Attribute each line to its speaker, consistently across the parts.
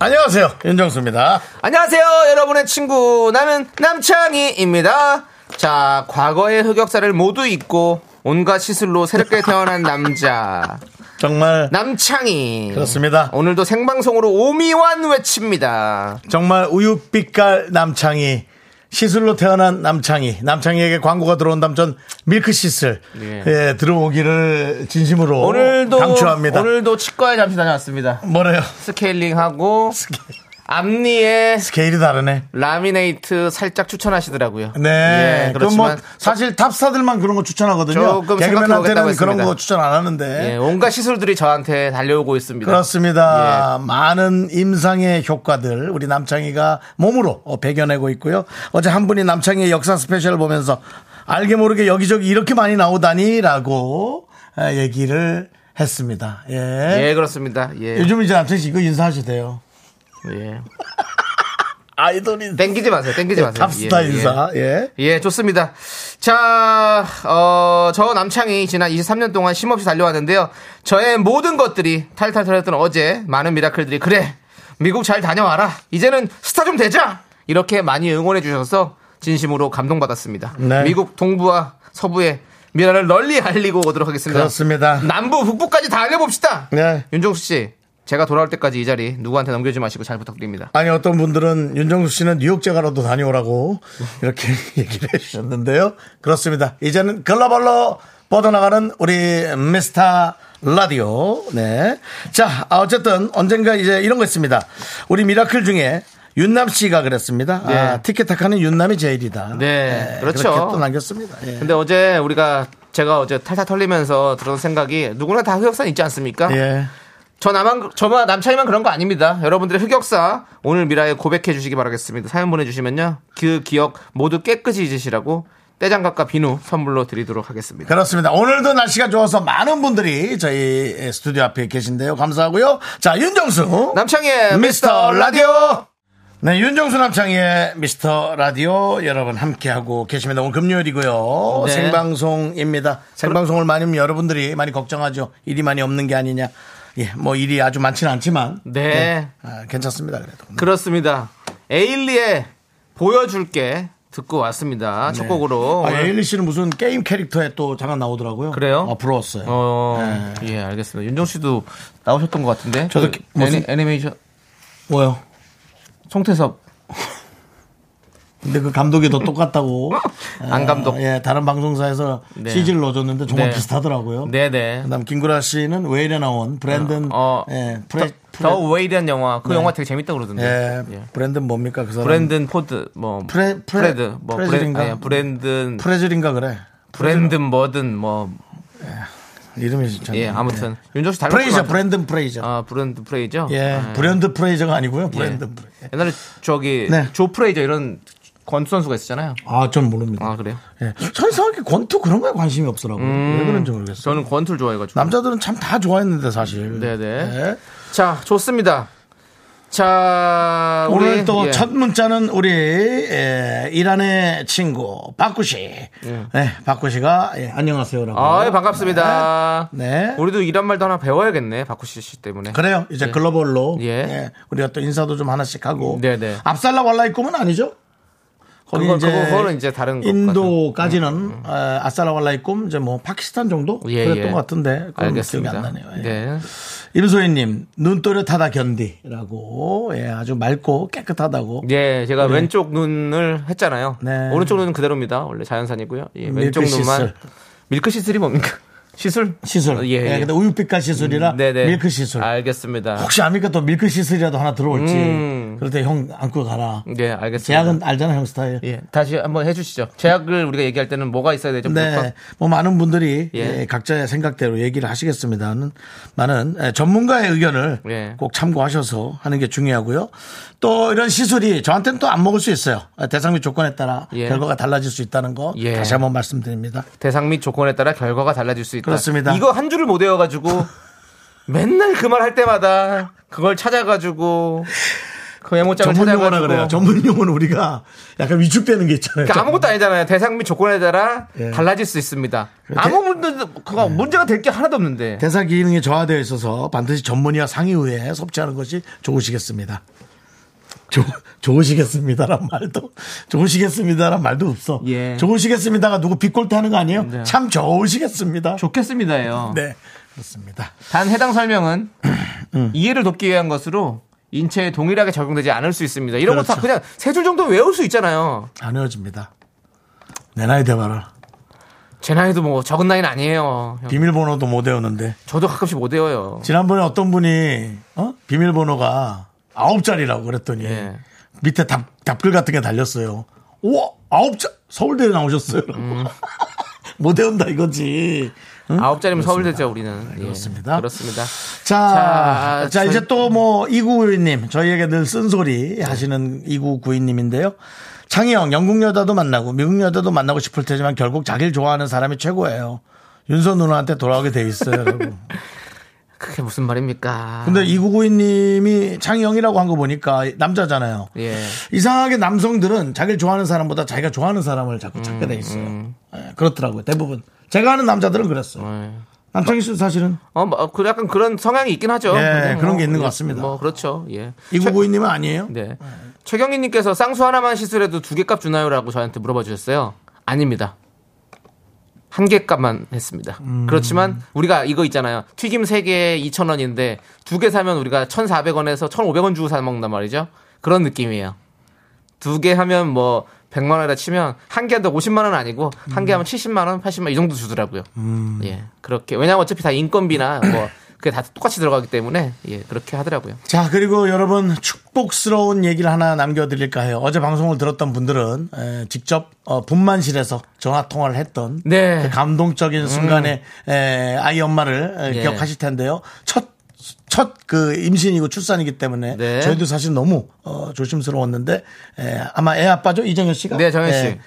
Speaker 1: 안녕하세요. 윤정수입니다.
Speaker 2: 안녕하세요, 여러분의 친구 나는 남창희입니다. 자, 과거의 흑역사를 모두 잊고 온갖 시술로 새롭게 태어난 남자
Speaker 1: 정말
Speaker 2: 남창희.
Speaker 1: 그렇습니다.
Speaker 2: 오늘도 생방송으로 오미완 외칩니다.
Speaker 1: 정말 우유빛깔 남창이 시술로 태어난 남창이 남창이에게 광고가 들어온다면 전 밀크시슬
Speaker 2: 예.
Speaker 1: 예, 들어오기를 진심으로
Speaker 2: 오늘도
Speaker 1: 강추합니다.
Speaker 2: 오늘도 치과에 잠시 다녀왔습니다.
Speaker 1: 뭐래요?
Speaker 2: 스케일링하고 앞니에
Speaker 1: 스케일이 다르네.
Speaker 2: 라미네이트 살짝 추천하시더라고요.
Speaker 1: 네.
Speaker 2: 예,
Speaker 1: 그럼 뭐
Speaker 2: 그렇지만
Speaker 1: 사실 탑스타들만 그런 거 추천하거든요.
Speaker 2: 조금 생각해보겠다고
Speaker 1: 개그맨한테는
Speaker 2: 했습니다.
Speaker 1: 그런 거 추천 안 하는데.
Speaker 2: 예, 온갖 시술들이 저한테 달려오고 있습니다.
Speaker 1: 그렇습니다. 많은 임상의 효과들 우리 남창희가 몸으로 어, 배겨내고 있고요. 어제 한 분이 남창희의 역사 스페셜 보면서 알게 모르게 여기저기 이렇게 많이 나오다니라고 아, 얘기를 했습니다. 예.
Speaker 2: 예, 그렇습니다. 예.
Speaker 1: 요즘 이제 남창희 씨 이거 인사하셔도 돼요.
Speaker 2: 예.
Speaker 1: 아이돌 인사.
Speaker 2: 땡기지 마세요. 땡기지 마세요.
Speaker 1: 탑스타
Speaker 2: 예, 예.
Speaker 1: 인사. 예.
Speaker 2: 예, 좋습니다. 자, 어, 저 남창이 지난 23년 동안 쉼없이 달려왔는데요. 저의 모든 것들이 탈탈 털렸던 어제 많은 미라클들이 그래, 미국 잘 다녀와라. 이제는 스타 좀 되자. 이렇게 많이 응원해 주셔서 진심으로 감동받았습니다.
Speaker 1: 네.
Speaker 2: 미국 동부와 서부에 미라를 널리 알리고 오도록 하겠습니다.
Speaker 1: 그렇습니다.
Speaker 2: 남부, 북부까지 다 알려봅시다.
Speaker 1: 네.
Speaker 2: 윤종수 씨, 제가 돌아올 때까지 이 자리 누구한테 넘겨주지 마시고 잘 부탁드립니다.
Speaker 1: 아니 어떤 분들은 윤정수 씨는 뉴욕 제가로도 다녀오라고 이렇게 얘기를 해주셨는데요. 그렇습니다. 이제는 글로벌로 뻗어나가는 우리 미스터 라디오. 네. 자, 아, 어쨌든 언젠가 이제 이런 거 있습니다. 우리 미라클 중에 윤남 씨가 그랬습니다. 아,
Speaker 2: 네.
Speaker 1: 티켓타카는 윤남이 제일이다.
Speaker 2: 네, 그렇죠.
Speaker 1: 렇게또 남겼습니다. 예.
Speaker 2: 근데 어제 우리가 제가 어제 탈탈 털리면서 들은 생각이 누구나 다 흑역사 있지 않습니까?
Speaker 1: 예.
Speaker 2: 저 나만 그, 저만 남창이만 그런 거 아닙니다. 여러분들의 흑역사 오늘 미라에 고백해 주시기 바라겠습니다. 사연 보내주시면요 그 기억 모두 깨끗이 잊으시라고 떼장갑과 비누 선물로 드리도록 하겠습니다.
Speaker 1: 그렇습니다. 오늘도 날씨가 좋아서 많은 분들이 저희 스튜디오 앞에 계신데요. 감사하고요. 자, 윤정수. 미스터
Speaker 2: 남창의 미스터
Speaker 1: 라디오. 네, 윤정수 남창희의 미스터 라디오 여러분 함께하고 계십니다. 오늘 금요일이고요.
Speaker 2: 네.
Speaker 1: 생방송입니다. 생방송을 많이 하면 여러분들이 많이 걱정하죠. 일이 많이 없는 게 아니냐. 예, 뭐 일이 아주 많지는 않지만.
Speaker 2: 네.
Speaker 1: 예, 아, 괜찮습니다. 그래도.
Speaker 2: 그렇습니다. 에일리의 보여줄게 듣고 왔습니다. 첫 곡으로
Speaker 1: 아,
Speaker 2: 어, 오늘-
Speaker 1: 에일리 씨는 무슨 게임 캐릭터에 또 잠깐 나오더라고요.
Speaker 2: 그래요?
Speaker 1: 아, 부러웠어요. 네.
Speaker 2: 어, 예 알겠습니다. 윤정 씨도 나오셨던 것 같은데
Speaker 1: 저도
Speaker 2: 그
Speaker 1: 무슨-
Speaker 2: 애니- 애니메이션
Speaker 1: 뭐요?
Speaker 2: 송태섭
Speaker 1: 근데 그 감독이 더 똑같다고.
Speaker 2: 안 감독.
Speaker 1: 아, 예, 다른 방송사에서
Speaker 2: 네.
Speaker 1: CG를 넣어줬는데 정말
Speaker 2: 네.
Speaker 1: 비슷하더라고요.
Speaker 2: 네네.
Speaker 1: 그다음 김구라 씨는 웨일에 나온 브랜든
Speaker 2: 어,
Speaker 1: 예, 프레,
Speaker 2: 더
Speaker 1: 프레,
Speaker 2: 웨이드한 영화. 그 영화 되게 재밌다 그러던데.
Speaker 1: 예,
Speaker 2: 예.
Speaker 1: 브랜든 뭡니까 그 사람?
Speaker 2: 브랜든 포드 뭐
Speaker 1: 프레- 프레-
Speaker 2: 드뭐
Speaker 1: 프레즐인가?
Speaker 2: 브랜, 아니, 브랜든
Speaker 1: 프레즐인가 그래.
Speaker 2: 브랜든 뭐든 뭐
Speaker 1: 이름이 진짜.
Speaker 2: 예, 아무튼 윤정 씨 닮았구나.
Speaker 1: 네. 프레이저 브랜든 프레이저.
Speaker 2: 아, 브랜드 프레이죠?
Speaker 1: 예,
Speaker 2: 아,
Speaker 1: 브랜드 프레이저가 아니고요.
Speaker 2: 예.
Speaker 1: 브랜든 프레이저.
Speaker 2: 옛날에 저기
Speaker 1: 네.
Speaker 2: 조 프레이저 이런 권투 선수가 있었잖아요.
Speaker 1: 아, 전 모릅니다.
Speaker 2: 아, 그래요? 음,
Speaker 1: 예. 전 이상하게 권투 그런 거에 관심이 없더라고요. 왜 그런지 모르겠어요.
Speaker 2: 저는 권투를 좋아해 가지고.
Speaker 1: 남자들은 참 다 좋아했는데 사실.
Speaker 2: 네, 네.
Speaker 1: 예.
Speaker 2: 자, 좋습니다. 자, 우리-
Speaker 1: 오늘 또
Speaker 2: 예.
Speaker 1: 첫 문자는 우리 예, 이란의 친구 박구 씨. 네, 박구 씨가 예, 안녕하세요라고.
Speaker 2: 예. 아, 반갑습니다.
Speaker 1: 네.
Speaker 2: 우리도 이런 말도 하나 배워야겠네. 박구씨 씨 때문에.
Speaker 1: 그래요. 이제 글로벌로
Speaker 2: 예.
Speaker 1: 예, 우리가 또 인사도 좀 하나씩 하고.
Speaker 2: 네, 네.
Speaker 1: 압살라 왈라이 꿈은 아니죠? 거기
Speaker 2: 그거-
Speaker 1: 이제
Speaker 2: 그거는 이제 다른 것 음,
Speaker 1: 인도까지는 아, 압살라 왈라이 꿈 이제 뭐 파키스탄 정도
Speaker 2: 예,
Speaker 1: 그랬던
Speaker 2: 예.
Speaker 1: 것 같은데 그건
Speaker 2: 알겠습니다.
Speaker 1: 기억이 안 나네요. 예.
Speaker 2: 네.
Speaker 1: 임소희님 눈 또렷하다 견디라고 예, 아주 맑고 깨끗하다고
Speaker 2: 예, 제가 왼쪽 눈을 했잖아요.
Speaker 1: 네.
Speaker 2: 오른쪽 눈은 그대로입니다. 원래 자연산이고요. 예, 왼쪽
Speaker 1: 밀크시슬.
Speaker 2: 눈만 밀크시슬이 뭡니까? 시술?
Speaker 1: 시술.
Speaker 2: 어,
Speaker 1: 예,
Speaker 2: 예, 예.
Speaker 1: 근데 우유빛깔 시술이라
Speaker 2: 네네. 아.
Speaker 1: 밀크 시술.
Speaker 2: 알겠습니다.
Speaker 1: 혹시 아닙니까 또 밀크 시술이라도 하나 들어올지. 그럴 때 형 안고 가라.
Speaker 2: 음. 네, 알겠습니다.
Speaker 1: 제약은 알잖아 형 스타일.
Speaker 2: 예, 다시 한번 해주시죠. 제약을 우리가 얘기할 때는 뭐가 있어야 되죠?
Speaker 1: 네, 뭐 많은 분들이
Speaker 2: 예.
Speaker 1: 예, 각자의 생각대로 얘기를 하시겠습니다는 많은 예, 전문가의 의견을
Speaker 2: 예.
Speaker 1: 꼭 참고하셔서 하는 게 중요하고요. 또 이런 시술이 저한테는 또 안 먹을 수 있어요. 대상 및 조건에 따라
Speaker 2: 예.
Speaker 1: 결과가 달라질 수 있다는 거
Speaker 2: 예.
Speaker 1: 다시 한번 말씀드립니다.
Speaker 2: 대상 및 조건에 따라 결과가 달라질 수 있다.
Speaker 1: 그렇습니다.
Speaker 2: 이거 한 줄을 못 외워가지고 맨날 그 말 할 때마다 그걸 찾아가지고 그 메모장을
Speaker 1: 전문 용어라
Speaker 2: 찾아가지고
Speaker 1: 그래요. 전문 용어는 우리가 약간 위축되는 게 있잖아요.
Speaker 2: 그러니까 아무것도 아니잖아요. 대상 및 조건에 따라
Speaker 1: 그렇죠. 예.
Speaker 2: 달라질 수 있습니다.
Speaker 1: 그렇게-
Speaker 2: 아무 문제도 그거 문제가 될 게 하나도 없는데.
Speaker 1: 대사 기능이 저하되어 있어서 반드시 전문의와 상의 후에 섭취하는 것이 좋으시겠습니다. 좋, 좋으시겠습니다란 말도 좋으시겠습니다란 말도 없어.
Speaker 2: 예.
Speaker 1: 좋으시겠습니다가 누구 비꼴 때 하는 거 아니에요?
Speaker 2: 네.
Speaker 1: 참 좋으시겠습니다.
Speaker 2: 좋겠습니다요.
Speaker 1: 네 그렇습니다.
Speaker 2: 단 해당 설명은
Speaker 1: 음.
Speaker 2: 이해를 돕기 위한 것으로 인체에 동일하게 적용되지 않을 수 있습니다. 이런 거 다
Speaker 1: 그렇죠.
Speaker 2: 그냥 세 줄 정도 외울 수 있잖아요.
Speaker 1: 안 헤어집니다. 내 나이 대봐라.
Speaker 2: 제 나이도 뭐 적은 나이는 아니에요. 형.
Speaker 1: 비밀번호도 못 외우는데
Speaker 2: 저도 가끔씩 못 외워요.
Speaker 1: 지난번에 어떤 분이 어? 비밀번호가 아홉 자리라고 그랬더니
Speaker 2: 예.
Speaker 1: 밑에 답, 답글 같은 게 달렸어요. 우와 아홉 자 서울대에 나오셨어요. 라고. 못 외운다 이거지. 응?
Speaker 2: 아홉 자리면 서울대죠 우리는. 예,
Speaker 1: 음? 그렇습니다.
Speaker 2: 그렇습니다.
Speaker 1: 자,
Speaker 2: 자,
Speaker 1: 자, 이제
Speaker 2: 저희-
Speaker 1: 또 뭐 이구구이님 저희에게 늘 쓴소리 하시는 이구구이님인데요. 창희형 영국 여자도 만나고 미국 여자도 만나고 싶을 테지만 결국 자기를 좋아하는 사람이 최고예요. 윤서 누나한테 돌아오게 돼 있어요. 여러분.
Speaker 2: 그게 무슨 말입니까?
Speaker 1: 근데 이구구이님이 창희형이라고 한 거 보니까 남자잖아요.
Speaker 2: 예.
Speaker 1: 이상하게 남성들은 자기를 좋아하는 사람보다 자기가 좋아하는 사람을 자꾸 찾게 돼 있어요. 예, 그렇더라고요. 대부분 제가 아는 남자들은 그랬어요.
Speaker 2: 예.
Speaker 1: 남창희 씨도 사실은
Speaker 2: 어, 뭐, 어, 그 약간 그런 성향이 있긴 하죠.
Speaker 1: 예,
Speaker 2: 근데 뭐,
Speaker 1: 그런 게 있는 것
Speaker 2: 예,
Speaker 1: 같습니다.
Speaker 2: 뭐 그렇죠. 예.
Speaker 1: 이구구이님은 아니에요.
Speaker 2: 네. 최경희님께서 쌍수 하나만 시술해도 두 개 값 주나요라고 저한테 물어봐 주셨어요. 아닙니다. 한 개 값만 했습니다. 그렇지만 우리가 이거 있잖아요. 튀김 세개에 2,000원인데 두 개 사면 우리가 1,400원에서 1,500원 주고 사 먹는단 말이죠. 그런 느낌이에요. 두 개 하면 뭐 100만 원이라 치면 한 개 한다고 50만 원 아니고 한 개 하면 70만 원, 80만 원 이 정도 주더라고요. 예. 그렇게. 왜냐면 어차피 다 인건비나 뭐 그게 다 똑같이 들어가기 때문에 예, 그렇게 하더라고요.
Speaker 1: 자, 그리고 여러분 축복스러운 얘기를 하나 남겨드릴까 해요. 어제 방송을 들었던 분들은 에, 직접 어, 분만실에서 전화 통화를 했던
Speaker 2: 네.
Speaker 1: 그 감동적인 순간에 에, 아이 엄마를 에,
Speaker 2: 예.
Speaker 1: 기억하실 텐데요. 첫 첫 그 임신이고 출산이기 때문에
Speaker 2: 네.
Speaker 1: 저희도 사실 너무 어, 조심스러웠는데 에, 아마 애 아빠죠 이정현 씨가
Speaker 2: 네, 정현 씨.
Speaker 1: 예.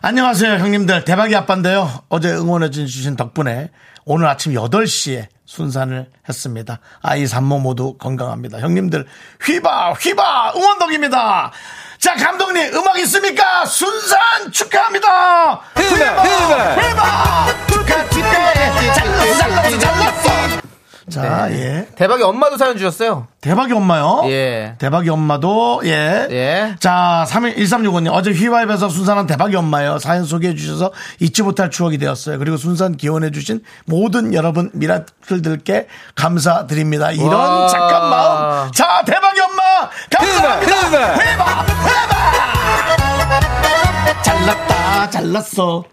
Speaker 1: 안녕하세요 형님들 대박이 아빠인데요 어제 응원해 주신 덕분에 오늘 아침 8시에 순산을 했습니다 아이 산모 모두 건강합니다 형님들 휘바 휘바 응원덕입니다 자 감독님 음악 있습니까 순산 축하합니다
Speaker 2: 휘바, 휘바.
Speaker 1: 휘바 축하 축하해 잘났어 잘났어 잘났어 자예
Speaker 2: 대박이 엄마도 사연 주셨어요.
Speaker 1: 대박이 엄마요.
Speaker 2: 예.
Speaker 1: 대박이 엄마도 예.
Speaker 2: 예.
Speaker 1: 자, 3일 1365님 어제 휘바입에서 순산한 대박이 엄마요. 사연 소개해 주셔서 잊지 못할 추억이 되었어요. 그리고 순산 기원해 주신 모든 여러분 미라클들께 감사드립니다. 이런
Speaker 2: 와.
Speaker 1: 착한 마음. 자, 대박이 엄마 감사합니다.
Speaker 2: 대박, 대박.
Speaker 1: 대박 대박. 잘났다. 잘났어.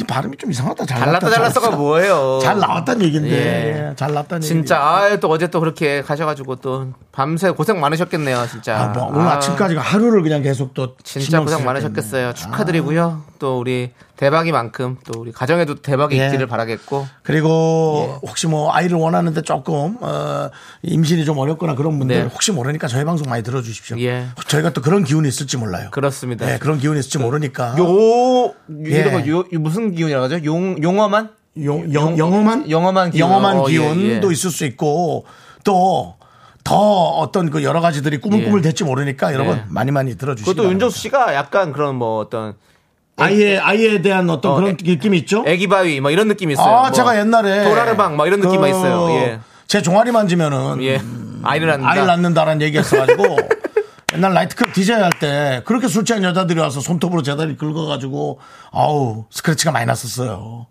Speaker 1: 이 발음이 좀 이상하다. 잘났다.
Speaker 2: 잘났다, 잘났어가 뭐예요?
Speaker 1: 잘 나왔다는 얘긴데.
Speaker 2: 예.
Speaker 1: 예, 잘 나왔다는
Speaker 2: 진짜 아, 또 어제 또 그렇게 가셔가지고 또 밤새 고생 많으셨겠네요, 진짜.
Speaker 1: 아, 뭐 오늘
Speaker 2: 아,
Speaker 1: 아, 침까지가 하루를 그냥 계속 또
Speaker 2: 진짜
Speaker 1: 신경
Speaker 2: 고생
Speaker 1: 쓰셨겠네. 아.
Speaker 2: 많으셨겠어요. 축하드리고요. 또 우리 대박이만큼 또 우리 가정에도 대박이
Speaker 1: 예.
Speaker 2: 있기를 바라겠고.
Speaker 1: 그리고
Speaker 2: 예.
Speaker 1: 혹시 뭐 아이를 원하는데 조금 어, 임신이 좀 어렵거나 그런 분들
Speaker 2: 네.
Speaker 1: 혹시 모르니까 저희 방송 많이 들어주십시오.
Speaker 2: 예.
Speaker 1: 저희가 또 그런 기운이 있을지 몰라요.
Speaker 2: 그렇습니다. 네.
Speaker 1: 예, 그런 기운이 있을지 모르니까.
Speaker 2: 요 이런
Speaker 1: 예.
Speaker 2: 거 요, 요 무슨 기운이라고 하죠? 용 용어만?
Speaker 1: 용- 영, 영험한
Speaker 2: 영험한 기운. 어, 예,
Speaker 1: 기운도
Speaker 2: 예.
Speaker 1: 있을 수 있고 또 더 어떤 그 여러 가지들이 꿈을
Speaker 2: 예.
Speaker 1: 꿈을 댈지 모르니까 여러분
Speaker 2: 예.
Speaker 1: 많이 많이 들어주시고
Speaker 2: 그것도 윤정수 씨가 약간 그런 뭐 어떤
Speaker 1: 아이에 아이에 대한 어떤
Speaker 2: 어,
Speaker 1: 그런
Speaker 2: 애-
Speaker 1: 느낌이 있죠?
Speaker 2: 애기 바위 뭐 이런 느낌이 있어요.
Speaker 1: 아
Speaker 2: 뭐
Speaker 1: 제가 옛날에 그
Speaker 2: 도라르방 막 이런 느낌만 있어요. 예.
Speaker 1: 제 종아리 만지면은
Speaker 2: 예. 아이를 낳는다.
Speaker 1: 음, 아이를 낳는다라는 얘기했어가지고 옛날 나이트클럽 디제이 할 때 그렇게 술 취한 여자들이 와서 손톱으로 제 다리 긁어가지고 아우 스크래치가 많이 났었어요.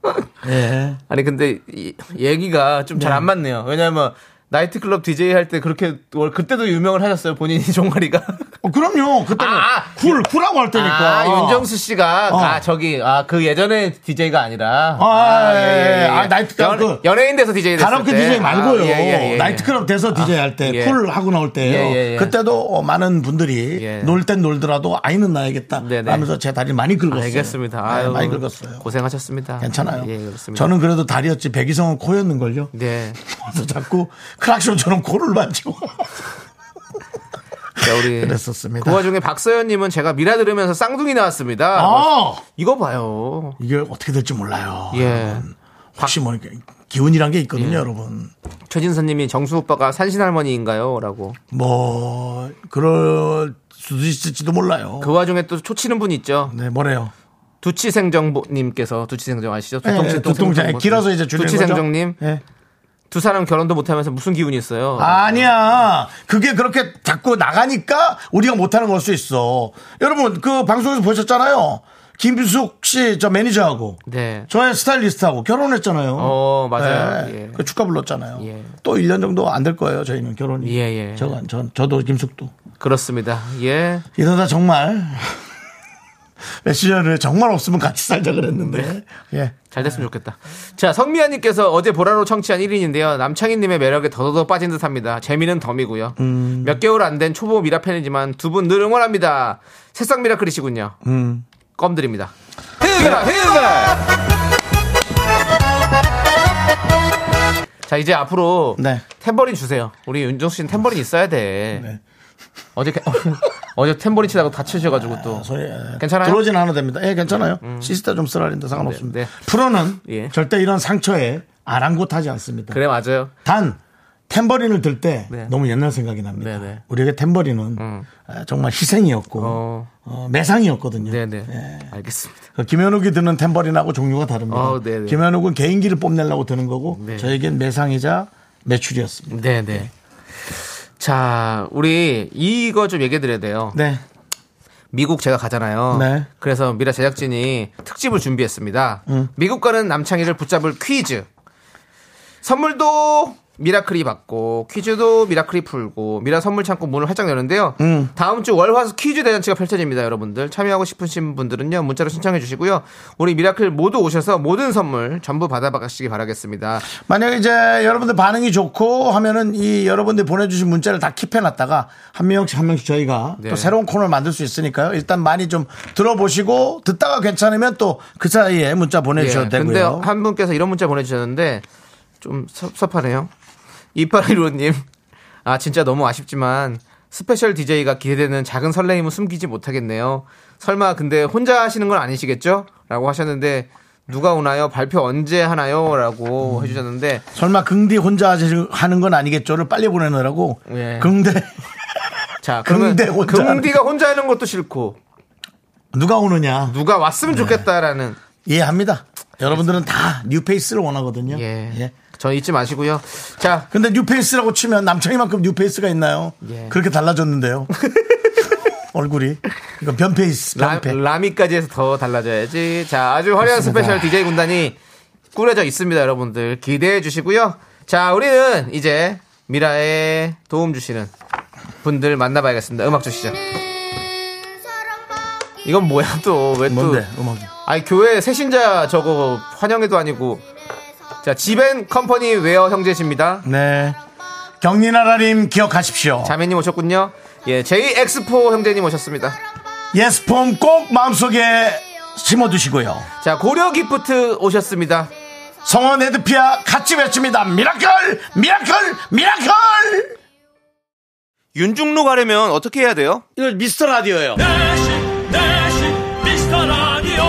Speaker 1: 예.
Speaker 2: 아니 근데 이 얘기가 좀 잘 안 맞네요. 왜냐하면 나이트클럽 DJ 할 때 그렇게 월 그때도 유명을 하셨어요. 본인이 종아리가.
Speaker 1: 어, 그럼요. 그때는
Speaker 2: 아,
Speaker 1: 굴 굴하고 할 때니까.
Speaker 2: 아 윤정수 씨가
Speaker 1: 그러니까. 어.
Speaker 2: 아 저기 아 그 예전에 DJ가 아니라
Speaker 1: 아, 예, 예, 예.
Speaker 2: 예, 예, 예.
Speaker 1: 아, 아, 나이트클럽 그-
Speaker 2: 연예인 돼서 DJ 됐을
Speaker 1: 가로키
Speaker 2: 때.
Speaker 1: DJ 말고요.
Speaker 2: 아, 예, 예, 예.
Speaker 1: 나이트클럽 돼서 DJ 할 때,
Speaker 2: 예.
Speaker 1: 풀 하고 나올 때요.
Speaker 2: 예, 예, 예.
Speaker 1: 그때도 어, 많은 분들이
Speaker 2: 예.
Speaker 1: 놀 땐 놀더라도 아이는 낳아야겠다
Speaker 2: 네, 네.
Speaker 1: 하면서 제 다리를 많이 긁었어요.
Speaker 2: 알겠습니다.
Speaker 1: 네,
Speaker 2: 아유,
Speaker 1: 많이 긁었어요.
Speaker 2: 고생하셨습니다.
Speaker 1: 괜찮아요.
Speaker 2: 예, 그렇습니다.
Speaker 1: 저는 그래도 다리였지 백이성은 코였는걸요.
Speaker 2: 네.
Speaker 1: 그래서 자꾸 크락션처럼 코를 만지고.
Speaker 2: 자, 우리
Speaker 1: 그랬었습니다.
Speaker 2: 그 와중에 박서연님은 제가 미라 들으면서 쌍둥이 나왔습니다.
Speaker 1: 아!
Speaker 2: 이거 봐요.
Speaker 1: 이게 어떻게 될지 몰라요.
Speaker 2: 예.
Speaker 1: 혹시 뭐 이렇게 기운이란 게 있거든요, 여러분.
Speaker 2: 최진선님이 정수 오빠가 산신 할머니인가요?라고.
Speaker 1: 뭐 그럴 수도 있을지도 몰라요.
Speaker 2: 그 와중에 또 초치는 분 있죠.
Speaker 1: 네, 뭐래요?
Speaker 2: 두치생정님께서 두치생정 아시죠?
Speaker 1: 예, 예, 두통장.
Speaker 2: 생정.
Speaker 1: 길어서 이제 줄인 거죠?
Speaker 2: 두치생정님
Speaker 1: 예.
Speaker 2: 두 사람 결혼도 못하면서 무슨 기운이 있어요?
Speaker 1: 아니야. 그게 그렇게 자꾸 나가니까 우리가 못하는 걸 수 있어. 여러분, 그 방송에서 보셨잖아요. 김숙 씨, 저 매니저하고.
Speaker 2: 네.
Speaker 1: 저의 스타일리스트하고 결혼했잖아요.
Speaker 2: 어, 맞아요.
Speaker 1: 네.
Speaker 2: 예.
Speaker 1: 그 축가 불렀잖아요.
Speaker 2: 예.
Speaker 1: 또 1년 정도 안 될 거예요, 저희는 결혼이.
Speaker 2: 예, 예.
Speaker 1: 저, 저, 저도 김숙도.
Speaker 2: 그렇습니다. 예.
Speaker 1: 이러다 정말 몇십 년 후에 정말 없으면 같이 살자
Speaker 2: 네.
Speaker 1: 그랬는데. 예.
Speaker 2: 잘 됐으면 좋겠다. 자, 성미아님께서 어제 보라로 청취한 1인인데요. 남창희님의 매력에 더더더 빠진 듯 합니다. 재미는 덤이고요.
Speaker 1: 음.
Speaker 2: 몇 개월 안 된 초보 미라팬이지만 두 분 늘 응원합니다. 새싹 미라클이시군요.
Speaker 1: 음.
Speaker 2: 껌 드립니다. 자, 이제 앞으로
Speaker 1: 네.
Speaker 2: 탬버린 주세요. 우리 윤정수 씨는 탬버린 있어야 돼.
Speaker 1: 네.
Speaker 2: 어제, 어제 탬버린 치다가 다치셔가지고 또.
Speaker 1: 소리 예.
Speaker 2: 괜찮아요? 음,
Speaker 1: 들어오진 않아도 됩니다. 예, 괜찮아요. 시스타 좀 쓰라린다 상관없습니다.
Speaker 2: 네, 네.
Speaker 1: 프로는
Speaker 2: 예.
Speaker 1: 절대 이런 상처에 아랑곳하지 않습니다.
Speaker 2: 그래, 맞아요.
Speaker 1: 단 탬버린을 들 때
Speaker 2: 네.
Speaker 1: 너무 옛날 생각이 납니다.
Speaker 2: 네, 네.
Speaker 1: 우리에게 탬버린은 아, 정말 희생이었고
Speaker 2: 어.
Speaker 1: 어, 매상이었거든요.
Speaker 2: 네네. 알겠습니다.
Speaker 1: 그 김현욱이 드는 탬버린하고 종류가 다릅니다.
Speaker 2: 어, 네, 네.
Speaker 1: 김현욱은 개인기를 뽐내려고 드는 거고
Speaker 2: 네.
Speaker 1: 저에겐 매상이자 매출이었습니다.
Speaker 2: 네네. 자, 우리 이거 좀 얘기해 드려야 돼요.
Speaker 1: 네.
Speaker 2: 미국 제가 가잖아요.
Speaker 1: 네.
Speaker 2: 그래서 미라 제작진이 특집을 준비했습니다. 미국 가는 남창희를 붙잡을 퀴즈. 선물도 미라클이 받고 퀴즈도 미라클이 풀고 미라 선물 창고 문을 활짝 여는데요. 다음 주 월화수 퀴즈 대잔치가 펼쳐집니다, 여러분들. 참여하고 싶으신 분들은요. 문자로 신청해 주시고요. 우리 미라클 모두 오셔서 모든 선물 전부 받아 가시기 바라겠습니다.
Speaker 1: 만약에 이제 여러분들 반응이 좋고 하면은 이 여러분들 보내주신 문자를 다 킵해놨다가 한 명씩 한 명씩 저희가
Speaker 2: 네.
Speaker 1: 또 새로운 코너를 만들 수 있으니까요. 일단 많이 좀 들어보시고 듣다가 괜찮으면 또 그 사이에 문자 보내주셔도
Speaker 2: 예, 근데
Speaker 1: 되고요.
Speaker 2: 한 분께서 이런 문자 보내주셨는데 좀 섭섭하네요. 이파리로님, 아 진짜 너무 아쉽지만 스페셜 DJ가 기대되는 작은 설레임은 숨기지 못하겠네요. 설마 근데 혼자 하시는 건 아니시겠죠? 라고 하셨는데 누가 오나요? 발표 언제 하나요?
Speaker 1: 음.
Speaker 2: 라고 해주셨는데
Speaker 1: 설마 긍디 혼자 하는 건 아니겠죠를 빨리 보내느라고
Speaker 2: 예.
Speaker 1: 긍대
Speaker 2: 자 그러면
Speaker 1: 근데 혼자 하는
Speaker 2: 금디가 혼자 하는 것도 싫고
Speaker 1: 누가 오느냐
Speaker 2: 누가 왔으면
Speaker 1: 네.
Speaker 2: 좋겠다라는
Speaker 1: 이해합니다. 여러분들은 다 뉴페이스를 원하거든요.
Speaker 2: 예.
Speaker 1: 예.
Speaker 2: 저 잊지 마시고요. 자
Speaker 1: 근데 뉴페이스라고 치면 남창이만큼 뉴페이스가 있나요?
Speaker 2: 예.
Speaker 1: 그렇게 달라졌는데요. 얼굴이 이거 변페이스
Speaker 2: 라,
Speaker 1: 변페.
Speaker 2: 라미까지 해서 더 달라져야지. 자, 아주 화려한
Speaker 1: 맞습니다.
Speaker 2: 스페셜 DJ 군단이 꾸려져 있습니다, 여러분들. 기대해 주시고요. 자, 우리는 이제 미라에 도움 주시는 분들 만나봐야겠습니다. 음악 주시죠. 이건 뭐야 또? 왜 또?
Speaker 1: 뭔데 음악이?
Speaker 2: 아니 교회 새신자 저거 환영회도 아니고. 자, 지벤 컴퍼니 웨어 형제십니다.
Speaker 1: 네. 경리나라님 기억하십시오.
Speaker 2: 자매님 오셨군요. 예, JX4 형제님 오셨습니다.
Speaker 1: 예스폼 꼭 마음속에 심어두시고요.
Speaker 2: 자, 고려 기프트 오셨습니다.
Speaker 1: 성원 에드피아 같이 외칩니다. 미라클! 미라클! 미라클!
Speaker 2: 윤중로 가려면 어떻게 해야 돼요?
Speaker 1: 이거 미스터 라디오예요.
Speaker 3: 내시 내시 미스터 라디오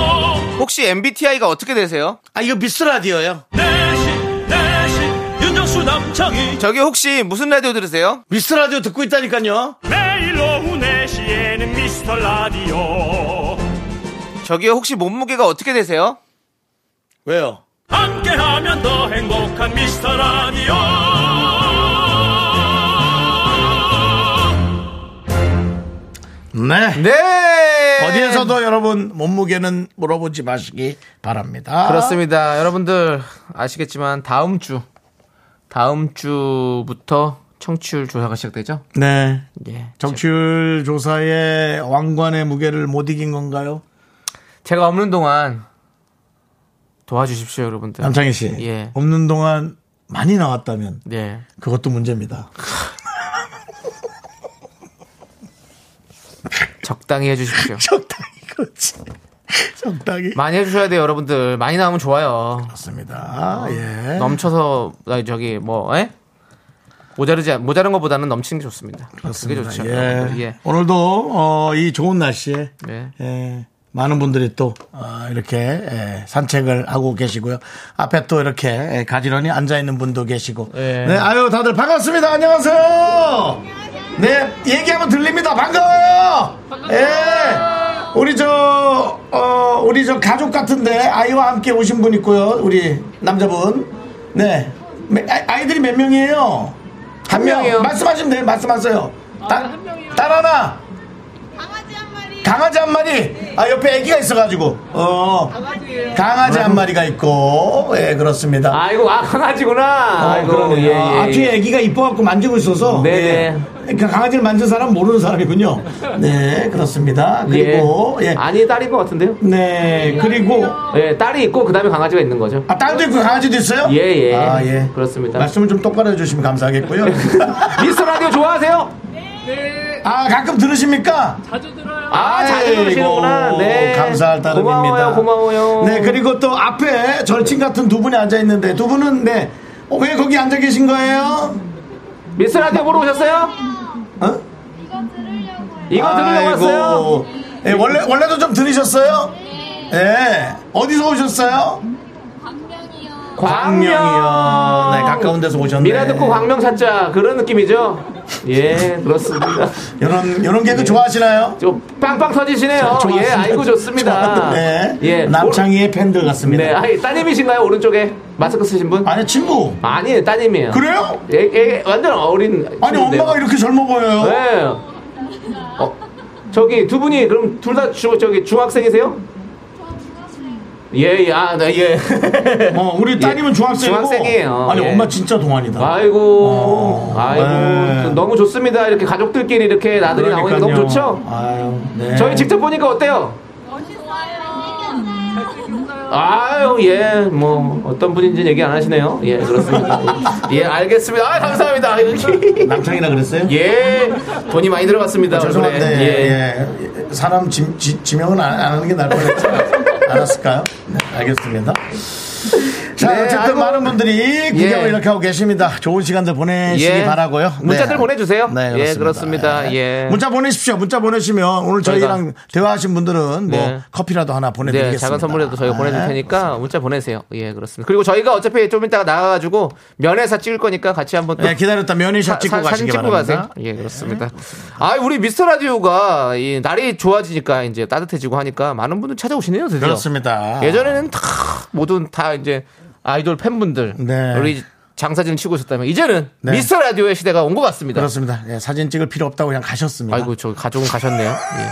Speaker 2: 혹시 MBTI가 어떻게 되세요?
Speaker 1: 아 이거 미스터 라디오예요.
Speaker 3: 내시 내시 윤정수 남창희
Speaker 2: 저기 혹시 무슨 라디오 들으세요?
Speaker 1: 미스터 라디오 듣고 있다니까요.
Speaker 4: 매일 오후 4시에는 미스터 라디오
Speaker 2: 저기 혹시 몸무게가 어떻게 되세요?
Speaker 1: 왜요?
Speaker 3: 함께하면 더 행복한 미스터 라디오
Speaker 1: 네.
Speaker 2: 네.
Speaker 1: 어디에서도 여러분 몸무게는 물어보지 마시기 바랍니다.
Speaker 2: 그렇습니다. 여러분들 아시겠지만 다음 주 다음 주부터 청취율 조사가 시작되죠?
Speaker 1: 네.
Speaker 2: 예.
Speaker 1: 정치율 조사의 왕관의 무게를 못 이긴 건가요?
Speaker 2: 제가 없는 동안
Speaker 5: 도와주십시오, 여러분들.
Speaker 1: 남창희 씨.
Speaker 5: 예.
Speaker 1: 없는 동안 많이 나왔다면
Speaker 5: 네.
Speaker 1: 그것도 문제입니다.
Speaker 5: 적당히 해주십시오.
Speaker 1: 적당히 그렇지. 적당히.
Speaker 5: 많이 해주셔야 돼요, 여러분들. 많이 나오면 좋아요.
Speaker 1: 맞습니다. 예.
Speaker 5: 넘쳐서, 아니, 저기, 뭐, 예? 모자르지, 않- 모자른 것보다는 넘치는 게 좋습니다.
Speaker 1: 그렇습니다.
Speaker 5: 그게 좋죠.
Speaker 1: 예.
Speaker 5: 여러분들. 예.
Speaker 1: 오늘도 어, 이 좋은 날씨에
Speaker 5: 네.
Speaker 1: 예, 많은 분들이 또 아, 이렇게 예, 산책을 하고 계시고요. 앞에 또 이렇게 예, 가지런히 앉아 있는 분도 계시고.
Speaker 5: 예.
Speaker 1: 네, 아유 다들 반갑습니다. 안녕하세요. 네, 얘기하면 들립니다. 반가워요. 예. 우리 저 어, 우리 저 가족 같은데 아이와 함께 오신 분 있고요. 우리 남자분. 네. 아- 아이들이 몇 명이에요? 한 명.
Speaker 5: 명이요.
Speaker 1: 말씀하시면 돼요. 아, 말씀하세요. 딸, 딸 하나. 강아지 한 마리. 강아지 한 마리. 아 옆에 아기가 있어가지고. 어. 강아지 한 마리가 있고. 예 그렇습니다.
Speaker 2: 아이고 아 강아지구나.
Speaker 1: 어,
Speaker 2: 아이고
Speaker 1: 그러네요.
Speaker 2: 예, 예,
Speaker 1: 아,
Speaker 2: 예.
Speaker 1: 뒤에 아기가 이뻐갖고 만지고 있어서.
Speaker 2: 네,
Speaker 1: 예.
Speaker 2: 네.
Speaker 1: 그러니까 강아지를 만진 사람 모르는 사람이군요. 네 그렇습니다. 그리고 예.
Speaker 2: 아니 딸인 것 같은데요.
Speaker 1: 네 그리고
Speaker 2: 예 딸이 있고 그 다음에 강아지가 있는 거죠.
Speaker 1: 아 딸도 있고 강아지도 있어요?
Speaker 2: 예, 예.
Speaker 1: 아 예.
Speaker 2: 그렇습니다.
Speaker 1: 말씀을 좀 똑바로 해주시면 감사하겠고요.
Speaker 2: 미스터 라디오 좋아하세요?
Speaker 1: 아 가끔 들으십니까?
Speaker 2: 아 자주
Speaker 1: 아이고,
Speaker 2: 들으시는구나. 네
Speaker 1: 감사할 따름입니다.
Speaker 2: 고마워요 고마워요.
Speaker 1: 네 그리고 또 앞에 절친 같은 두 분이 앉아 있는데 두 분은 네. 어, 왜 거기 앉아 계신 거예요?
Speaker 2: 미스터 라디오 보러 오셨어요?
Speaker 1: 어?
Speaker 2: 이거 들으려고
Speaker 1: 아이고.
Speaker 2: 왔어요.
Speaker 1: 예, 원래 원래도 좀 들으셨어요? 예. 어디서 오셨어요? 광명이요. 네, 가까운 데서 오셨네.
Speaker 2: 미라 듣고 광명 찾자 그런 느낌이죠. 예 그렇습니다.
Speaker 1: 이런 이런 개그 좋아하시나요?
Speaker 2: 좀 빵빵 터지시네요. 예 아이고 좋습니다.
Speaker 1: 네.
Speaker 2: 예
Speaker 1: 남창희의 팬들
Speaker 2: 오-
Speaker 1: 같습니다.
Speaker 2: 네 아니 따님이신가요 오른쪽에 마스크 쓰신 분?
Speaker 1: 아니 친구.
Speaker 2: 아니에요 따님이에요.
Speaker 1: 그래요?
Speaker 2: 예, 예, 완전 어린.
Speaker 1: 아니
Speaker 2: 친구인데요.
Speaker 1: 엄마가 이렇게 젊어 보여요.
Speaker 2: 네. 어, 저기 두 분이 그럼 둘 다 저기 중학생이세요? 예, 예, 아, 네, 예.
Speaker 1: 어, 우리 따님은
Speaker 2: 예.
Speaker 1: 중학생이고.
Speaker 2: 중학생이에요.
Speaker 1: 아니,
Speaker 2: 예.
Speaker 1: 엄마 진짜 동안이다.
Speaker 2: 아이고, 아이고,
Speaker 1: 네.
Speaker 2: 그 너무 좋습니다. 이렇게 가족들끼리 이렇게 나들이 나오니까 너무
Speaker 1: 그러니까요.
Speaker 2: 좋죠?
Speaker 1: 아유, 네.
Speaker 2: 저희 직접 보니까 어때요? 아유, 예, 뭐, 어떤 분인지는 얘기 안 하시네요. 예, 그렇습니다. 예, 알겠습니다. 아, 감사합니다.
Speaker 1: 남창이라 그랬어요?
Speaker 2: 예, 돈이 많이 들어갔습니다. 네.
Speaker 1: 죄송한데, 네,
Speaker 2: 얼굴에.
Speaker 1: 예. 예. 사람 지, 지, 지명은 안, 안 하는 게 나을 뻔했죠. 알았을까요? 네, 알겠습니다. 자,
Speaker 2: 네,
Speaker 1: 어쨌든
Speaker 2: 아이고.
Speaker 1: 많은 분들이 구경을
Speaker 2: 예.
Speaker 1: 이렇게 하고 계십니다. 좋은 시간들 보내시기
Speaker 2: 예.
Speaker 1: 바라고요.
Speaker 2: 문자들 보내주세요.
Speaker 1: 네,
Speaker 2: 예, 그렇습니다. 예.
Speaker 1: 문자 보내십시오. 문자 보내시면 오늘
Speaker 2: 저희가-
Speaker 1: 저희랑 대화하신 분들은 뭐
Speaker 2: 네.
Speaker 1: 커피라도 하나
Speaker 2: 네,
Speaker 1: 보내드리겠습니다.
Speaker 2: 작은 선물이라도 저희가 보내줄
Speaker 1: 네.
Speaker 2: 테니까 문자 보내세요. 예, 그렇습니다. 그리고 저희가 어차피 좀 이따가 나가가지고 면회사 찍을 거니까 같이 한번 또
Speaker 1: 네, 기다렸다
Speaker 2: 사-
Speaker 1: 면회샷 찍고
Speaker 2: 사- 사진
Speaker 1: 가시기
Speaker 2: 찍고
Speaker 1: 바랍니다. 네.
Speaker 2: 가세요. 예, 그렇습니다. 아, 우리 미스터 라디오가 이 날이 좋아지니까 이제 따뜻해지고 하니까 많은 분들 찾아오시네요, 드디어.
Speaker 1: 그렇습니다.
Speaker 2: 예전에는 다 모든 다 이제 아이돌 팬분들
Speaker 1: 네.
Speaker 2: 우리 장사 좀 치고 있었다면 이제는
Speaker 1: 네.
Speaker 2: 미스터 라디오의 시대가 온 것 같습니다.
Speaker 1: 그렇습니다. 예, 사진 찍을 필요 없다고 그냥 가셨습니다.
Speaker 2: 아이고 저 가족은 가셨네요. 예.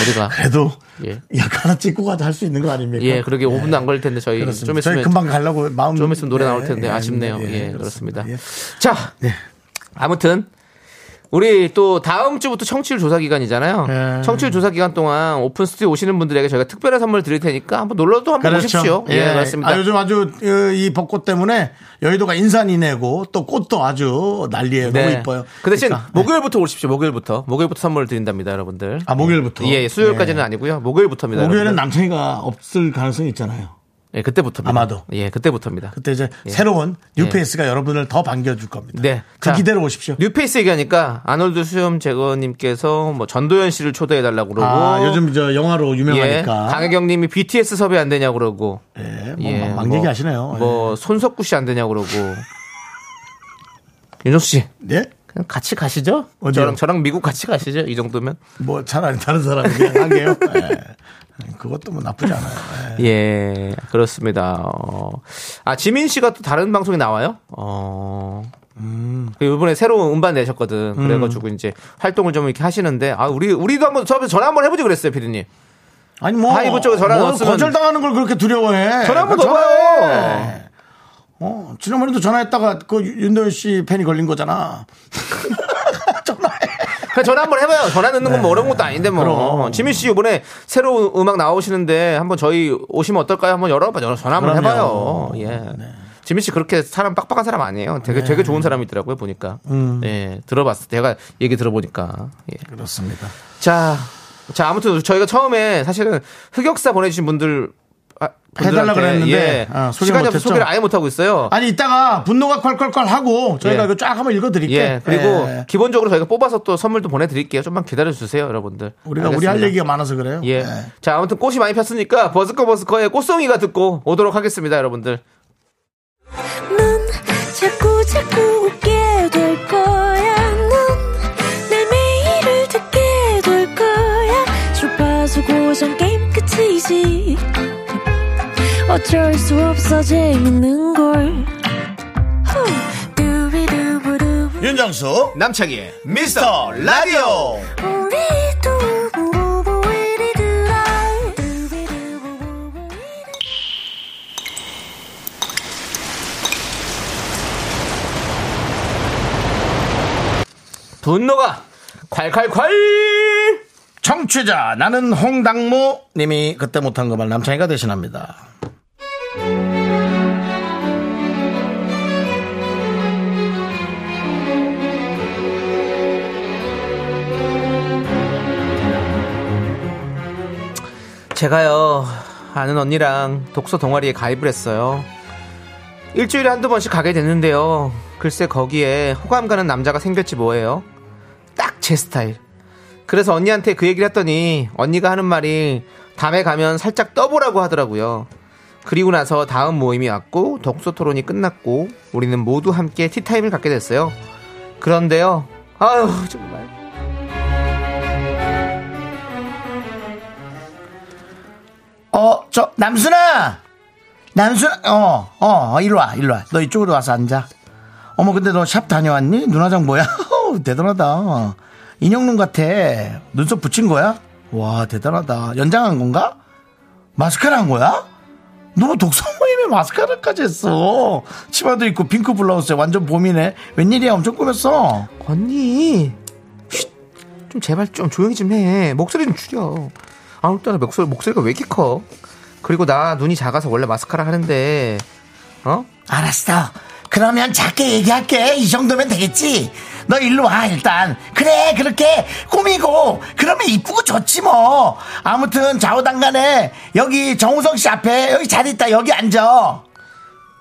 Speaker 2: 어디가?
Speaker 1: 그래도
Speaker 2: 예.
Speaker 1: 약 하나 찍고 가도 할 수 있는 거 아닙니까?
Speaker 2: 예, 그러게 5분도 안 걸릴 텐데 저희
Speaker 1: 그렇습니다.
Speaker 2: 좀 있으면
Speaker 1: 저희 금방 가려고 마음
Speaker 2: 좀 있으면 노래
Speaker 1: 예,
Speaker 2: 나올 텐데
Speaker 1: 예,
Speaker 2: 아쉽네요.
Speaker 1: 예,
Speaker 2: 예, 그렇습니다.
Speaker 1: 예.
Speaker 2: 자, 아무튼 우리 또 다음 주부터 청취율 조사 기간이잖아요.
Speaker 1: 예.
Speaker 2: 청취율 조사 기간 동안 오픈 스튜디오 오시는 분들에게 저희가 특별한 선물 드릴 테니까 한번 놀러도 한번 오십시오. 예, 그렇습니다.
Speaker 1: 그렇죠. 아, 요즘 아주 어, 이 벚꽃 때문에 여의도가 인산이내고 또 꽃도 아주 난리예요.
Speaker 2: 네.
Speaker 1: 너무 이뻐요.
Speaker 2: 그 대신
Speaker 1: 그러니까, 네.
Speaker 2: 목요일부터 오십시오. 목요일부터 목요일부터 선물 드린답니다, 여러분들.
Speaker 1: 아, 목요일부터.
Speaker 2: 예, 예, 수요일까지는
Speaker 1: 예.
Speaker 2: 아니고요. 목요일부터입니다.
Speaker 1: 목요일은
Speaker 2: 여러분들.
Speaker 1: 남창이가 없을 가능성이 있잖아요.
Speaker 2: 예, 그때부터입니다.
Speaker 1: 아마도.
Speaker 2: 예, 그때부터입니다.
Speaker 1: 그때 이제 새로운 뉴페이스가 여러분을 더 반겨줄 겁니다.
Speaker 2: 예. 네.
Speaker 1: 그
Speaker 2: 자,
Speaker 1: 기대로 오십시오.
Speaker 2: 뉴페이스 얘기하니까 아놀드 수염 제거님께서 뭐 전도연 씨를 초대해 달라고 그러고
Speaker 1: 아, 요즘 저 영화로
Speaker 2: 예,
Speaker 1: 유명하니까.
Speaker 2: 강혜경님이 BTS 섭외 안 되냐 고 그러고
Speaker 1: 예, 뭐,
Speaker 2: 예,
Speaker 1: 막, 막 얘기하시네요. 예.
Speaker 2: 뭐 손석구 씨 안 되냐 고 그러고 윤정수 씨
Speaker 1: 예. 예?
Speaker 2: 그냥 같이 가시죠.
Speaker 1: 어디요?
Speaker 2: 저랑 저랑 미국 같이 가시죠. 이 정도면
Speaker 1: 뭐 차라리 다른 사람이 그냥 하게요. 예. 그것도 뭐 나쁘지 않아요. 예.
Speaker 2: 예 그렇습니다. 어. 아 지민 씨가 또 다른 방송에 나와요. 어.
Speaker 1: 음.
Speaker 2: 그 이번에 새로운 음반 내셨거든. 그래가지고 이제 활동을 좀 이렇게 하시는데 아 우리 우리도 한번 저 전화 한번 해보지 그랬어요, 피디님.
Speaker 1: 아니 뭐
Speaker 2: 하이브 쪽에 전화
Speaker 1: 뭘
Speaker 2: 넣었으면-
Speaker 1: 거절당하는 걸 그렇게 두려워해.
Speaker 2: 전화 한번
Speaker 1: 그러니까
Speaker 2: 넣어봐요.
Speaker 1: 전화해. 어, 지난번에도 전화했다가 그 윤도현 씨 팬이 걸린 거잖아. 전화해.
Speaker 2: 그냥 전화 한번 해봐요. 전화 넣는 건 뭐 어려운 것도 아닌데 뭐.
Speaker 1: 네. 그럼.
Speaker 2: 지민 씨 이번에 새로운 음악 나오시는데 한번 저희 오시면 어떨까요? 한번 열어봐. 요 전화 한번
Speaker 1: 그럼요. 네.
Speaker 2: 해봐요. 예. 지민 씨 그렇게 사람 빡빡한 사람 아니에요. 되게 되게 좋은 사람이더라고요 보니까.
Speaker 1: 음.
Speaker 2: 예, 들어봤어. 제가 얘기 들어보니까. 예.
Speaker 1: 그렇습니다.
Speaker 2: 자, 자 아무튼 저희가 처음에 사실은 흑역사 보내주신 분들 아,
Speaker 1: 해달라
Speaker 2: 분들한테,
Speaker 1: 그랬는데,
Speaker 2: 예,
Speaker 1: 아, 소개
Speaker 2: 시간이 없어
Speaker 1: 못했죠?
Speaker 2: 소개를 아예 못 하고 있어요.
Speaker 1: 아니 이따가 분노가 콸콸콸 하고 저희가
Speaker 2: 예.
Speaker 1: 이거 쫙 한번 읽어드릴게요.
Speaker 2: 예, 그리고
Speaker 1: 예.
Speaker 2: 기본적으로 저희가 뽑아서 또 선물도 보내드릴게요. 좀만 기다려주세요, 여러분들.
Speaker 1: 우리가 우리
Speaker 2: 알겠습니다.
Speaker 1: 할 얘기가 많아서 그래요.
Speaker 2: 예.
Speaker 1: 예.
Speaker 2: 자, 아무튼 꽃이 많이 폈으니까 버스커 버스커의 꽃송이가 듣고 오도록 하겠습니다, 여러분들.
Speaker 6: 넌 자꾸 자꾸 웃게 될 거야. 넌내 매일을 듣게 될 거야. 주파수 고정 게임 끝이지. 어쩔 수 없어 재밌는 걸. 후. 두비두부두.
Speaker 1: 윤정수
Speaker 2: 남창희의
Speaker 1: 미스터 라디오
Speaker 6: 우리 두부부부 우리 두라. 두비두부부부 우리 두라.
Speaker 2: 분노가 콸콸콸!
Speaker 1: 청취자 나는 홍당무 님이 그때 못한 거 말 남창이가 대신합니다.
Speaker 2: 제가요 아는 언니랑 독서 동아리에 가입을 했어요 일주일에 한두 번씩 가게 됐는데요 글쎄 거기에 호감 가는 남자가 생겼지 뭐예요 딱 제 스타일 그래서 언니한테 그 얘기를 했더니 언니가 하는 말이 다음에 가면 살짝 떠보라고 하더라고요 그리고 나서 다음 모임이 왔고 독서 토론이 끝났고 우리는 모두 함께 티타임을 갖게 됐어요 그런데요 아유 정말
Speaker 1: 어, 저, 남순아! 남순아, 어, 어, 어, 일로 와, 일로 와. 너 이쪽으로 와서 앉아. 어머, 근데 너 샵 다녀왔니? 눈화장 뭐야? 어우, 대단하다. 인형눈 같아. 눈썹 붙인 거야? 와, 대단하다. 연장한 건가? 마스카라 한 거야? 너뭐 독서 모임에 마스카라까지 했어. 치마도 입고 핑크 블라우스에 완전 봄이네. 웬일이야? 엄청 꾸몄어.
Speaker 2: 언니 쉿. 좀 제발 좀 조용히 좀 해 목소리 좀 줄여 아무튼 목소리, 목소리가 왜 이렇게 커 그리고 나 눈이 작아서 원래 마스카라 하는데 어?
Speaker 1: 알았어. 그러면 작게 얘기할게. 이 정도면 되겠지. 너 일로 와 일단. 그래 그렇게 꾸미고 그러면 이쁘고 좋지 뭐. 아무튼 좌우당간에 여기 정우성 씨 앞에 여기 자리 있다. 여기 앉아.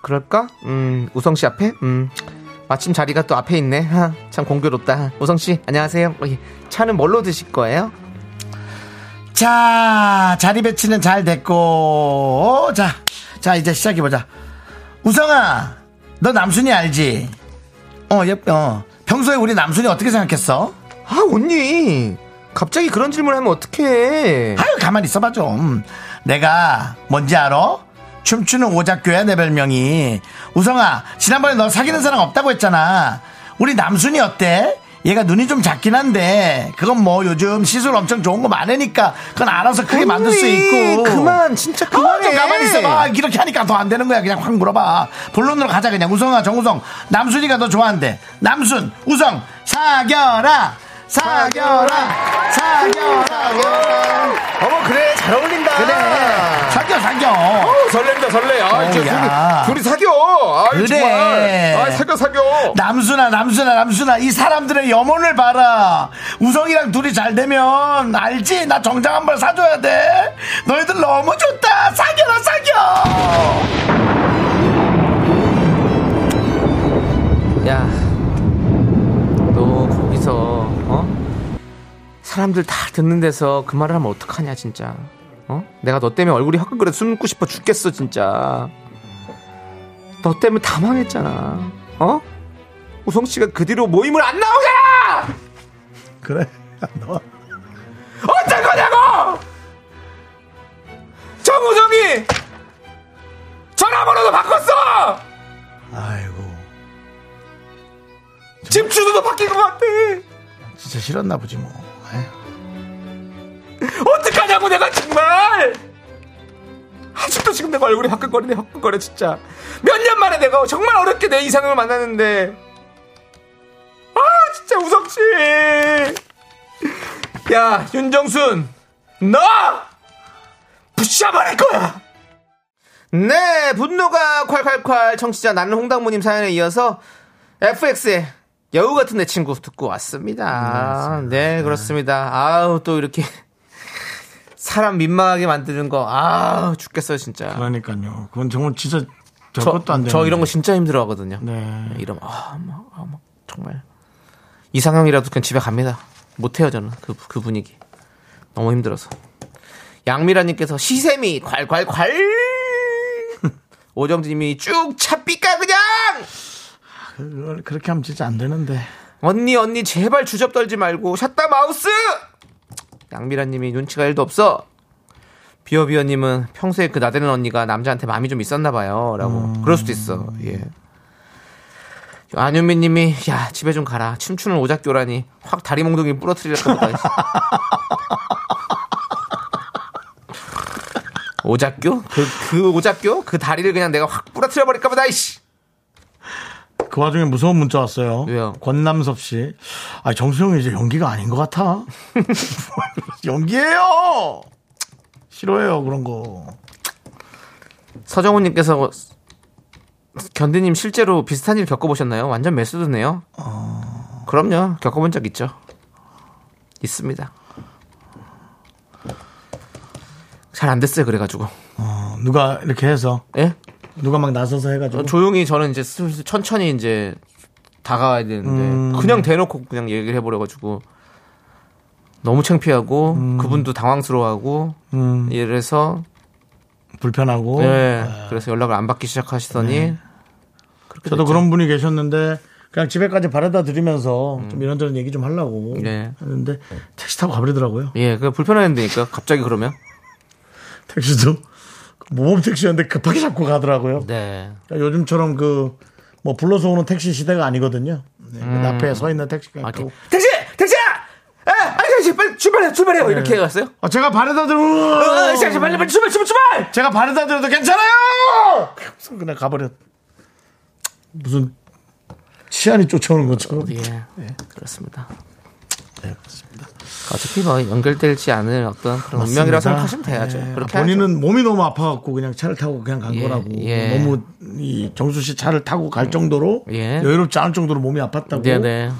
Speaker 2: 그럴까? 음 우성 씨 앞에? 음 마침 자리가 또 앞에 있네 하, 참 공교롭다 우성 씨 안녕하세요 어, 예. 차는 뭘로 드실 거예요?
Speaker 1: 자 자리 배치는 잘 됐고 자 자 이제 시작해 보자. 우성아 너 남순이 알지? 어, 예, 어 평소에 우리 남순이 어떻게 생각했어?
Speaker 2: 아 언니 갑자기 그런 질문을 하면 어떡해
Speaker 1: 아유 가만히 있어봐 좀 내가 뭔지 알아? 춤추는 오작교야 내 별명이 우성아 지난번에 너 사귀는 사람 없다고 했잖아 우리 남순이 어때? 얘가 눈이 좀 작긴 한데 그건 뭐 요즘 시술 엄청 좋은 거 많으니까 그건 알아서 크게 만들 수 있고
Speaker 2: 언니, 그만 진짜
Speaker 1: 아,
Speaker 2: 그만해
Speaker 1: 좀 가만히 있어봐 이렇게 하니까 더 안 되는 거야 그냥 확 물어봐 본론으로 가자 그냥 우성아 정우성 남순이가 너 좋아한대 남순 우성 사겨라 사겨라 사겨라
Speaker 2: 어머 그래 잘 어울린다
Speaker 1: 그래 네. 사겨 사겨
Speaker 2: 어우, 설렌다 설레. 아, 이제
Speaker 1: 야.
Speaker 2: 둘이, 둘이 사겨. 아,
Speaker 1: 그래.
Speaker 2: 정말. 아, 사겨 사겨.
Speaker 1: 남순아 남순아 남순아 이 사람들의 염원을 봐라 우성이랑 둘이 잘 되면 알지 나 정장 한 벌 사줘야 돼 너희들 너무 좋다 사겨라 사겨
Speaker 2: 야, 너 거기서 어? 사람들 다 듣는 데서 그 말을 하면 어떡하냐 진짜. 어? 내가 너 때문에 얼굴이 화끈거려 숨고 싶어 죽겠어 진짜. 너 때문에 다 망했잖아. 어? 우성 씨가 그 뒤로 모임을 안 나오게!
Speaker 1: 그래 너
Speaker 2: 어쩔 거냐고! 정우성이 전화번호도 바꿨어!
Speaker 1: 아이고
Speaker 2: 집 주소도 바뀐 것 같아.
Speaker 1: 진짜 싫었나 보지 뭐 에휴.
Speaker 2: 어떡하냐고 내가 정말. 아직도 지금 내가 얼굴이 화끈거리네 화끈거려 진짜. 몇 년 만에 내가 정말 어렵게 내 이상형을 만났는데. 아 진짜 우석 씨. 야, 윤정순, 너! 부셔버릴 거야! 네, 분노가 콸콸콸 청취자 나는 홍당무님 사연에 이어서 FX의 여우 같은 내 친구 듣고 왔습니다. 네, 그렇습니다. 아우, 또 이렇게 사람 민망하게 만드는 거, 아우, 죽겠어요, 진짜.
Speaker 1: 그러니까요. 그건 정말 진짜 저,
Speaker 2: 저,
Speaker 1: 것도 안 되는.
Speaker 2: 저 이런 거 진짜 힘들어 하거든요.
Speaker 1: 네.
Speaker 2: 이러면, 아, 막, 아, 막, 정말. 이상형이라도 그냥 집에 갑니다. 못해요, 저는. 그, 그 분위기. 너무 힘들어서. 양미라님께서 시샘이 콸콸콸! 오정진님이 쭉 찹비까 그냥!
Speaker 1: 그걸 그렇게 하면 진짜 안 되는데.
Speaker 2: 언니, 언니, 제발 주접 떨지 말고, 샷다 마우스! 양미라님이 눈치가 1도 없어! 비어비어님은 평소에 그 나대는 언니가 남자한테 마음이 좀 있었나봐요. 라고. 그럴 수도 있어. 예. 안윤미 님이, 야, 집에 좀 가라. 춤추는 오작교라니. 확 다리 몽둥이 부러뜨리려고 보다. 오작교? 그, 그 오작교? 그 다리를 그냥 내가 확 부러뜨려버릴까 보다, 이씨!
Speaker 1: 그 와중에 무서운 문자 왔어요.
Speaker 2: 왜요?
Speaker 1: 권남섭 씨. 아, 정수영이 이제 연기가 아닌 것 같아. 연기예요! 싫어해요, 그런 거.
Speaker 2: 서정훈님께서 견디님 실제로 비슷한 일 겪어보셨나요? 완전 메소드네요. 그럼요. 겪어본 적 있죠. 있습니다. 잘 안 됐어요. 그래가지고.
Speaker 1: 어, 누가 이렇게 해서,
Speaker 2: 예?
Speaker 1: 누가 막 나서서 해가지고.
Speaker 2: 저- 어, 조용히 저는 이제 슬슬 천천히 이제 다가와야
Speaker 1: 음.
Speaker 2: 되는데 그냥 대놓고 그냥 얘기를 해버려가지고 너무 창피하고 그분도 당황스러워하고
Speaker 1: 음,
Speaker 2: 이래서
Speaker 1: 불편하고. 아. 네.
Speaker 2: 예, 그래서 연락을 안 받기 시작하시더니 그렇게
Speaker 1: 저도
Speaker 2: 됐죠.
Speaker 1: 그런 분이 계셨는데, 그냥 집에까지 바래다 드리면서 좀 이런저런 얘기 좀 하려고
Speaker 2: 음. 네.
Speaker 1: 했는데, 택시 타고 가버리더라고요.
Speaker 2: 예, 그 불편한데니까 갑자기 그러면.
Speaker 1: 택시도. 모범 택시였는데 급하게 잡고 가더라고요.
Speaker 2: 네.
Speaker 1: 그러니까 요즘처럼 그, 뭐, 불러서 오는 택시 시대가 아니거든요. 네, 그
Speaker 2: 음.
Speaker 1: 앞에 서 있는 택시가. 있고.
Speaker 2: 어, 택시, 택시야! 아, 아니, 택시 빨리 출발해, 출발해. 요 이렇게 해갔어요.
Speaker 1: 아, 제가 바래다
Speaker 2: 아, 택시,
Speaker 1: 들어!
Speaker 2: 택시, 빨리, 빨리 출발, 출발, 출발!
Speaker 1: 제가 바래다 들어도 괜찮아요! 그래서 그냥 가버렸. 무슨, 치안이 쫓아오는 것처럼.
Speaker 2: 예, 그렇습니다.
Speaker 1: 네,
Speaker 2: 어차피 뭐 연결될지 않을 어떤 그런 운명이라고 생각하시면 돼야죠.
Speaker 1: 예,
Speaker 2: 그렇게
Speaker 1: 본인은 몸이 너무 아파갖고 그냥 차를 타고 그냥 간
Speaker 2: 예,
Speaker 1: 거라고.
Speaker 2: 예.
Speaker 1: 너무 이 정수 씨 차를 타고 갈 정도로
Speaker 2: 예.
Speaker 1: 여유롭지 않을 정도로 몸이 아팠다고
Speaker 2: 하죠. 네, 네.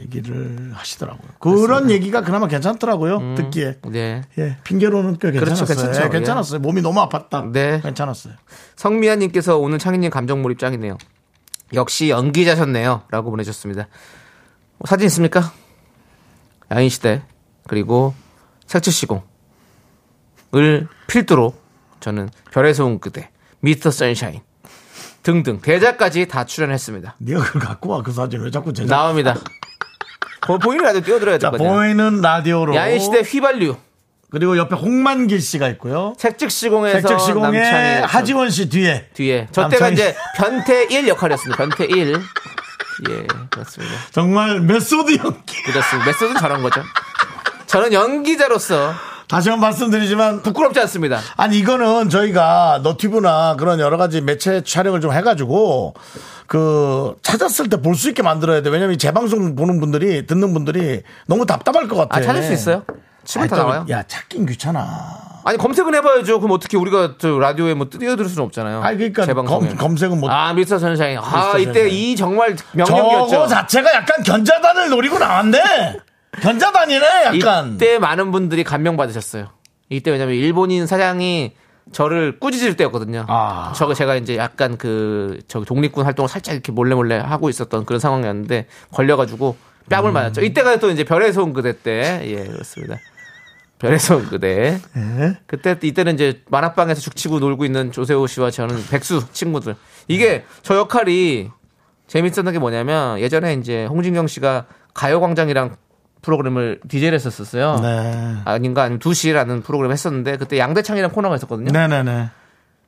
Speaker 1: 얘기를 하시더라고요. 그런 얘기가 그나마 괜찮더라고요. 듣기에.
Speaker 2: 네.
Speaker 1: 예, 핑계로는 꽤
Speaker 2: 그렇죠,
Speaker 1: 괜찮았어요.
Speaker 2: 괜찮죠.
Speaker 1: 예, 괜찮았어요. 몸이 너무 아팠다.
Speaker 2: 네.
Speaker 1: 괜찮았어요.
Speaker 2: 성미아님께서 오늘 창희님 감정 몰입 짱이네요. 역시 연기자셨네요. 라고 보내주셨습니다. 어, 사진 있습니까? 야인시대, 그리고 색채시공을 필두로 저는 별에서 온 그대, 미스터 선샤인 등등 대작까지 다 출연했습니다.
Speaker 1: 네가 그걸 갖고 와 그 사진 왜 자꾸 제작?
Speaker 2: 나옵니다. 뭐, 보- 보이는 라디오 띄워드려야
Speaker 1: 자,
Speaker 2: 될거든요
Speaker 1: 보이는 라디오로
Speaker 2: 야인시대 휘발유,
Speaker 1: 그리고 옆에 홍만길 씨가 있고요.
Speaker 2: 색즉시공에서
Speaker 1: 백적시공의
Speaker 2: 남창희
Speaker 1: 하지원 씨 뒤에
Speaker 2: 뒤에 저 때가
Speaker 1: 남창희-
Speaker 2: 이제 변태 1 역할이었습니다. 변태 1. 예, 그렇습니다.
Speaker 1: 정말 메소드 연기.
Speaker 2: 그렇습니다. 메소드는 저런 거죠. 저는 연기자로서
Speaker 1: 다시 한 번 말씀드리지만
Speaker 2: 부끄럽지 않습니다.
Speaker 1: 아니 이거는 저희가 너튜브나 그런 여러 가지 매체 촬영을 좀 해가지고 그 찾았을 때 볼 수 있게 만들어야 돼. 왜냐면 이 재방송 보는 분들이 듣는 분들이 너무 답답할 것 같아.
Speaker 2: 아, 찾을 수 있어요? 치면
Speaker 1: 네. 아니,
Speaker 2: 다
Speaker 1: 또,
Speaker 2: 나와요.
Speaker 1: 야 찾긴 귀찮아.
Speaker 2: 아니, 검색은 해봐야죠. 그럼 어떻게 우리가 저 라디오에 뭐 띄워드릴 수는 없잖아요.
Speaker 1: 아니, 그러니까
Speaker 2: 재방송에.
Speaker 1: 검- 검색은 못-
Speaker 2: 아, 미스터 선샤인. 아,
Speaker 1: 미스터
Speaker 2: 이때
Speaker 1: 선샤인.
Speaker 2: 이 정말
Speaker 1: 저거
Speaker 2: 명령이었죠.
Speaker 1: 자체가 약간 견자단을 노리고 나왔네. 견자단이네 약간.
Speaker 2: 이때 많은 분들이 감명받으셨어요. 이때 왜냐면 일본인 사장이 저를 꾸짖을 때였거든요.
Speaker 1: 아.
Speaker 2: 저거 제가 이제 약간 그, 저 독립군 활동을 살짝 이렇게 몰래 몰래 하고 있었던 그런 상황이었는데 걸려가지고 뺨을
Speaker 1: 음.
Speaker 2: 맞았죠. 이때가 또 이제 별에서 온 그대 때. 예, 그렇습니다. 별에서 온 그대.
Speaker 1: 네.
Speaker 2: 그때, 이때는 이제 만화방에서 죽치고 놀고 있는 조세호 씨와 저는 백수 친구들. 이게 저 역할이 재밌었던 게 뭐냐면 예전에 이제 홍진경 씨가 가요광장이랑 프로그램을 DJ를 했었었어요.
Speaker 1: 네.
Speaker 2: 아닌가 아니면 2시라는 프로그램 했었는데 그때 양대창이랑 코너가 있었거든요.
Speaker 1: 네네네.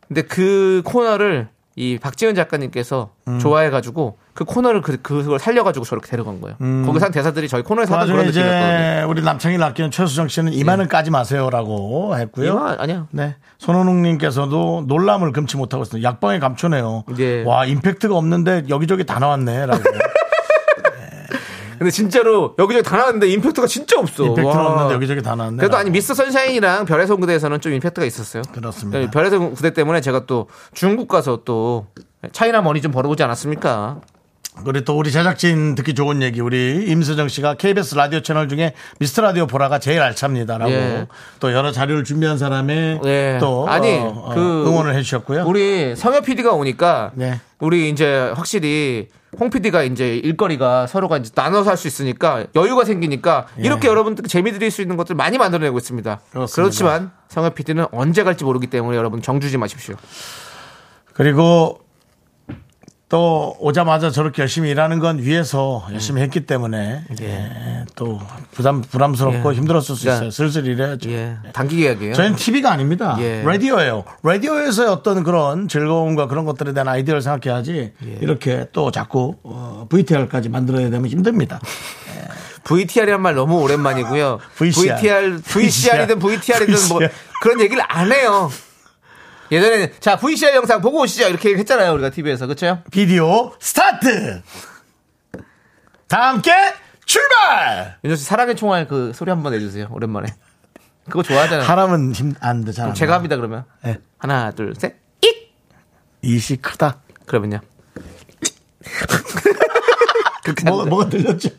Speaker 2: 근데 그 코너를 이 박지현 작가님께서
Speaker 1: 음.
Speaker 2: 좋아해가지고 그 코너를 그, 그걸 살려가지고 저렇게 데려간 거예요. 거기서 한 대사들이 저희 코너에서 하던 그런
Speaker 1: 나중에
Speaker 2: 느낌이었거든요.
Speaker 1: 음. 이제 우리 남창희 낚이는 최수정 씨는 이만은 까지 마세요라고 했고요.
Speaker 2: 이만 아니야.
Speaker 1: 네. 손호농님께서도 놀람을 금치 못하고 있습니다. 약방에 감춰네요.
Speaker 2: 예.
Speaker 1: 와 임팩트가 없는데 여기저기 다 나왔네라고.
Speaker 2: 근데 진짜로 여기저기 다 나왔는데 임팩트가 진짜 없어.
Speaker 1: 임팩트는
Speaker 2: 와.
Speaker 1: 없는데 여기저기 다 나왔네.
Speaker 2: 그래도 아니 미스 선샤인이랑 별의 성구대에서는 좀 임팩트가 있었어요. 예,
Speaker 1: 그렇습니다.
Speaker 2: 별의 성구대 때문에 제가 또 중국 가서 또 차이나 머니 좀 벌어보지 않았습니까?
Speaker 1: 그리고 또 우리 제작진 듣기 좋은 얘기 우리 임수정 씨가 KBS 라디오 채널 중에 미스터 라디오 보라가 제일 알찹니다라고
Speaker 2: 예.
Speaker 1: 또 여러 자료를 준비한 사람의
Speaker 2: 예.
Speaker 1: 또
Speaker 2: 아니,
Speaker 1: 어, 어,
Speaker 2: 그
Speaker 1: 응원을 해주셨고요.
Speaker 2: 우리 성현 PD가 오니까
Speaker 1: 네.
Speaker 2: 우리 이제 확실히 홍 PD가 이제 일거리가 서로가 이제 나눠서 할 수 있으니까 여유가 생기니까 이렇게 여러분들 재미 드릴 수 있는 것들 많이 만들어내고 있습니다.
Speaker 1: 예. 그렇습니다.
Speaker 2: 렇지만 성현 PD는 언제 갈지 모르기 때문에 여러분 정주지 마십시오.
Speaker 1: 그리고 또 오자마자 저렇게 열심히 일하는 건 위에서 열심히 했기 때문에 예, 또 부담 부담스럽고
Speaker 2: 예.
Speaker 1: 힘들었을 수 있어요.
Speaker 2: 그러니까-
Speaker 1: 슬슬 일해야죠.
Speaker 2: 예. 단기 계약이에요.
Speaker 1: 저희는 TV가 아닙니다.
Speaker 2: 예.
Speaker 1: 라디오예요. 라디오에서의 어떤 그런 즐거움과 그런 것들에 대한 아이디어를 생각해야지
Speaker 2: 예.
Speaker 1: 이렇게 또 자꾸 어, VTR까지 만들어야 되면 힘듭니다.
Speaker 2: VTR이란 말 너무 오랜만이고요.
Speaker 1: VCR.
Speaker 2: VTR, VCR이든 VTR이든 뭐
Speaker 1: VCR.
Speaker 2: 그런 얘기를 안 해요. 예전에는 자 VCR 영상 보고 오시죠 이렇게 했잖아요 우리가 TV에서 그렇죠?
Speaker 1: 비디오 스타트. 다 함께 출발.
Speaker 2: 윤정 씨 사랑의 총알 그 소리 한번 내주세요 오랜만에. 그거 좋아하잖아요.
Speaker 1: 사람은 힘안 되잖아.
Speaker 2: 네. 제가 합니다 그러면
Speaker 1: 예.
Speaker 2: 하나 둘 셋. 익
Speaker 1: 이시 크다.
Speaker 2: 그러면요. 그렇게
Speaker 1: 뭐가,
Speaker 2: 하는데.
Speaker 1: 뭐가 들렸죠?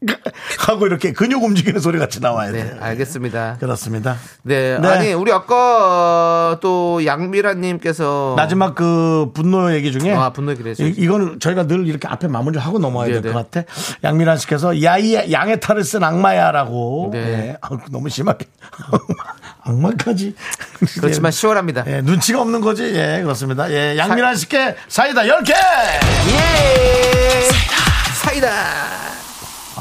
Speaker 1: 하고 이렇게 근육 움직이는 소리 같이 나와야
Speaker 2: 네
Speaker 1: 돼요.
Speaker 2: 알겠습니다.
Speaker 1: 그렇습니다.
Speaker 2: 네,
Speaker 1: 네.
Speaker 2: 아니 우리 아까 어, 또 양미라님께서
Speaker 1: 마지막 그 분노 얘기 중에
Speaker 2: 아, 분노 얘기를 해줘야지.
Speaker 1: 이, 건 저희가 늘 이렇게 앞에 마무리를 하고 넘어야 될
Speaker 2: 네,
Speaker 1: 것
Speaker 2: 네.
Speaker 1: 같아. 양미란 씨께서 야이 양의 탈을 쓴 악마야라고.
Speaker 2: 네.
Speaker 1: 네. 아, 너무 심하게 악마까지.
Speaker 2: 그렇지만 시원합니다.
Speaker 1: 예, 눈치가 없는 거지. 예, 그렇습니다. 예, 양미란 씨께 사이다 10개!
Speaker 2: 예! 사이다!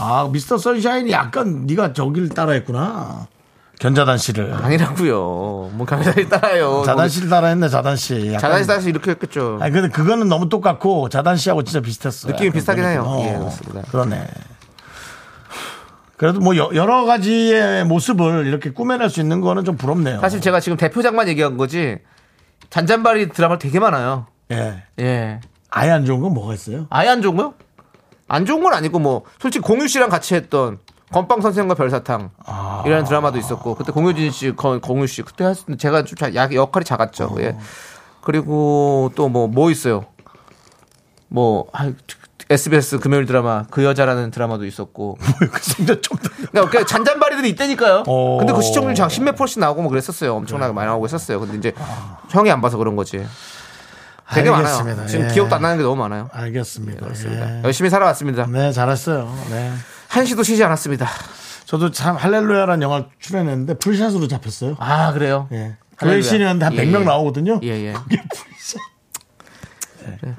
Speaker 1: 아, 미스터 선샤인이 약간 네가 저길 따라했구나. 견자단 씨를.
Speaker 2: 아, 아니라고요. 뭐 강사를 따라요.
Speaker 1: 어. 자단 씨를 따라했네, 자단 씨. 약간
Speaker 2: 자다시 다시 이렇게 했겠죠.
Speaker 1: 아니 어. 근데 그거는 너무 똑같고 자단 씨하고 진짜 비슷했어요.
Speaker 2: 느낌이
Speaker 1: 약간
Speaker 2: 비슷하긴 해요.
Speaker 1: 어,
Speaker 2: 예, 그렇습니다.
Speaker 1: 그러네. 그래도 뭐 여, 여러 가지의 모습을 이렇게 꾸며낼 수 있는 거는 좀 부럽네요.
Speaker 2: 사실 제가 지금 대표작만 얘기한 거지 잔잔바리 드라마 되게 많아요.
Speaker 1: 예.
Speaker 2: 예.
Speaker 1: 아예 안 좋은 건 뭐가 있어요?
Speaker 2: 아예 안 좋은 거요? 안 좋은 건 아니고 뭐 솔직히 공유 씨랑 같이 했던 건빵 선생과 별사탕
Speaker 1: 아.
Speaker 2: 이라는 드라마도 있었고 그때 공유진 씨, 거- 공유 씨 그때 했을 때 제가 좀 자- 야- 역할이 작았죠.
Speaker 1: 어.
Speaker 2: 예. 그리고 또 뭐 뭐 있어요? 뭐 아, SBS 금요일 드라마 그 여자라는 드라마도 있었고
Speaker 1: 그 생전 쪽도
Speaker 2: 그러니까 그 잔잔바리들이 있다니까요.
Speaker 1: 어.
Speaker 2: 근데 그 시청률 장 십몇 퍼씩 나오고 뭐 그랬었어요. 엄청나게 많이 나오고 했었어요. 근데 이제 형이 안 봐서 그런 거지. 되게
Speaker 1: 아. 알겠습니다.
Speaker 2: 많아요. 지금
Speaker 1: 예.
Speaker 2: 기억도 안 나는 게 너무 많아요.
Speaker 1: 알겠습니다. 예.
Speaker 2: 열심히 살아왔습니다.
Speaker 1: 네, 잘했어요. 네.
Speaker 2: 한 시도 쉬지 않았습니다.
Speaker 1: 저도 참 할렐루야라는 영화 출연했는데 풀샷으로 잡혔어요.
Speaker 2: 아 그래요?
Speaker 1: 예. 그
Speaker 2: 할렐루야.
Speaker 1: 신이었는데한
Speaker 2: 예,
Speaker 1: 100명
Speaker 2: 예.
Speaker 1: 나오거든요.
Speaker 2: 예예. 네.
Speaker 1: 그게 풀샷.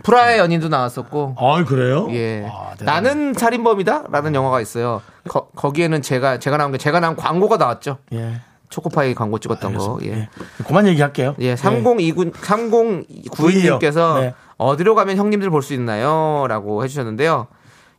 Speaker 2: 프라의 연인도 나왔었고.
Speaker 1: 아, 그래요?
Speaker 2: 예.
Speaker 1: 아, 대단하다.
Speaker 2: 나는 살인범이다라는 영화가 있어요. 거, 거기에는 제가 제가 나온 게 제가 나온 광고가 나왔죠.
Speaker 1: 예.
Speaker 2: 초코파이 광고
Speaker 1: 아,
Speaker 2: 찍었던 거. 예.
Speaker 1: 그만 얘기할게요.
Speaker 2: 예, 3029 3092님께서
Speaker 1: 네.
Speaker 2: 어디로 가면 형님들 볼 수 있나요?라고 해주셨는데요.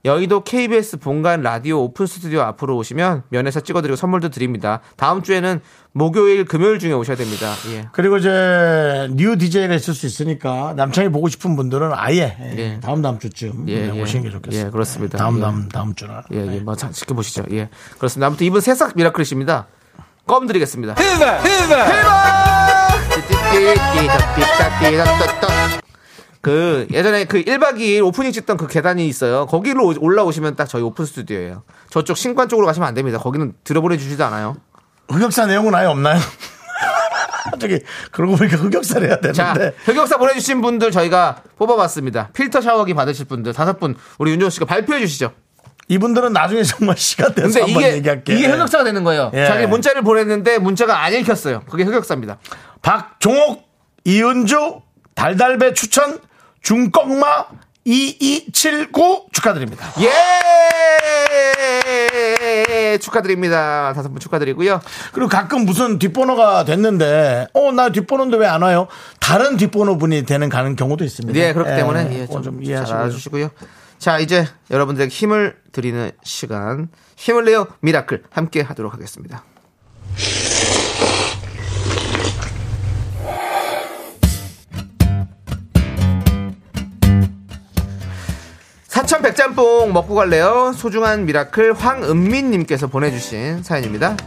Speaker 2: 여의도 KBS 본관 라디오 오픈 스튜디오 앞으로 오시면 면에서 찍어드리고 선물도 드립니다. 다음 주에는 목요일 금요일 중에 오셔야 됩니다. 예.
Speaker 1: 그리고 이제 뉴 DJ가 있을 수 있으니까 남창이 보고 싶은 분들은 아예 예, 다음 다음 주쯤
Speaker 2: 예,
Speaker 1: 네,
Speaker 2: 예.
Speaker 1: 오시는 게 좋겠어요.
Speaker 2: 예, 그렇습니다.
Speaker 1: 다음
Speaker 2: 예.
Speaker 1: 다음 다음 주는
Speaker 2: 예, 예, 뭐, 자, 지켜보시죠. 예. 그렇습니다. 아무튼 이분 새싹 미라클이십니다. 껌 드리겠습니다. 그 예전에 그 1박 2일 오프닝 찍던 그 계단이 있어요. 거기로 오- 올라오시면 딱 저희 오픈 스튜디오예요. 저쪽 신관 쪽으로 가시면 안 됩니다. 거기는 들어보내 주지도 않아요.
Speaker 1: 흑역사 내용은 아예 없나요? 저기 그러고 보니까 흑역사를 해야
Speaker 2: 자,
Speaker 1: 되는데
Speaker 2: 흑역사 보내 주신 분들 저희가 뽑아봤습니다. 필터 샤워기 받으실 분들 다섯 분 우리 윤종 씨가 발표해 주시죠.
Speaker 1: 이분들은 나중에 정말 시간 돼서
Speaker 2: 근데
Speaker 1: 한번
Speaker 2: 이게
Speaker 1: 얘기할게요.
Speaker 2: 이게 흑역사가 되는 거예요.
Speaker 1: 예.
Speaker 2: 자기 문자를 보냈는데 문자가 안 읽혔어요. 그게 흑역사입니다.
Speaker 1: 예. 박종옥, 이은주, 달달배 추천, 중꺽마 2279 축하드립니다.
Speaker 2: 예! 축하드립니다. 다섯 분 축하드리고요.
Speaker 1: 그리고 가끔 무슨 뒷번호가 됐는데, 어, 나 뒷번호인데 왜 안 와요? 다른 뒷번호 분이 되는 가는 경우도 있습니다.
Speaker 2: 예, 그렇기 때문에 예,
Speaker 1: 그건
Speaker 2: 좀,
Speaker 1: 네. 좀
Speaker 2: 잘
Speaker 1: 이해하시고요.
Speaker 2: 알아주시고요. 자, 이제 여러분들에게 힘을 드리는 시간. 힘을 내요 미라클 함께 하도록 하겠습니다. 사천 컵라면 백짬뽕 먹고 갈래요? 소중한 미라클 황은민님께서 보내주신 사연입니다.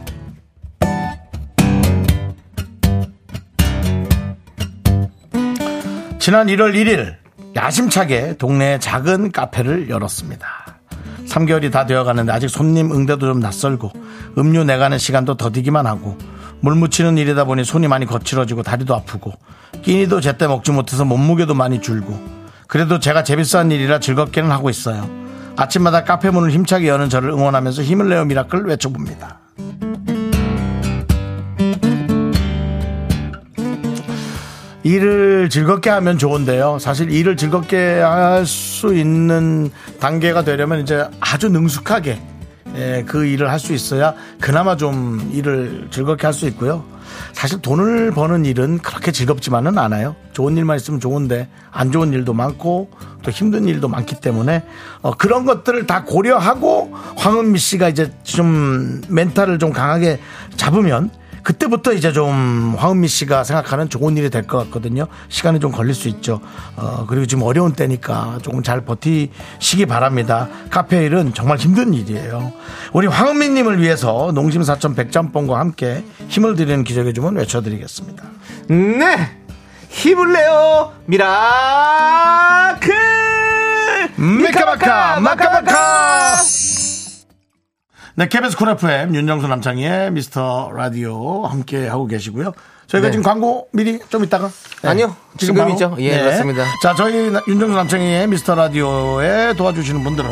Speaker 1: 지난 1월 1일 야심차게 동네 작은 카페를 열었습니다. 3개월이 다 되어가는데 아직 손님 응대도 좀 낯설고 음료 내가는 시간도 더디기만 하고 물 묻히는 일이다 보니 손이 많이 거칠어지고 다리도 아프고 끼니도 제때 먹지 못해서 몸무게도 많이 줄고 그래도 제가 재비싼 일이라 즐겁게는 하고 있어요. 아침마다 카페 문을 힘차게 여는 저를 응원하면서 힘을 내어 미라클 외쳐봅니다. 일을 즐겁게 하면 좋은데요. 사실 일을 즐겁게 할 수 있는 단계가 되려면 이제 아주 능숙하게 예, 그 일을 할 수 있어야 그나마 좀 일을 즐겁게 할 수 있고요. 사실 돈을 버는 일은 그렇게 즐겁지만은 않아요. 좋은 일만 있으면 좋은데 안 좋은 일도 많고 또 힘든 일도 많기 때문에 어, 그런 것들을 다 고려하고 황은미 씨가 이제 좀 멘탈을 좀 강하게 잡으면 그때부터 이제 좀 황은미 씨가 생각하는 좋은 일이 될 것 같거든요. 시간이 좀 걸릴 수 있죠. 어, 그리고 지금 어려운 때니까 조금 잘 버티시기 바랍니다. 카페 일은 정말 힘든 일이에요. 우리 황은미님을 위해서 농심 사천 백짬뽕과 함께 힘을 드리는 기적의 주문 외쳐드리겠습니다.
Speaker 2: 네! 힘을 내요! 미라클!
Speaker 1: 미카마카 마카마카 네, KBS 쿨 FM 윤정수 남창희의 미스터 라디오 함께 하고 계시고요. 저희가
Speaker 2: 네.
Speaker 1: 지금 광고 미리 좀 이따가 네,
Speaker 2: 아니요, 지금이죠. 예, 그렇습니다.
Speaker 1: 자, 저희 나- 윤정수 남창희의 미스터 라디오에 도와주시는 분들은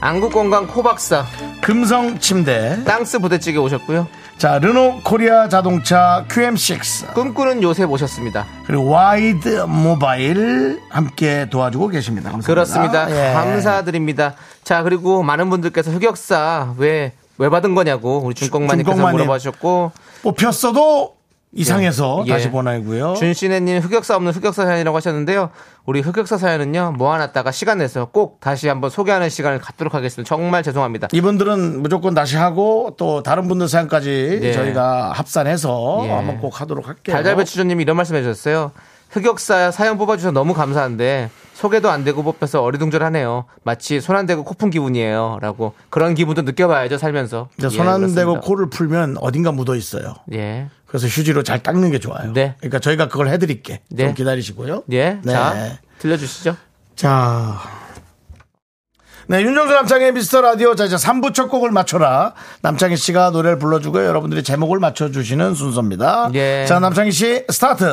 Speaker 2: 안국건강 코박사,
Speaker 1: 금성 침대,
Speaker 2: 땅스 부대찌개 오셨고요.
Speaker 1: 자 르노 코리아 자동차 QM6
Speaker 2: 꿈꾸는 요셉 오셨습니다.
Speaker 1: 그리고 와이드 모바일 함께 도와주고 계십니다. 감사합니다.
Speaker 2: 그렇습니다.
Speaker 1: 예.
Speaker 2: 감사드립니다. 자, 그리고 많은 분들께서 흑역사 왜, 왜 받은 거냐고 우리 준꽁마님께서
Speaker 1: 준꽁마님.
Speaker 2: 물어봐 주셨고,
Speaker 1: 뽑혔어도 이상해서
Speaker 2: 예.
Speaker 1: 다시 보내고요.
Speaker 2: 준신혜님 흑역사 없는 흑역사 사연이라고 하셨는데요. 우리 흑역사 사연은요, 모아놨다가 시간 내서 꼭 다시 한번 소개하는 시간을 갖도록 하겠습니다. 정말 죄송합니다.
Speaker 1: 이분들은 무조건 다시 하고 또 다른 분들 사연까지
Speaker 2: 예.
Speaker 1: 저희가 합산해서
Speaker 2: 예.
Speaker 1: 한번 꼭 하도록 할게요.
Speaker 2: 달달배추조님이 이런 말씀 해주셨어요. 흑역사 사연 뽑아주셔서 너무 감사한데 소개도 안 되고 뽑혀서 어리둥절하네요. 마치 손 안 대고 코 푼 기분이에요. 라고 그런 기분도 느껴봐야죠 살면서.
Speaker 1: 이제
Speaker 2: 예,
Speaker 1: 손안
Speaker 2: 그렇습니다.
Speaker 1: 대고 코를 풀면 어딘가 묻어 있어요.
Speaker 2: 예.
Speaker 1: 그래서 휴지로 잘 닦는 게 좋아요.
Speaker 2: 네.
Speaker 1: 그러니까 저희가 그걸 해드릴게.
Speaker 2: 네.
Speaker 1: 좀 기다리시고요.
Speaker 2: 예.
Speaker 1: 네.
Speaker 2: 자 들려주시죠.
Speaker 1: 자. 네, 윤정수 남창의 미스터 라디오. 자, 이제 3부 첫 곡을 맞춰라. 남창희 씨가 노래를 불러주고요. 여러분들이 제목을 맞춰주시는 순서입니다.
Speaker 2: 예.
Speaker 1: 자, 남창희 씨, 스타트.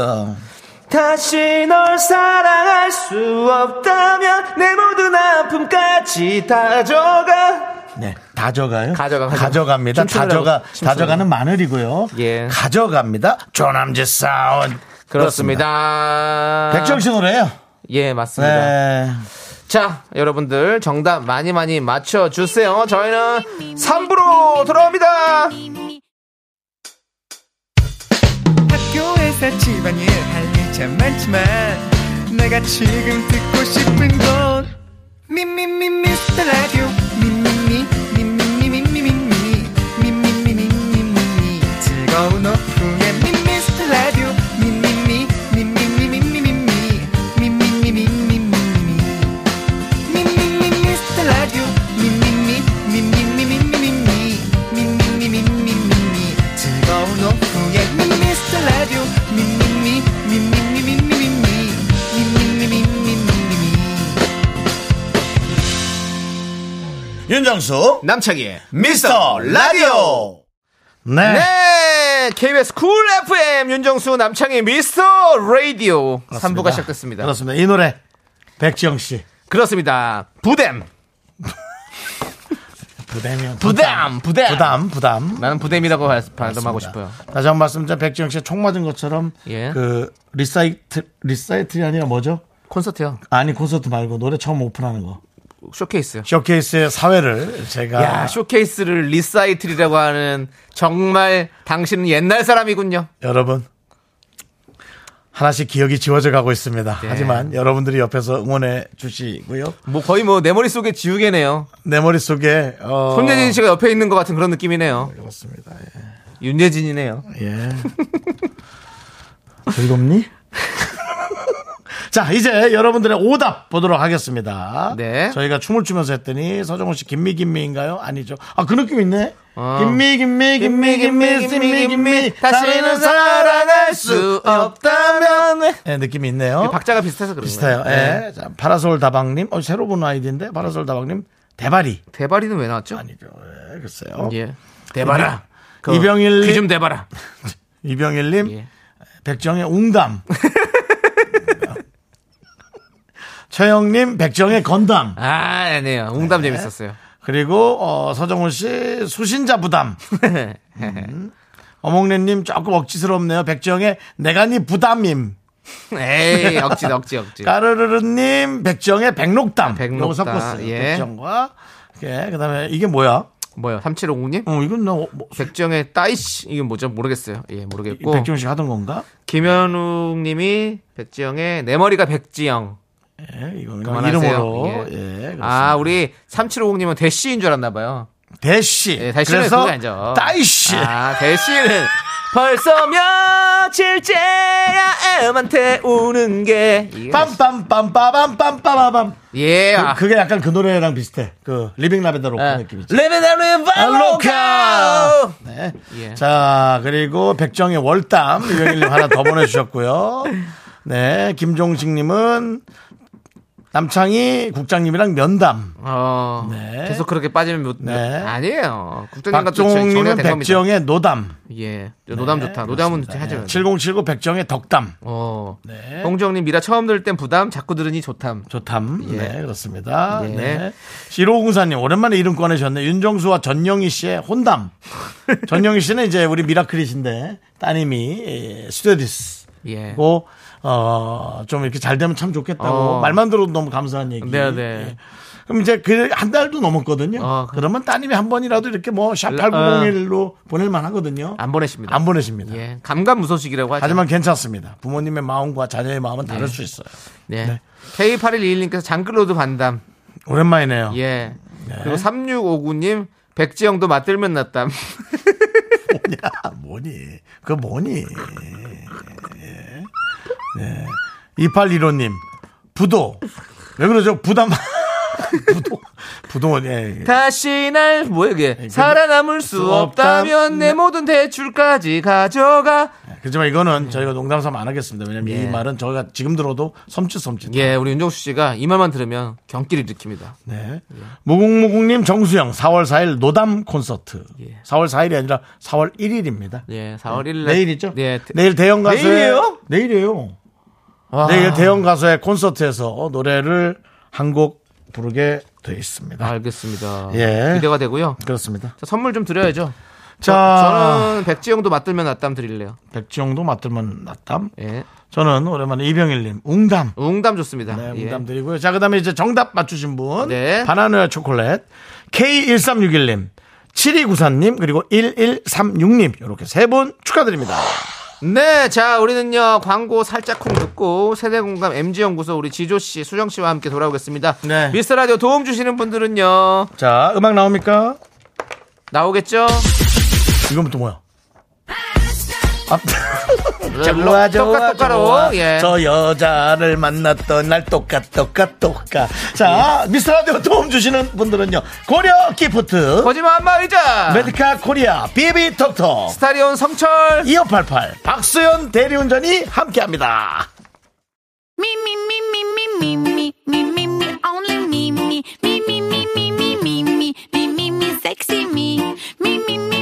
Speaker 2: 다시 널 사랑할 수 없다면 내 모든 아픔까지 다져가.
Speaker 1: 네. 다져가요?
Speaker 2: 가져가, 가져가.
Speaker 1: 가져갑니다.
Speaker 2: 춤추느라고
Speaker 1: 다져가,
Speaker 2: 춤추느라고.
Speaker 1: 다져가는 마늘이고요.
Speaker 2: 예.
Speaker 1: 가져갑니다. 조남지 사운.
Speaker 2: 그렇습니다.
Speaker 1: 백정 씨 노래예요.
Speaker 2: 예 맞습니다.
Speaker 1: 네.
Speaker 2: 자, 여러분들 정답 많이 많이 맞춰 주세요. 저희는 3부로 돌아옵니다.
Speaker 7: 학교에서 집안일 할 일 참 많지만 내가 지금 듣고 싶은 건 미미미 미스터 라디오 미미미 미미미 미미미 미미미 미미미 미미미 즐거운 오후에 미스터 라디오 미미미 미미미 미미미 미미미 미미미
Speaker 1: 윤정수.
Speaker 2: 남창희의
Speaker 1: 미스터 라디오. 네.
Speaker 2: 네, KBS 쿨 FM 윤정수 남창희 미스터 라디오
Speaker 1: 그렇습니다.
Speaker 2: 3부가 시작됐습니다.
Speaker 1: 그렇습니다. 이 노래. 백지영 씨.
Speaker 2: 그렇습니다. 부댐,
Speaker 1: 부담이요.
Speaker 2: 부담, 부담.
Speaker 1: 부담, 부담.
Speaker 2: 나는 부댐이라고 발음하고 싶어요.
Speaker 1: 다시 한 번 말씀드리면 백지영 씨가 총 맞은 것처럼
Speaker 2: 예.
Speaker 1: 그 리사이트, 리사이틀이 아니라 뭐죠?
Speaker 2: 콘서트요.
Speaker 1: 아니, 콘서트 말고 노래 처음 오픈하는 거.
Speaker 2: 쇼케이스요.
Speaker 1: 쇼케이스의 사회를 제가.
Speaker 2: 야, 쇼케이스를 리사이틀이라고 하는 정말 당신은 옛날 사람이군요.
Speaker 1: 여러분 하나씩 기억이 지워져 가고 있습니다. 하지만 여러분들이 옆에서 응원해 주시고요.
Speaker 2: 뭐 거의 뭐 내 머릿속에 지우개네요.
Speaker 1: 내 머릿속에 어...
Speaker 2: 손예진 씨가 옆에 있는 것 같은 그런 느낌이네요.
Speaker 1: 그렇습니다.
Speaker 2: 윤예진이네요.
Speaker 1: 예. 예. 즐겁니? 자, 이제 여러분들의 오답 보도록 하겠습니다.
Speaker 2: 네.
Speaker 1: 저희가 춤을 추면서 했더니 서정훈 씨 김미 김미인가요? 아니죠. 아, 그 느낌 있네.
Speaker 2: 어.
Speaker 1: 김미 김미 김미 김미 김미 김미 다시는 사랑할 수 없다면 네, 느낌이 있네요.
Speaker 2: 박자가 비슷해서 그런 거예요.
Speaker 1: 비슷해요. 예. 자, 파라솔 다방님, 어, 새로 보는 아이디인데 파라솔 다방님 대발이
Speaker 2: 대발이는 왜 나왔죠?
Speaker 1: 아니죠. 예, 글쎄요.
Speaker 2: 예. 대발아. 그
Speaker 1: 이병일
Speaker 2: 귀
Speaker 1: 님.
Speaker 2: 좀 대봐라.
Speaker 1: 이병일님,
Speaker 2: 예.
Speaker 1: 백정의 웅담. 최영님, 백정의 건담.
Speaker 2: 아, 아니에요.
Speaker 1: 네.
Speaker 2: 웅담 재밌었어요.
Speaker 1: 그리고 어, 서정훈 씨 수신자 부담. 어몽래님 조금 억지스럽네요. 백정의 내가 니 부담임.
Speaker 2: 에이, 억지, 억지, 억지.
Speaker 1: 까르르르님 백정의 백록담.
Speaker 2: 예. 백록담.
Speaker 1: 요거 섞었어요.
Speaker 2: 예.
Speaker 1: 백정과 예, 그다음에 이게 뭐야?
Speaker 2: 뭐요? 3750님?
Speaker 1: 어, 이건 나 뭐, 뭐,
Speaker 2: 백정의 따이씨. 이건 뭐죠? 모르겠어요. 예, 모르겠고.
Speaker 1: 백정 씨 하던 건가?
Speaker 2: 김현욱 님이 백지영의 내 머리가 백지영.
Speaker 1: 예, 이건 그냥
Speaker 2: 그만하세요.
Speaker 1: 이름으로.
Speaker 2: 예.
Speaker 1: 예, 그렇습니다.
Speaker 2: 아, 우리 3750님은 대씨인 줄 알았나 봐요.
Speaker 1: 대시.
Speaker 2: 예, 대씨는
Speaker 1: 그래서
Speaker 2: 그게 아니죠.
Speaker 1: 따이씨.
Speaker 2: 아, 대씨는 벌써 며칠째야 애한테 우는 게. 이게 뭐,
Speaker 1: 빰빰빰빠밤빰빠밤.
Speaker 2: 예,
Speaker 1: 그,
Speaker 2: 아,
Speaker 1: 그게 약간 그 노래랑 비슷해. 그 리빙 라벤더 로크
Speaker 2: 아,
Speaker 1: 느낌이죠.
Speaker 2: 레벨 다른
Speaker 1: 알로카. 네.
Speaker 2: 예.
Speaker 1: 자 그리고 백정의 월담 이병일님 하나 더 보내주셨고요. 네, 김종식님은 남창희 국장님이랑 면담.
Speaker 2: 어,
Speaker 1: 네.
Speaker 2: 계속 그렇게 빠지면 못,
Speaker 1: 네.
Speaker 2: 아니에요. 국장님과 또 정리가
Speaker 1: 박종님은
Speaker 2: 된 겁니다.
Speaker 1: 백정의 노담.
Speaker 2: 예,
Speaker 1: 네,
Speaker 2: 노담 좋다. 노담은 하죠.
Speaker 1: 7079 네. 백정의 덕담.
Speaker 2: 어,
Speaker 1: 네.
Speaker 2: 홍정님 미라 처음 들을 땐 부담, 자꾸 들으니 좋담.
Speaker 1: 좋담.
Speaker 2: 예.
Speaker 1: 네, 그렇습니다.
Speaker 2: 예.
Speaker 1: 네. 1504님, 오랜만에 이름 꺼내셨네. 윤정수와 전영희 씨의 혼담. 전영희 씨는 이제 우리 미라클이신데, 따님이 예, 스튜디스.
Speaker 2: 예.
Speaker 1: 고 어, 좀 이렇게 잘 되면 참 좋겠다고.
Speaker 2: 어.
Speaker 1: 말만 들어도 너무 감사한 얘기.
Speaker 2: 네, 네.
Speaker 1: 예. 그럼 이제 그 한 달도 넘었거든요.
Speaker 2: 어, 그- 아.
Speaker 1: 그러면 따님이 한 번이라도 이렇게 뭐 샵 8901로 보낼만 하거든요.
Speaker 2: 안 보내십니다.
Speaker 1: 안 보내십니다.
Speaker 2: 예, 감감 무소식이라고 하죠.
Speaker 1: 하지만 괜찮습니다. 부모님의 마음과 자녀의 마음은
Speaker 2: 예.
Speaker 1: 다를 수 있어요.
Speaker 2: 네. K8121님께서 장클로드 반담.
Speaker 1: 오랜만이네요.
Speaker 2: 예. 그리고 3659님 백지영도 맞들면 났담.
Speaker 1: 야, 아, 뭐니? 그 뭐니? 예. 네. 2815님, 부도. 왜 그러죠? 부담. 부도. 부도, 예.
Speaker 2: 다시 날 뭐야 이게 살아남을 네, 그 수 없다면 내 모든 대출까지 가져가.
Speaker 1: 그렇지만 이거는 저희가 농담 삼아 안 하겠습니다. 왜냐면
Speaker 2: 예.
Speaker 1: 이 말은 저희가 지금 들어도 섬찟섬찟.
Speaker 2: 예, 우리 윤정수 씨가 이 말만 들으면 경기를 일으킵니다.
Speaker 1: 네. 무궁무궁님 정수영 4월 4일 노담 콘서트.
Speaker 2: 예.
Speaker 1: 4월 4일이 아니라 4월 1일입니다.
Speaker 2: 예, 4월 1일
Speaker 1: 내일이죠?
Speaker 2: 예,
Speaker 1: 내일 대형 가수의
Speaker 2: 내일이에요?
Speaker 1: 내일이에요.
Speaker 2: 와.
Speaker 1: 내일 대형 가수의 콘서트에서 노래를 한 곡 부르게 돼 있습니다.
Speaker 2: 아, 알겠습니다.
Speaker 1: 예.
Speaker 2: 기대가 되고요.
Speaker 1: 그렇습니다.
Speaker 2: 자, 선물 좀 드려야죠.
Speaker 1: 자,
Speaker 2: 어, 저는 백지영도 맞들면 낫담 드릴래요.
Speaker 1: 백지영도 맞들면 낫담.
Speaker 2: 예.
Speaker 1: 저는 오랜만에 이병일님 웅담.
Speaker 2: 웅담 좋습니다.
Speaker 1: 네,
Speaker 2: 예.
Speaker 1: 웅담 드리고요. 자, 그다음에 이제 정답 맞추신 분.
Speaker 2: 네.
Speaker 1: 바나나 초콜릿 K1361님, 7294님, 그리고 1136님 이렇게 세 분 축하드립니다.
Speaker 2: 네, 자, 우리는요, 광고 살짝 콩 듣고, 세대공감 MG연구소 우리 지조씨, 수정씨와 함께 돌아오겠습니다.
Speaker 1: 네.
Speaker 2: 미스터 라디오 도움 주시는 분들은요,
Speaker 1: 자, 음악 나옵니까?
Speaker 2: 나오겠죠?
Speaker 1: 이건 또 뭐야? 아,
Speaker 2: 좋아, 뭐, 똑같, 똑같로. 예.
Speaker 1: 저 여자를 만났던 날 똑같 똑같 똑같.
Speaker 2: 예.
Speaker 1: 자 미스터라디오 도움 주시는 분들은요 고려 기프트,
Speaker 2: 거짓말 한마 의자!
Speaker 1: 메디카 코리아, 비비톡톡,
Speaker 2: 스타리온 성철!
Speaker 1: 2588 박수현 대리운전이 함께합니다.
Speaker 6: Me, me, me, me, me, me, me, me, me, me, only me, me, me, me, me, me, me, me, me, me, me, me, sexy me, me, me, me, me, me, me, me,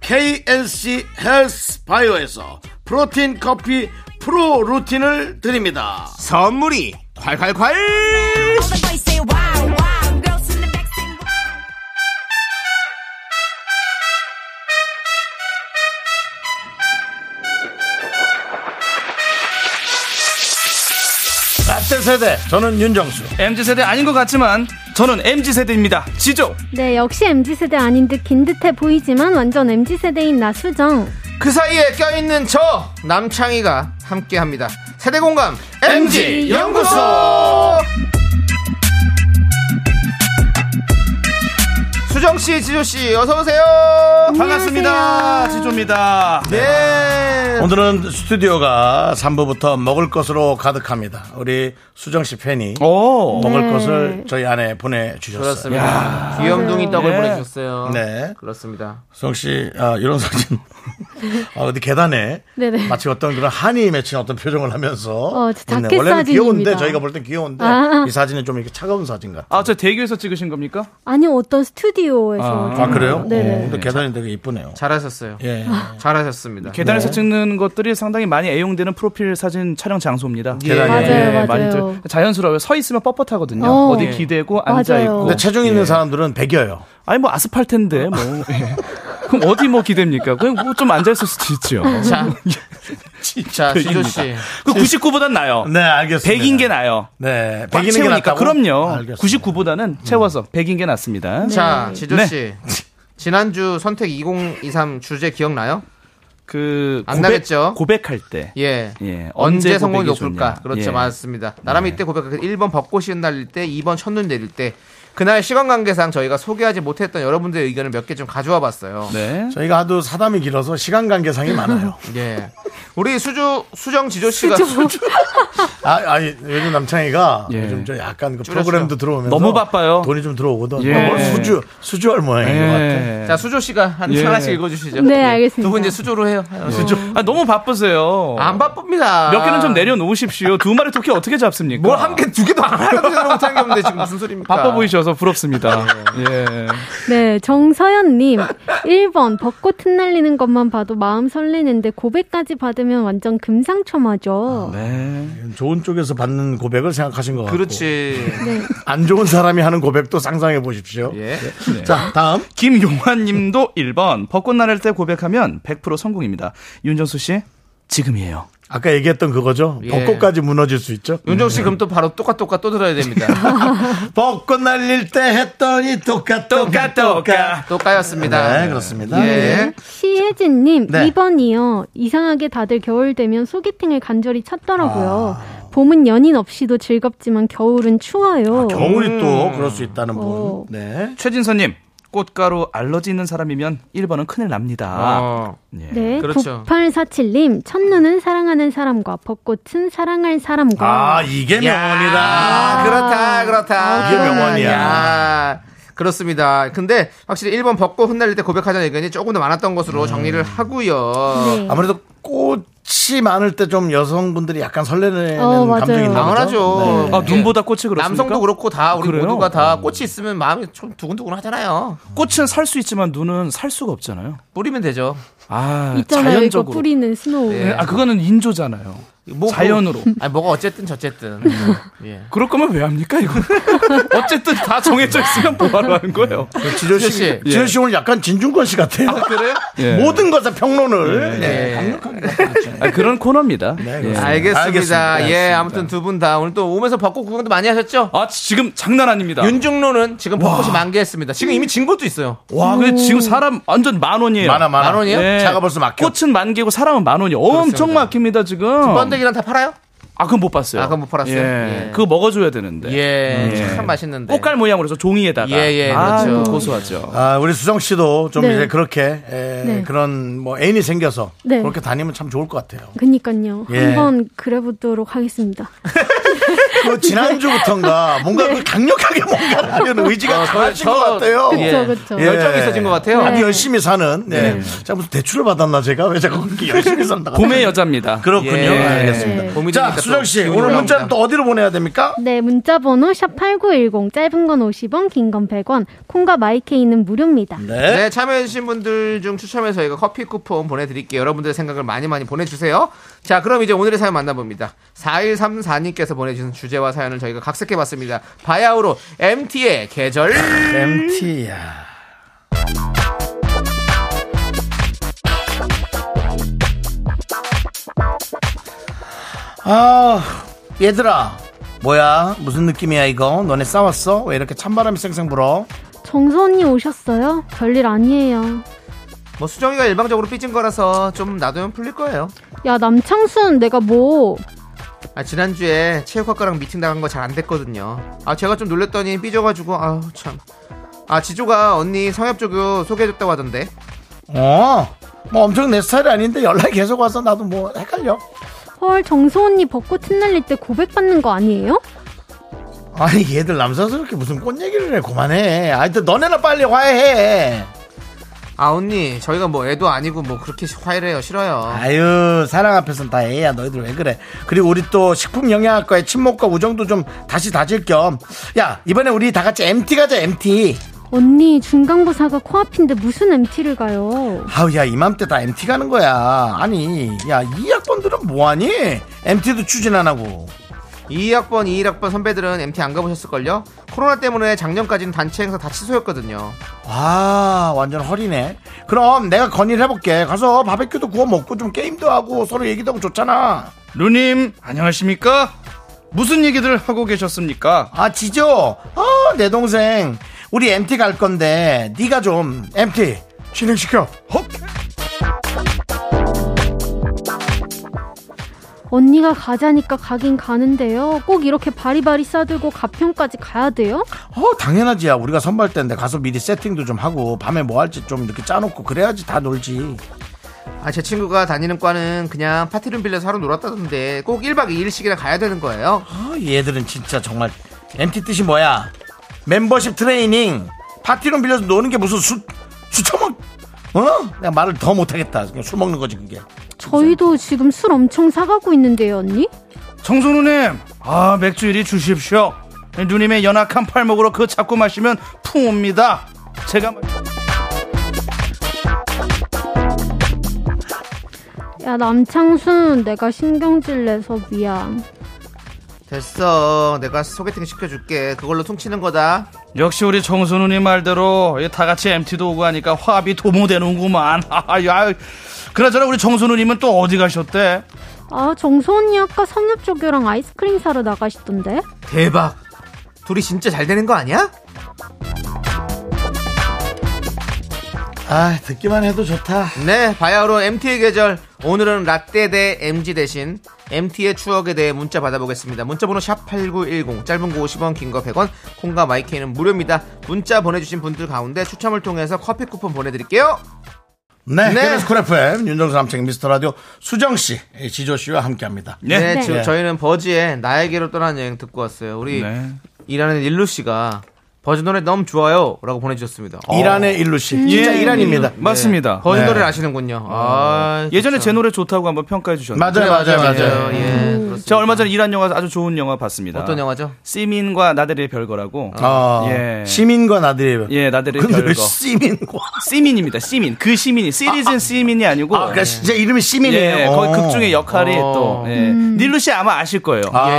Speaker 1: KNC 헬스 바이오에서 프로틴 커피 프로 루틴을 드립니다
Speaker 2: 선물이 콸콸콸!
Speaker 6: all the boys say wow, wow, girls in the back say wow.
Speaker 1: Z 세대 저는 윤정수.
Speaker 4: MZ 세대 아닌 것 같지만 저는 MZ 세대입니다. 지조.
Speaker 8: 네, 역시 MZ세대 아닌 듯 긴 듯해 보이지만 완전 MZ세대인 나 수정.
Speaker 2: 그 사이에 껴있는 저 남창희가 함께합니다. 세대공감 MG 연구소. 수정 씨, 지조 씨, 어서 오세요.
Speaker 4: 반갑습니다. 지조입니다.
Speaker 2: 네.
Speaker 1: 오늘은 스튜디오가 3부부터 먹을 것으로 가득합니다. 우리 수정 씨 팬이
Speaker 4: 오.
Speaker 1: 먹을
Speaker 8: 네.
Speaker 1: 것을 저희 안에 보내주셨어요.
Speaker 9: 그렇습니다. 귀염둥이 떡을
Speaker 4: 네.
Speaker 9: 보내주셨어요.
Speaker 1: 네.
Speaker 9: 그렇습니다.
Speaker 1: 수정 씨, 아, 이런 사진. 아, 어디 계단에
Speaker 8: 네네.
Speaker 1: 마치 어떤 그런 한이 맺힌 어떤 표정을 하면서.
Speaker 8: 어, 저
Speaker 1: 있네.
Speaker 8: 자켓
Speaker 1: 원래는 귀여운데
Speaker 8: 사진입니다.
Speaker 1: 저희가 볼 땐 귀여운데
Speaker 8: 아.
Speaker 1: 이 사진은 좀 이렇게 차가운 사진 같아.
Speaker 4: 아, 저 대교에서 찍으신 겁니까?
Speaker 8: 아니 어떤 스튜디오에서.
Speaker 1: 아, 그래요?
Speaker 8: 네네.
Speaker 1: 어, 근데 계단이 되게 이쁘네요.
Speaker 9: 잘하셨어요.
Speaker 1: 예.
Speaker 9: 잘하셨습니다.
Speaker 4: 계단에서 찍는 것들이 상당히 많이 애용되는 프로필 사진 촬영 장소입니다.
Speaker 1: 계단이.
Speaker 8: 맞아요, 맞아요.
Speaker 4: 많이들 자연스러워요. 서 있으면 뻣뻣하거든요.
Speaker 8: 어.
Speaker 4: 어. 디 기대고 앉아
Speaker 8: 맞아요.
Speaker 4: 있고.
Speaker 1: 근데 체중
Speaker 4: 예.
Speaker 1: 있는 사람들은 베겨요.
Speaker 4: 아니 뭐 아스팔트인데 뭐. 예. 그럼 어디 뭐 기대입니까? 그냥 뭐 좀 앉아 있을 수도 있죠.
Speaker 9: 자, 자, 지조 씨.
Speaker 4: 그 99보단 나요.
Speaker 1: 네, 알겠습니다.
Speaker 4: 100인 게 나요.
Speaker 1: 네,
Speaker 4: 꽉
Speaker 1: 100인인 게
Speaker 4: 채우니까
Speaker 1: 낫다고?
Speaker 4: 그럼요.
Speaker 1: 알겠습니다.
Speaker 4: 99보다는 채워서 100인 게 낫습니다.
Speaker 2: 자, 지조
Speaker 4: 네.
Speaker 2: 씨. 지난주 선택 2023 주제 기억나요?
Speaker 4: 그
Speaker 2: 안
Speaker 4: 고백-
Speaker 2: 나겠죠?
Speaker 4: 고백할 때
Speaker 2: 예.
Speaker 4: 예,
Speaker 2: 언제
Speaker 4: 언제
Speaker 2: 성공이
Speaker 4: 고백이
Speaker 2: 높을까?
Speaker 4: 좋냐.
Speaker 2: 그렇죠.
Speaker 4: 예.
Speaker 2: 맞습니다. 나람이 이때 고백할 때 1번 벚꽃이 흩날릴 때, 2번 첫눈 내릴 때. 그날 시간 관계상 저희가 소개하지 못했던 여러분들의 의견을 몇 개 좀 가져와 봤어요.
Speaker 4: 네.
Speaker 1: 저희가 하도 사담이 길어서 시간 관계상이 많아요.
Speaker 2: 예. 우리 수주 수정 지조 씨가
Speaker 1: 아, 아니, 요즘 남창희가
Speaker 4: 예.
Speaker 1: 요즘 저 약간 그
Speaker 2: 줄였어요.
Speaker 1: 프로그램도 들어오면서
Speaker 4: 너무 바빠요.
Speaker 1: 돈이 좀 들어오거든.
Speaker 4: 예.
Speaker 1: 아, 뭘 수주, 수주할 모양인 것 같아.
Speaker 4: 예.
Speaker 2: 자 수조 씨가 한
Speaker 4: 예.
Speaker 2: 하나씩 읽어주시죠.
Speaker 8: 네, 알겠습니다.
Speaker 2: 두분 이제 수조로 해요. 수조
Speaker 4: 아, 너무 바쁘세요.
Speaker 2: 안 바쁩니다.
Speaker 4: 몇 개는 좀 내려놓으십시오. 두 마리 토끼 어떻게 잡습니까?
Speaker 2: 뭘 한 개 두 개도 안 하려고 생각 못한 게 없는데 지금 무슨 소리입니까?
Speaker 4: 바빠 보이셔서 부럽습니다. 예.
Speaker 8: 네, 정서연님. 1번, 벚꽃 흩날리는 것만 봐도 마음 설레는데 고백까지 받으면 완전
Speaker 1: 아,
Speaker 8: 금상첨화죠.
Speaker 1: 네. 좋은 쪽에서 받는 고백을 생각하신 것 같고.
Speaker 2: 그렇지.
Speaker 1: 안 좋은 사람이 하는 고백도 상상해 보십시오.
Speaker 2: 예.
Speaker 4: 네.
Speaker 1: 자, 다음.
Speaker 4: 김용환 님도 1번. 벚꽃 날을 때 고백하면 100% 성공입니다. 윤정수 씨, 지금이에요.
Speaker 1: 아까 얘기했던 그거죠.
Speaker 2: 예. 음?
Speaker 1: 벚꽃까지 무너질 수 있죠.
Speaker 2: 윤정 씨 그럼 또 바로 똑같 똑같 또 들어야 됩니다.
Speaker 1: 벚꽃 날릴 때 했더니 똑같, 똑같, 똑같.
Speaker 2: 또 까였습니다.
Speaker 1: 네, 그렇습니다.
Speaker 2: 예.
Speaker 8: 시혜진님,
Speaker 1: 네.
Speaker 8: 2번이요. 이상하게 다들 겨울 되면 소개팅을 간절히 찾더라고요.
Speaker 1: 아.
Speaker 8: 봄은 연인 없이도 즐겁지만 겨울은 추워요.
Speaker 1: 겨울이
Speaker 2: 음.
Speaker 1: 또 그럴 수 있다는
Speaker 8: 어.
Speaker 1: 분. 네.
Speaker 4: 최진선 님, 꽃가루 알러지 있는 사람이면 1번은 큰일 납니다.
Speaker 1: 아,
Speaker 2: 어.
Speaker 4: 예.
Speaker 8: 네,
Speaker 2: 그렇죠.
Speaker 8: 9847님, 첫눈은 사랑하는 사람과 벚꽃은 사랑할 사람과.
Speaker 1: 아, 이게
Speaker 2: 아,
Speaker 1: 명언이다.
Speaker 2: 그렇다, 그렇다.
Speaker 1: 이게 명언이야.
Speaker 2: 야, 그렇습니다. 근데 확실히 1번 벚꽃 흩날릴 때 고백하자는 의견이 조금 더 많았던
Speaker 1: 음.
Speaker 2: 것으로 정리를 하고요.
Speaker 8: 네.
Speaker 1: 아무래도 꽃이 많을 때 좀 여성분들이 약간 설레는
Speaker 8: 어, 맞아요.
Speaker 1: 감정이 있나 보죠?
Speaker 2: 당연하죠. 예.
Speaker 1: 네.
Speaker 4: 아, 눈보다 꽃이 그렇습니까?
Speaker 2: 남성도 그렇고 다 우리
Speaker 4: 그래요? 어.
Speaker 2: 모두가 다 꽃이 있으면 마음이 좀 두근두근 하잖아요.
Speaker 4: 꽃은 살 수 있지만 눈은 살 수가 없잖아요.
Speaker 2: 뿌리면 되죠.
Speaker 4: 아,
Speaker 8: 있잖아요,
Speaker 4: 자연적으로.
Speaker 8: 이거 뿌리는 스노우.
Speaker 2: 네.
Speaker 4: 아, 그거는 인조잖아요.
Speaker 2: 뭐,
Speaker 4: 자연으로.
Speaker 2: 뭐, 아니, 뭐가 어쨌든 저쨌든.
Speaker 4: 음.
Speaker 2: 예.
Speaker 4: 그럴 거면 왜 합니까, 이거? 어쨌든 다 정해져 있으면 뭐하러 하는 거예요?
Speaker 1: 그 지조 씨,
Speaker 2: 지조 씨.
Speaker 1: 지조 씨 오늘 약간 진중권 씨 같아요.
Speaker 2: 그래요? 예.
Speaker 4: 예.
Speaker 1: 모든 것에 평론을. 네.
Speaker 4: 아, 그런 코너입니다.
Speaker 2: 네.
Speaker 1: 그렇습니다.
Speaker 2: 알겠습니다.
Speaker 1: 예. 알겠습니다.
Speaker 2: 예, 아무튼 두 분 다 오늘 또 오면서 벚꽃 구경도 많이 하셨죠?
Speaker 4: 아, 지금 장난 아닙니다.
Speaker 2: 윤중로는 지금 벚꽃이 만개했습니다. 지금 이미 진 것도 있어요.
Speaker 4: 와, 근데 지금 사람 완전 만 원이에요.
Speaker 1: 많아, 많아. 네.
Speaker 2: 만 원이요?
Speaker 4: 예.
Speaker 1: 차가 벌써 막혀.
Speaker 4: 꽃은 만 개고 사람은 만 원이에요. 엄청 막힙니다, 지금.
Speaker 2: 번데기랑 다 팔아요?
Speaker 4: 아, 그건 못 봤어요.
Speaker 2: 아, 그건 못 팔았어요?
Speaker 4: 예.
Speaker 2: 예.
Speaker 4: 그거 먹어줘야 되는데.
Speaker 2: 예,
Speaker 4: 예.
Speaker 2: 참 맛있는데.
Speaker 4: 꽃갈 모양으로 해서 종이에다가.
Speaker 2: 예, 예,
Speaker 4: 아,
Speaker 2: 그렇죠.
Speaker 4: 고소하죠.
Speaker 1: 아, 우리 수정 씨도 좀
Speaker 8: 네.
Speaker 1: 이제 그렇게 에,
Speaker 8: 네.
Speaker 1: 그런 뭐 애인이 생겨서
Speaker 8: 네.
Speaker 1: 그렇게 다니면 참 좋을 것 같아요.
Speaker 8: 그니까요.
Speaker 1: 예.
Speaker 8: 한번 그래보도록 하겠습니다.
Speaker 1: 그 지난주부터인가
Speaker 8: 네.
Speaker 1: 뭔가 그 강력하게 뭔가를 하려는 의지가 강하신
Speaker 2: 아, 저-
Speaker 1: 것 같아요.
Speaker 8: 그쵸,
Speaker 2: 예.
Speaker 8: 그쵸.
Speaker 1: 예.
Speaker 2: 열정이 있어진 것 같아요.
Speaker 1: 아주
Speaker 8: 네.
Speaker 1: 열심히 사는. 네. 자, 무슨 대출을 받았나 제가 왜 자꾸 그렇게 열심히 산다.
Speaker 4: 봄의 여자입니다.
Speaker 1: 그렇군요.
Speaker 2: 예.
Speaker 1: 알겠습니다.
Speaker 8: 네.
Speaker 2: 봄이
Speaker 1: 자,
Speaker 2: 되니까 또
Speaker 1: 수정 씨
Speaker 2: 기운이
Speaker 1: 오늘
Speaker 2: 올라옵니다.
Speaker 1: 문자는 또 어디로 보내야 됩니까?
Speaker 8: 네, 문자번호 샵8910, 짧은 건 50원, 긴 건 100원, 콩과 마이케이는 무료입니다.
Speaker 1: 네.
Speaker 2: 네, 참여해주신 분들 중 추첨해서 저희가 커피 쿠폰 보내드릴게요. 여러분들의 생각을 많이 많이 보내주세요. 자, 그럼 이제 오늘의 사연 만나봅니다. 4134님께서 보내주신 주제와 사연을 저희가 각색해봤습니다. 바야흐로 MT의 계절.
Speaker 1: MT야. 아, 얘들아. 뭐야 무슨 느낌이야 이거 너네 싸웠어 왜 이렇게 찬바람이 쌩쌩 불어
Speaker 8: 정서 언니 오셨어요? 별일 아니에요.
Speaker 2: 뭐 수정이가 일방적으로 삐진 거라서 좀 놔두면 풀릴 거예요.
Speaker 8: 야, 남창순, 내가 뭐.
Speaker 2: 아 지난주에 체육학과랑 미팅 나간 거 잘 안 됐거든요. 아 제가 좀 놀랬더니 삐져가지고 아우 참. 아 지조가 언니 성엽조교 소개해줬다고 하던데.
Speaker 1: 어? 뭐 엄청 내 스타일이 아닌데 연락이 계속 와서 나도 뭐 헷갈려
Speaker 8: 헐, 정서 언니 벚꽃 흩날릴 때 고백받는 거 아니에요?
Speaker 1: 아니 얘들 남사스럽게 무슨 꽃 얘기를 해 그만해 하여튼 너네나 빨리 화해해
Speaker 2: 아 언니 저희가 뭐 애도 아니고 뭐 그렇게 화해를 해요 싫어요.
Speaker 1: 아유 사랑 앞에선 다 애야 너희들 왜 그래 그리고 우리 또 식품영양학과의 친목과 우정도 좀 다시 다질 겸 야 이번에 우리 다 같이 MT 가자 MT
Speaker 8: 언니, 중간고사가 코앞인데 무슨 MT를 가요?
Speaker 1: 아우 야 이맘때 다 MT 가는 거야 아니 야 이 학번들은 뭐하니 MT도 추진 안 하고
Speaker 2: 2학번 2학번 선배들은 MT 안 가보셨을걸요? 코로나 때문에 작년까지는 단체 행사 다 취소였거든요.
Speaker 1: 아 완전 허리네 그럼 내가 건의를 해볼게 가서 바베큐도 구워 먹고 좀 게임도 하고 서로 얘기도 하고 좋잖아
Speaker 10: 루님 안녕하십니까? 무슨 얘기들 하고 계셨습니까?
Speaker 1: 아 지조 아내 동생 우리 MT 갈 건데 네가 좀 MT 진행시켜 헉
Speaker 8: 언니가 가자니까 가긴 가는데요. 꼭 이렇게 바리바리 싸들고 가평까지 가야 돼요?
Speaker 1: 어, 당연하지야. 우리가 선발 때인데 가서 미리 세팅도 좀 하고 밤에 뭐 할지 좀 이렇게 짜놓고 그래야지 다 놀지.
Speaker 2: 아 제 친구가 다니는 과는 그냥 파티룸 빌려서 하루 놀았다던데 꼭 1박 2일씩이나 가야 되는 거예요.
Speaker 1: 아, 이 애들은 진짜 정말 MT 뜻이 뭐야? 멤버십 트레이닝 파티룸 빌려서 노는 게 무슨 수 수처먹? 어? 내가 말을 더 못하겠다. 그냥 술 먹는 거지 그게.
Speaker 8: 저희도 지금 술 엄청 사가고 있는데요, 언니?
Speaker 10: 정수 누님 아 맥주 이리 주십시오. 누님의 연약한 팔목으로 그 잡고 마시면 풍 옵니다. 제가 마-
Speaker 8: 야, 남창순, 내가 신경질 내서 미안.
Speaker 2: 됐어. 내가 소개팅 시켜줄게. 그걸로 퉁치는 거다.
Speaker 10: 역시 우리 정수 누님 말대로 이다 같이 MT도 오고 하니까 화합이 도모되는구만. 아야 그나저나 우리 정수 누님은 또 어디 가셨대?
Speaker 8: 아, 정소 언니 아까 상엽조교랑 아이스크림 사러 나가시던데?
Speaker 2: 대박. 둘이 진짜 잘 되는 거 아니야?
Speaker 1: 아 듣기만 해도 좋다.
Speaker 2: 네, 바야흐로 MT의 계절. 오늘은 라떼 대 MG 대신 MT의 추억에 대해 문자 받아보겠습니다. 문자번호 샵8910, 짧은 거 50원, 긴 거 100원, 콩과 마이크는 무료입니다. 문자 보내주신 분들 가운데 추첨을 통해서 커피 쿠폰 보내드릴게요.
Speaker 1: 네.
Speaker 2: 네.
Speaker 1: KBS 쿨 FM 윤정수 남창 미스터 라디오 수정 씨, 예, 지조 씨와 함께합니다.
Speaker 10: 네.
Speaker 2: 네, 지금
Speaker 1: 네.
Speaker 2: 저희는 버지의 나에게로 떠난 여행 듣고 왔어요. 우리
Speaker 10: 네.
Speaker 2: 일하는 일루 씨가 버지 노래 너무 좋아요. 라고 보내주셨습니다.
Speaker 10: 어. 네.
Speaker 1: 이란의 일루 씨, 진짜
Speaker 10: 예.
Speaker 1: 이란입니다.
Speaker 4: 음.
Speaker 10: 맞습니다.
Speaker 2: 버지
Speaker 1: 네.
Speaker 2: 노래를 아시는군요. 아,
Speaker 10: 어. 예전에
Speaker 2: 좋죠.
Speaker 10: 제 노래 좋다고 한번 평가해 주셨는데.
Speaker 1: 맞아요, 맞아요, 맞아요.
Speaker 2: 예, 그렇습니다.
Speaker 10: 제가 얼마 전에 이란 영화 아주 좋은 영화 봤습니다.
Speaker 2: 어떤 영화죠?
Speaker 10: 시민과 나들이의 별거라고.
Speaker 1: 어,
Speaker 10: 예.
Speaker 1: 시민과 나들이.
Speaker 10: 예, 나들이의
Speaker 1: 근데 왜
Speaker 10: 별거.
Speaker 1: 시민과?
Speaker 4: 아,
Speaker 10: 시민입니다. 시민. 그 시민이 시리즌 시민이 아니고.
Speaker 1: 아, 그러니까 진짜 이름이 시민이에요.
Speaker 10: 예, 거의
Speaker 1: 어.
Speaker 10: 극 중의 역할이
Speaker 2: 어.
Speaker 10: 또 예.
Speaker 4: 음.
Speaker 10: 닐루 씨 아마 아실 거예요.
Speaker 1: 아,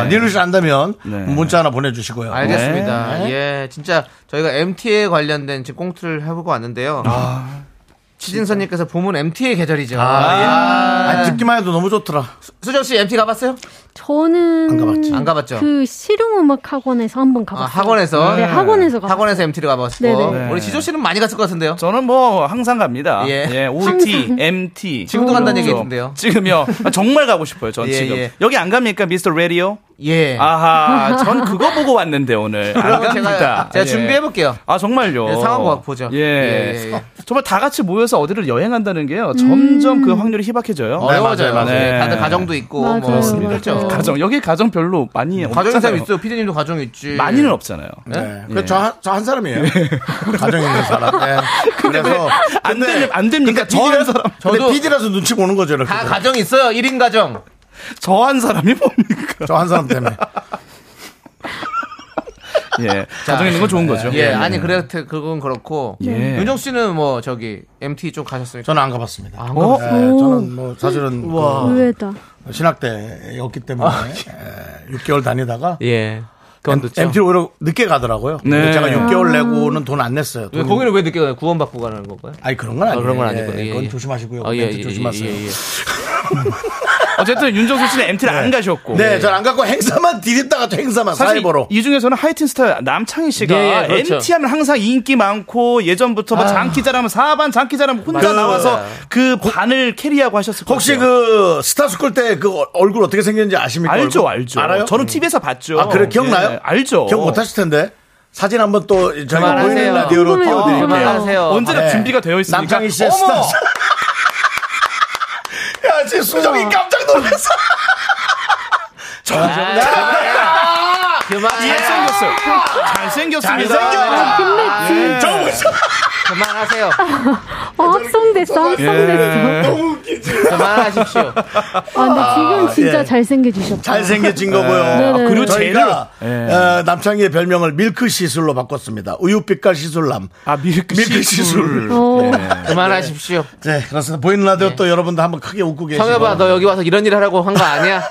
Speaker 10: 예, 예.
Speaker 1: 니루 씨 안다면
Speaker 10: 네.
Speaker 1: 문자 하나 보내주시고요.
Speaker 2: 알겠습니다. 예, 진짜 저희가 MT에 관련된 지금 꽁트를 해보고 왔는데요.
Speaker 10: 아.
Speaker 2: 치진선님께서 봄은 MT의 계절이죠.
Speaker 10: 예.
Speaker 1: 아, 듣기만 해도 너무 좋더라.
Speaker 2: 수정 씨 MT 가봤어요?
Speaker 8: 저는.
Speaker 1: 안 가봤지.
Speaker 2: 안 가봤죠.
Speaker 8: 그 실용음악 학원에서 한번
Speaker 2: 아,
Speaker 8: 가봤어요.
Speaker 2: 학원에서 아,
Speaker 8: 네, 학원에서 가봤어요.
Speaker 2: 학원에서 MT를 가봤고
Speaker 8: 네네.
Speaker 2: 우리 지조 씨는 많이 갔을 것 같은데요.
Speaker 10: 저는 뭐 항상 갑니다.
Speaker 2: 예.
Speaker 10: 예. OT,
Speaker 8: 항상.
Speaker 10: MT.
Speaker 2: 지금도 간다는 얘기
Speaker 10: 그렇죠.
Speaker 2: 있던데요.
Speaker 10: 지금요. 아, 정말 가고 싶어요. 전
Speaker 2: 예,
Speaker 10: 지금.
Speaker 2: 예.
Speaker 10: 여기 안 갑니까? 미스터 라디오?
Speaker 2: 예.
Speaker 10: 아하. 전 그거 보고 왔는데 오늘. 안
Speaker 2: 아, 그러면
Speaker 10: 갑니다.
Speaker 2: 제가 제가
Speaker 10: 예.
Speaker 2: 준비해 볼게요.
Speaker 10: 아
Speaker 4: 어.
Speaker 10: 정말요.
Speaker 2: 예, 그러니까. 상황 과학 보죠.
Speaker 10: 예.
Speaker 2: 예, 예, 예.
Speaker 10: 정말 다 같이 모여서 어디를 여행한다는 게요. 점점
Speaker 8: 음.
Speaker 10: 그 확률이 희박해져요.
Speaker 2: 어려워져요, 맞아요.
Speaker 10: 네.
Speaker 2: 다들 가정도 있고
Speaker 8: 맞아요, 네.
Speaker 2: 뭐 힘들죠.
Speaker 8: 맞아요.
Speaker 10: 가정 여기 가정 별로 많이
Speaker 2: 가정인 사람
Speaker 10: 없잖아요.
Speaker 2: 있어요. 피디님도 가정 있지.
Speaker 10: 많이는 없잖아요.
Speaker 1: 네. 그래서 저, 한- 저한 사람이에요. 가정 있는 사람. 네. 그래서. 그러니까
Speaker 10: 안 됩- 안 됩니까?
Speaker 1: 저한
Speaker 10: 비디라는
Speaker 1: 사람. 근데
Speaker 10: 사람.
Speaker 2: 저도-
Speaker 1: PD라서 눈치 보는 거죠, 이렇게.
Speaker 2: 다 가정 있어요. 1인 가정.
Speaker 10: 저 한 사람이 뭡니까?
Speaker 1: 저 한 사람 때문에.
Speaker 10: 예. 가정 있는 건 좋은 거죠.
Speaker 2: 예, 아니 그래 그건 그렇고
Speaker 10: 예.
Speaker 2: 윤정 씨는 뭐 저기 MT 좀 가셨습니까?
Speaker 1: 저는 안 가봤습니다.
Speaker 2: 안 가봤어요.
Speaker 1: 네, 저는 뭐 사실은 그
Speaker 8: 의외다.
Speaker 1: 신학대였기 때문에 예, 6개월 다니다가
Speaker 2: 예. 그만뒀죠.
Speaker 1: MT 를 오히려 늦게 가더라고요.
Speaker 10: 네.
Speaker 1: 제가 6개월 내고는 돈 안 냈어요.
Speaker 2: 왜
Speaker 1: 돈-
Speaker 2: 거기는 왜 늦게 가요? 구원받고 가는 건가요?
Speaker 1: 음. 아니 그런 건 아니에요.
Speaker 2: 그런 건
Speaker 1: 예,
Speaker 2: 아니고요. 예,
Speaker 1: 그건
Speaker 2: 예.
Speaker 1: 조심하시고요.
Speaker 2: 아, 예,
Speaker 1: 멘트
Speaker 2: 예,
Speaker 1: 조심하세요.
Speaker 2: 예, 예.
Speaker 4: 어쨌든 윤정수 씨는 MT를 안 가셨고.
Speaker 1: 네, 전 안 갖고 행사만 디립다가 또 행사만
Speaker 4: 사실
Speaker 1: 사이버로.
Speaker 4: 이 중에서는 하이틴 스타 남창희 씨가
Speaker 2: 네, 그렇죠.
Speaker 4: MT 하면 항상 인기 많고 예전부터
Speaker 1: 아.
Speaker 4: 막 장기자라면 4반 장기자라면 혼자
Speaker 2: 맞아요.
Speaker 4: 나와서 그 반을 캐리하고 하셨을 거예요.
Speaker 1: 네. 혹시 그 스타스쿨 때 그 얼굴 어떻게 생겼는지 아십니까?
Speaker 4: 그렇죠. 알죠,
Speaker 1: 얼굴?
Speaker 4: 알죠.
Speaker 1: 알아요?
Speaker 4: 저는 TV에서 봤죠.
Speaker 1: 아, 그래 기억나요?
Speaker 4: 예, 알죠.
Speaker 1: 기억 못 하실 텐데. 사진 한번 또 저희가
Speaker 2: 그만하세요.
Speaker 1: 보이는 라디오로
Speaker 8: 궁금해요,
Speaker 1: 띄워드릴게요.
Speaker 8: 궁금해요.
Speaker 2: 그만하세요.
Speaker 4: 언제나
Speaker 1: 네.
Speaker 4: 준비가 되어 있으니까.
Speaker 1: 남창희 씨의
Speaker 4: 어머!
Speaker 1: 스타. 야, 지금 수정이 깜짝 놀랐어.
Speaker 2: 그만.
Speaker 4: 잘생겼어요. 잘생겼습니다.
Speaker 1: 잘생겼다. 네.
Speaker 8: 아, 근데
Speaker 1: 저 웃어.
Speaker 2: 그만하세요.
Speaker 8: 지, 어, 합성됐어, 합성됐어.
Speaker 1: 너무 웃기지.
Speaker 2: 그만하십시오.
Speaker 8: 아, 근데 지금 진짜
Speaker 1: 예.
Speaker 8: 잘생겨지셨다.
Speaker 1: 잘생겨진 거고요.
Speaker 4: 아,
Speaker 8: 네네.
Speaker 1: 그리고
Speaker 8: 그리고
Speaker 1: 저희가
Speaker 4: 네.
Speaker 1: 어, 남창희의 별명을 밀크 시술로 바꿨습니다. 우유빛깔 시술남.
Speaker 4: 아, 밀크,
Speaker 1: 밀크
Speaker 4: 시술.
Speaker 1: 시술.
Speaker 8: 어,
Speaker 2: 그만하십시오.
Speaker 1: 네, 그렇습니다. 보이는 라디오 또 여러분도 한번 크게 웃고
Speaker 4: 네,
Speaker 1: 계시고.
Speaker 2: 성엽아, 너 여기 와서 이런 일 하라고 한 거 아니야?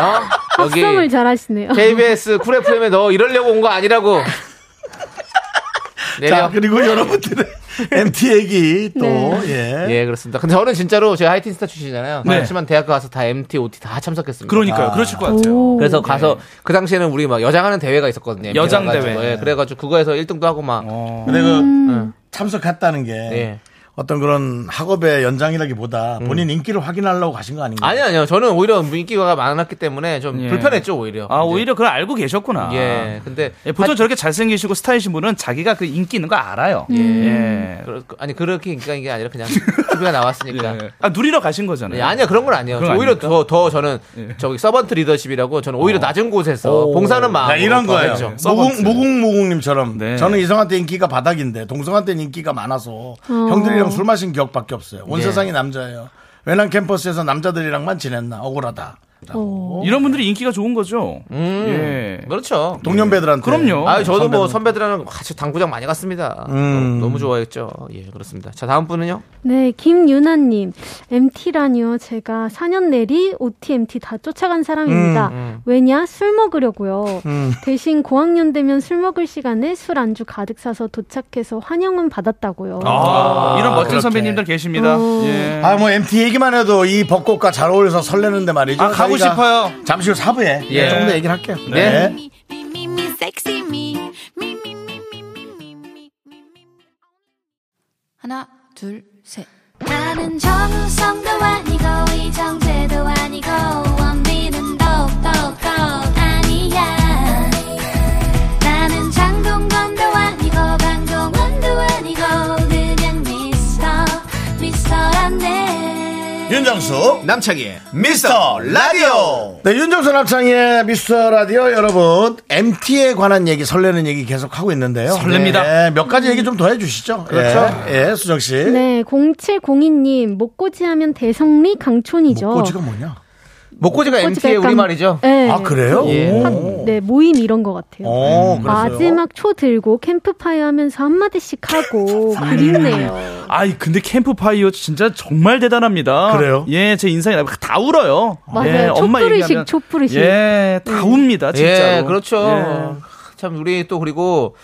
Speaker 2: 어? 여기
Speaker 8: 합성을 잘하시네요.
Speaker 2: KBS 쿨 FM에 너 이러려고 온 거 아니라고.
Speaker 1: 자,
Speaker 2: 내려.
Speaker 1: 그리고 여러분들의 MT 얘기 또, 예.
Speaker 2: 예, 그렇습니다. 근데 저는 진짜로 제가 하이틴 스타 출신이잖아요.
Speaker 4: 네.
Speaker 2: 그렇지만 대학교 가서 다 MT, OT 다 참석했습니다.
Speaker 4: 그러니까요. 그러실 것 같아요. 네.
Speaker 8: 오.
Speaker 2: 그래서 가서 그 당시에는 우리 막 여장하는 대회가 있었거든요.
Speaker 4: 여장
Speaker 2: MT 가가지고.
Speaker 4: 대회. 어.
Speaker 2: 예, 그래가지고 그거에서 1등도 하고 막.
Speaker 1: 근데 그 참석했다는 게
Speaker 2: 예. 음.
Speaker 1: 어떤 그런 학업의 연장이라기보다 본인 인기를 확인하려고 가신 거 아닌가요?
Speaker 2: 아니 아니요. 저는 오히려 인기가 많았기 때문에 좀
Speaker 4: 예.
Speaker 2: 불편했죠 오히려.
Speaker 4: 아,
Speaker 2: 이제.
Speaker 4: 오히려 그걸 알고 계셨구나.
Speaker 2: 예. 근데
Speaker 4: 예, 보통 저렇게 잘생기시고 스타이신 분은 자기가 그 인기 있는 거 알아요. 예.
Speaker 2: 그렇- 아니 그렇게 인기가 이게 아니라 그냥 TV가 나왔으니까.
Speaker 4: 예. 아, 누리러 가신 거잖아요.
Speaker 2: 예, 아니야 그런 건 아니에요.
Speaker 4: 그런 거
Speaker 2: 오히려
Speaker 4: 아닙니까? 예. 어.
Speaker 2: 더, 더 저는 저기 서번트 리더십이라고 저는 오히려 낮은 곳에서 봉사는 마음.
Speaker 1: 자, 이런 거예요.
Speaker 4: 서버스.
Speaker 1: 모공, 모공모공님처럼.
Speaker 4: 네.
Speaker 1: 저는 이성한테 인기가 바닥인데, 동성한테는 인기가 많아서, 형들이랑 술 마신 기억밖에 없어요. 온
Speaker 2: 예.
Speaker 1: 세상이 남자예요. 왜난 캠퍼스에서 남자들이랑만 지냈나? 억울하다.
Speaker 8: 어.
Speaker 4: 이런 분들이 인기가 좋은 거죠.
Speaker 1: 음.
Speaker 4: 예.
Speaker 2: 그렇죠.
Speaker 1: 동년배들한테. 네,
Speaker 4: 그럼요.
Speaker 2: 아, 저도 뭐 선배들이랑 같이 당구장 많이 갔습니다.
Speaker 4: 음.
Speaker 2: 어, 너무, 너무 좋아했죠. 예, 그렇습니다. 자, 다음 분은요.
Speaker 8: 네, 김윤아님. MT라니요. 제가 4년 내리 OT, MT 다 쫓아간 사람입니다. 왜냐? 술 먹으려고요. 대신 고학년 되면 술 먹을 시간에 술 안주 가득 사서 도착해서 환영은 받았다고요.
Speaker 4: 아, 이런 멋진
Speaker 1: 그렇게.
Speaker 4: 선배님들 계십니다.
Speaker 8: 어.
Speaker 4: 예.
Speaker 1: 아, 뭐, MT 얘기만 해도 이 벚꽃과 잘 어울려서 설레는데 말이죠.
Speaker 4: 아, 가고
Speaker 1: 저희가
Speaker 4: 싶어요.
Speaker 1: 잠시 후 4부에
Speaker 2: 예.
Speaker 1: 조금 더 얘기를 할게요.
Speaker 2: 네.
Speaker 1: 네.
Speaker 6: Me, me, me, sexy me. Me, me, me, me, me, me, me, me, me.
Speaker 7: 하나, 둘, 셋.
Speaker 6: 나는 정우성도 아니고 이정재도 아니고 원빈은 더욱더 아니야 나는 장동건도 아니고 방종원도 아니고 그냥 미스터 미스터란데
Speaker 1: 윤정수
Speaker 2: 남창희.
Speaker 1: 미스터 라디오. 네, 윤정수 남창의 미스터 라디오 여러분 MT에 관한 얘기 설레는 얘기 계속 하고 있는데요.
Speaker 4: 설렙니다.
Speaker 1: 네, 몇 가지 얘기 좀 더 해주시죠. 그렇죠. 예, 수정 씨.
Speaker 8: 네, 0702님. 목고지 하면 대성리 강촌이죠.
Speaker 1: 꼬지가 뭐냐?
Speaker 2: 목고지가 MT의
Speaker 8: 약간-
Speaker 2: 우리말이죠.
Speaker 8: 네.
Speaker 1: 아 그래요?
Speaker 2: 예.
Speaker 1: 오.
Speaker 8: 한- 네, 모임 이런 것 같아요.
Speaker 1: 어, 그래서요?
Speaker 8: 마지막 초 들고 캠프파이어 하면서 한마디씩 하고 그립네요.
Speaker 4: 아이 근데 캠프파이어 진짜 정말 대단합니다.
Speaker 1: 그래요?
Speaker 4: 예, 제 인상이 나- 다 울어요.
Speaker 8: 맞아요.
Speaker 4: 예, 엄마
Speaker 8: 촛불의식,
Speaker 4: 얘기하면
Speaker 8: 촛불의식. 네.
Speaker 4: 예, 다 웁니다, 진짜로.
Speaker 2: 예, 그렇죠.
Speaker 4: 예.
Speaker 2: 참 우리 또 그리고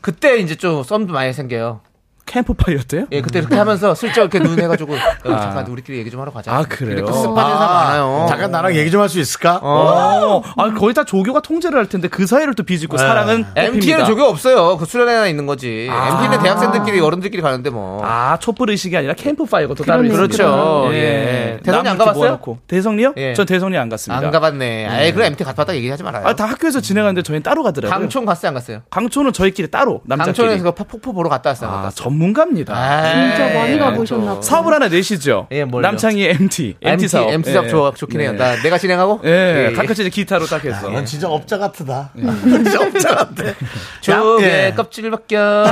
Speaker 2: 그때 이제 좀 썸도 많이 생겨요.
Speaker 4: 캠프파이어 때요?
Speaker 2: 예, 그때 이렇게 하면서 슬쩍 이렇게 눈 해가지고 야, 우리 잠깐 우리끼리 얘기 좀 하러 가자.
Speaker 4: 아, 그래요?
Speaker 2: 이렇게 쓱 빠진 사람 많아요.
Speaker 1: 잠깐 나랑 얘기 좀 할 수 있을까?
Speaker 4: 어. 아, 거의 다 조교가 통제를 할 텐데 그 사이를 또 비집고 사랑은
Speaker 2: MT는
Speaker 4: 뽑힙니다.
Speaker 2: 예. 조교 없어요. 그 수련회나 있는 거지. MT는 대학생들끼리 어른들끼리 가는데 뭐.
Speaker 4: 아, 촛불 의식이 아니라 캠프파이어가 또 따로
Speaker 8: 그러네요.
Speaker 4: 있습니다.
Speaker 2: 그렇죠. 예. 대성리
Speaker 4: 나무 이렇게
Speaker 2: 안 가봤어요?
Speaker 4: 모아놓고. 대성리요?
Speaker 2: 예.
Speaker 4: 전 대성리 안 갔습니다.
Speaker 2: 안 가봤네. 아예 그래 MT 갔다 왔다 얘기하지 말아요.
Speaker 4: 아, 다 학교에서 진행하는데 저희는 따로 가더라고요.
Speaker 2: 강촌 갔어요, 안 갔어요?
Speaker 4: 강촌은 저희끼리 따로 남자끼리.
Speaker 2: 강촌에서 그 폭포 보러 갔다 왔어요. 갔다
Speaker 4: 아,
Speaker 2: 왔어요.
Speaker 4: 전문가입니다.
Speaker 8: 진짜 많이
Speaker 2: 에이,
Speaker 8: 가보셨나
Speaker 2: 저-
Speaker 8: 봐요.
Speaker 4: 사업을 하나 내시죠.
Speaker 2: 예, 뭘요?
Speaker 4: 남창희 MT. MT 사업.
Speaker 2: MT 사업
Speaker 4: 예.
Speaker 2: 좋아, 좋긴 해요. 아,
Speaker 4: 예.
Speaker 2: 나 내가 진행하고.
Speaker 4: 예, 가끔씩 이제 기타로 딱 해서.
Speaker 1: 넌 진짜 업자 같다. 넌 진짜 업자 같아.
Speaker 2: 조개
Speaker 1: 야, 예.
Speaker 2: 껍질 벗겨.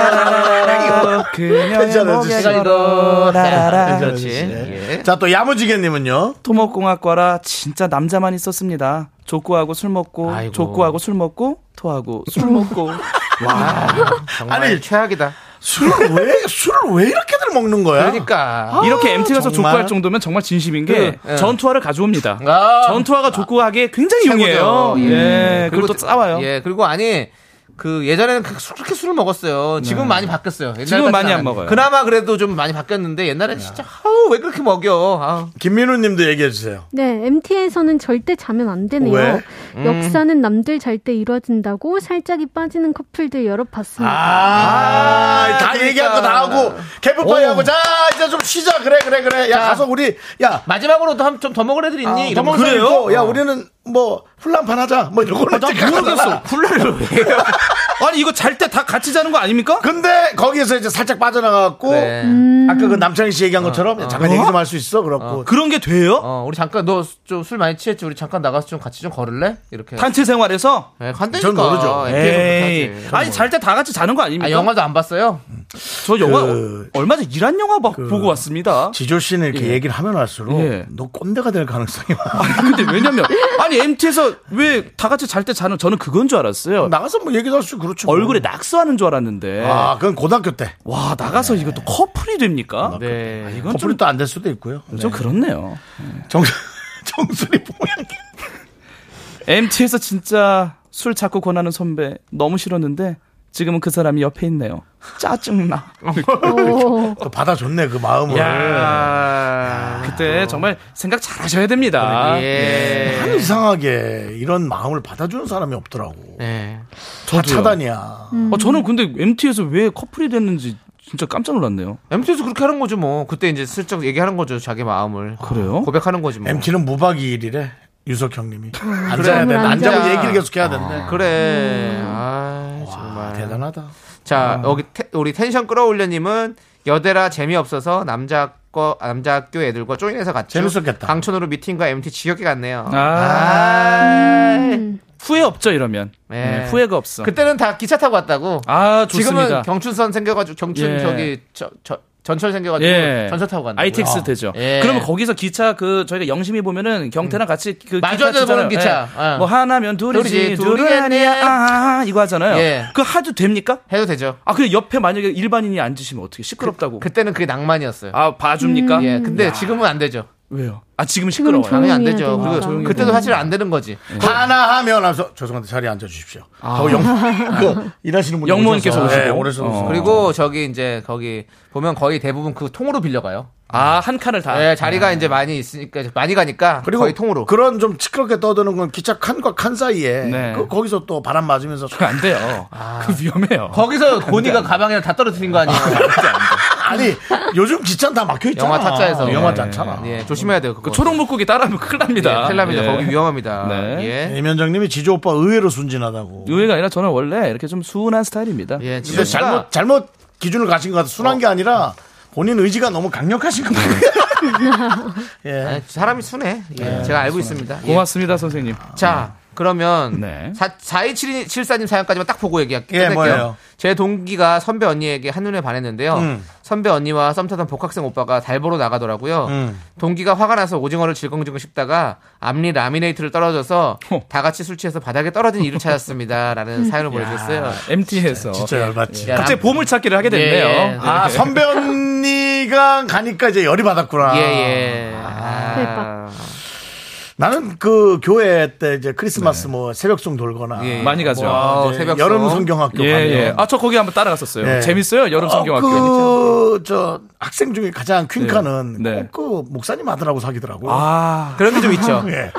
Speaker 4: 그녀의
Speaker 1: 괜찮아요,
Speaker 4: 몸에
Speaker 1: 진짜.
Speaker 2: 네.
Speaker 4: 걸어 라라라.
Speaker 2: 그렇지. 예.
Speaker 1: 자, 또 야무지게님은요.
Speaker 4: 토목공학과라 진짜 남자만 있었습니다. 족구하고 술 먹고,
Speaker 2: 아이고.
Speaker 4: 족구하고 술 먹고, 토하고 술 먹고.
Speaker 2: 정말
Speaker 1: 아니,
Speaker 2: 최악이다.
Speaker 1: 술을 왜, 술을 왜 이렇게들 먹는 거야?
Speaker 10: 아,
Speaker 2: 그러니까.
Speaker 4: 이렇게 MT 가서
Speaker 1: 정말?
Speaker 4: 족구할 정도면 정말 진심인 게
Speaker 2: 그, 예.
Speaker 4: 전투화를 가져옵니다.
Speaker 2: 아.
Speaker 4: 전투화가 족구하기에 굉장히
Speaker 2: 최고죠.
Speaker 4: 용이해요. 예, 그리고 또 싸워요.
Speaker 2: 예, 그리고 아니 그 예전에는 그- 그렇게 술을 먹었어요. 지금 은 많이 바뀌었어요. 옛날
Speaker 10: 네.
Speaker 2: 같진
Speaker 10: 지금은 많이 안
Speaker 2: 않아요.
Speaker 10: 먹어요. 네.
Speaker 2: 그나마 그래도 좀 많이 바뀌었는데 옛날에 진짜 아우 왜 그렇게 먹여? 아.
Speaker 1: 김민우 님도 얘기해 주세요.
Speaker 8: 네, MT에서는 절대 자면 안 되네요. 음.
Speaker 1: 왜?
Speaker 8: 역사는 남들 잘 때 이루어진다고 살짝이 빠지는 커플들 여러 봤습니다.
Speaker 1: 아,
Speaker 2: 아,
Speaker 1: 다
Speaker 2: 그러니까.
Speaker 1: 얘기한 거 다 하고 캠프파이
Speaker 2: 오.
Speaker 1: 하고 자 이제 좀 쉬자 그래 그래 그래 야
Speaker 2: 자.
Speaker 1: 가서 우리 야
Speaker 2: 마지막으로 또 한 좀 더 먹을 애들
Speaker 10: 아,
Speaker 2: 있니? 그러니까 이런 거.
Speaker 1: 그래요? 야 우리는 뭐 훈란판 하자 뭐 이런 걸로
Speaker 10: 나 모르겠어. 굴레를 왜 해요? 아니, 이거 잘 때 다 같이 자는 거 아닙니까?
Speaker 1: 근데 거기에서 이제 살짝 빠져나가고
Speaker 2: 네.
Speaker 1: 아까 그 남창희 씨
Speaker 10: 어.
Speaker 1: 얘기한 것처럼 야, 잠깐 얘기 좀 할 수 있어 그렇고
Speaker 10: 그런 게 돼요?
Speaker 2: 어, 우리 잠깐 너 좀 술 많이 취했지? 우리 잠깐 나가서 좀 같이 좀 걸을래? 이렇게.
Speaker 10: 단체 생활에서?
Speaker 2: 네, 간다니까.
Speaker 1: 전 모르죠.
Speaker 2: MT에서
Speaker 10: 에이.
Speaker 2: 그렇게 하지.
Speaker 10: 아니, 잘 때 다 같이 자는 거 아닙니까?
Speaker 2: 아, 영화도 안 봤어요?
Speaker 10: 저 영화,
Speaker 1: 그-
Speaker 10: 얼마 전에 이란 영화 막 보고 왔습니다.
Speaker 1: 지조 씨는 이렇게 얘기를 하면 할수록
Speaker 10: 예.
Speaker 1: 너 꼰대가 될 가능성이 많아
Speaker 10: 아니, 근데 왜냐면, 아니, MT에서 왜 다 같이 잘 때 자는, 저는 그건 줄 알았어요.
Speaker 1: 나가서 뭐 얘기도 할 수 있고 그렇죠 뭐.
Speaker 10: 얼굴에 예. 낙서하는 줄 알았는데.
Speaker 1: 아 그건 고등학교 때
Speaker 10: 와, 나가서 이것도 커플이 됩니까?
Speaker 2: 네.
Speaker 10: 아, 이건
Speaker 1: 커플이
Speaker 10: 좀,
Speaker 1: 또 안 될 수도 있고요 네.
Speaker 10: 좀 그렇네요.
Speaker 1: 정, 정수리 모양
Speaker 10: MT에서 진짜 술 자꾸 권하는 선배 너무 싫었는데 지금은 그 사람이 옆에 있네요. 짜증나.
Speaker 8: 오.
Speaker 1: 또 받아줬네 그 마음을
Speaker 2: 아,
Speaker 10: 아, 그때 정말 생각 잘 네. 하셔야 됩니다.
Speaker 2: 예.
Speaker 1: 참 이상하게 이런 마음을 받아주는 사람이 없더라고
Speaker 2: 네.
Speaker 1: 다 차단이야
Speaker 10: 어, 저는 근데 MT에서 왜 커플이 됐는지 진짜 깜짝 놀랐네요.
Speaker 2: MT에서 그렇게 하는 거죠, 뭐. 그때 이제 슬쩍 얘기하는 거죠, 자기 마음을.
Speaker 10: 그래요?
Speaker 2: 고백하는 거지, 뭐.
Speaker 1: MT는 무박 2일이래 유석 형님이 음. 앉아야 돼
Speaker 8: 앉아.
Speaker 1: 앉아서 얘기를 계속해야 된대
Speaker 2: 그래.
Speaker 10: 음.
Speaker 2: 아, 정말.
Speaker 1: 와, 대단하다
Speaker 10: 아.
Speaker 2: 자, 여기 테- 우리 텐션 끌어올려님은 여대라 재미없어서 남자 거 남자 학교 애들과 조인해서 갔죠.
Speaker 1: 재밌었겠다.
Speaker 2: 강촌으로 미팅과 MT 지겹게 갔네요.
Speaker 10: 아. 후회 없죠 이러면.
Speaker 2: 네.
Speaker 10: 네, 후회가 없어.
Speaker 2: 그때는 다 기차 타고 왔다고.
Speaker 10: 아
Speaker 2: 지금은
Speaker 10: 좋습니다.
Speaker 2: 경춘선 생겨가지고 경춘
Speaker 10: 예.
Speaker 2: 저기 저, 저 전철 생겨가지고
Speaker 10: 예.
Speaker 2: 전철 타고 간다.
Speaker 10: ITX 되죠.
Speaker 2: 예.
Speaker 10: 그러면 거기서 기차 그 저희가 영심이 보면은 경태랑 같이 그 기차
Speaker 2: 음. 마주 앉아서
Speaker 10: 치잖아요.
Speaker 2: 보는 기차. 어.
Speaker 10: 뭐 하나면 둘이지,
Speaker 2: 둘이지,
Speaker 10: 둘이
Speaker 2: 둘이겠네.
Speaker 10: 아니야. 아, 아, 이거 하잖아요.
Speaker 2: 예.
Speaker 10: 그거 하도 됩니까?
Speaker 2: 해도 되죠.
Speaker 10: 아, 근데 옆에 만약에 일반인이 앉으시면 어떻게 시끄럽다고.
Speaker 2: 그때는 그게 낭만이었어요.
Speaker 10: 아, 봐줍니까?
Speaker 2: 예. 근데 지금은 안 되죠.
Speaker 10: 왜요? 아,
Speaker 8: 지금
Speaker 10: 지금 시끄러워요.
Speaker 2: 당연히 안
Speaker 8: 조용해야
Speaker 2: 되죠.
Speaker 8: 되니까.
Speaker 2: 그리고 그때도 사실 안 되는 거지.
Speaker 1: 네. 하나 하면 하면서 죄송한데 자리에 앉아 주십시오 하고 영, 그 일하시는 분이
Speaker 10: 영무원께서
Speaker 1: 오셔서.
Speaker 10: 오시고.
Speaker 1: 예, 오래 서
Speaker 10: 어.
Speaker 2: 그리고 저기 이제 거기 보면 거의 대부분 그 통으로 빌려가요.
Speaker 10: 아, 한 칸을 다.
Speaker 2: 예, 자리가 이제 많이 있으니까 많이 가니까
Speaker 1: 그리고
Speaker 2: 거의 통으로.
Speaker 1: 그런 좀 시끄럽게 떠드는 건 기차 칸과 칸 사이에
Speaker 10: 네.
Speaker 1: 그- 거기서 또 바람 맞으면서
Speaker 10: 그거 안 돼요. 그 위험해요.
Speaker 2: 거기서 고니가 가방이랑 다 떨어뜨린 거 아니에요?
Speaker 1: 아니 요즘 기차는 다 막혀 있잖아
Speaker 2: 영화 타짜에서
Speaker 1: 위험하지 않잖아
Speaker 2: 예, 조심해야 돼요. 그거.
Speaker 10: 그 초록 물고기 따라하면 큰일 납니다.
Speaker 2: 예, 큰일 납니다.
Speaker 10: 예.
Speaker 2: 거기 위험합니다.
Speaker 10: 네.
Speaker 2: 예.
Speaker 1: 이면정님이 지조 오빠 의외로 순진하다고
Speaker 10: 의외가 아니라 저는 원래 이렇게 좀 순한 스타일입니다.
Speaker 2: 예, 지조
Speaker 1: 근데
Speaker 2: 씨가
Speaker 1: 잘못 잘못 기준을 가신 것 같아
Speaker 2: 어.
Speaker 1: 순한 게 아니라 본인 의지가 너무 강력하신 것 같아요. 예.
Speaker 2: 아니, 사람이 순해. 예, 제가 알고 있습니다. 예.
Speaker 10: 고맙습니다, 선생님.
Speaker 2: 자, 그러면
Speaker 10: 네.
Speaker 2: 4274님 사연까지만 딱 보고 얘기할게요.
Speaker 1: 예, 뭐예요?
Speaker 2: 제 동기가 선배 언니에게 한눈에 반했는데요.
Speaker 10: 음.
Speaker 2: 선배 언니와 썸 타던 복학생 오빠가 달보로 나가더라고요.
Speaker 10: 음.
Speaker 2: 동기가 화가 나서 오징어를 질겅질겅 씹다가 앞니 라미네이트를 떨어져서
Speaker 10: 호.
Speaker 2: 다 같이 술 취해서 바닥에 떨어진 이를 찾았습니다. 라는 사연을 보내주셨어요.
Speaker 10: MT에서.
Speaker 1: 진짜 열받지.
Speaker 2: 야,
Speaker 10: 갑자기 보물찾기를 하게 됐네요.
Speaker 2: 예, 예.
Speaker 1: 아 선배 언니가 가니까 이제 열이 받았구나.
Speaker 2: 예, 예. 아.
Speaker 8: 대박.
Speaker 1: 나는 그 교회 때 이제 크리스마스 뭐 새벽송 돌거나
Speaker 2: 네. 예, 예.
Speaker 10: 많이 가죠.
Speaker 2: 뭐,
Speaker 1: 이제
Speaker 2: 새벽송.
Speaker 1: 여름 성경학교
Speaker 10: 예,
Speaker 1: 가면
Speaker 10: 예. 아, 저 거기 한번 따라갔었어요.
Speaker 1: 예.
Speaker 10: 재밌어요? 여름 성경학교.
Speaker 1: 그 그저 학생 중에 가장 퀸카는
Speaker 10: 네.
Speaker 1: 꼭 그 목사님 아들하고 사귀더라고요.
Speaker 10: 아,
Speaker 2: 그런 게 좀 있죠.
Speaker 1: 예.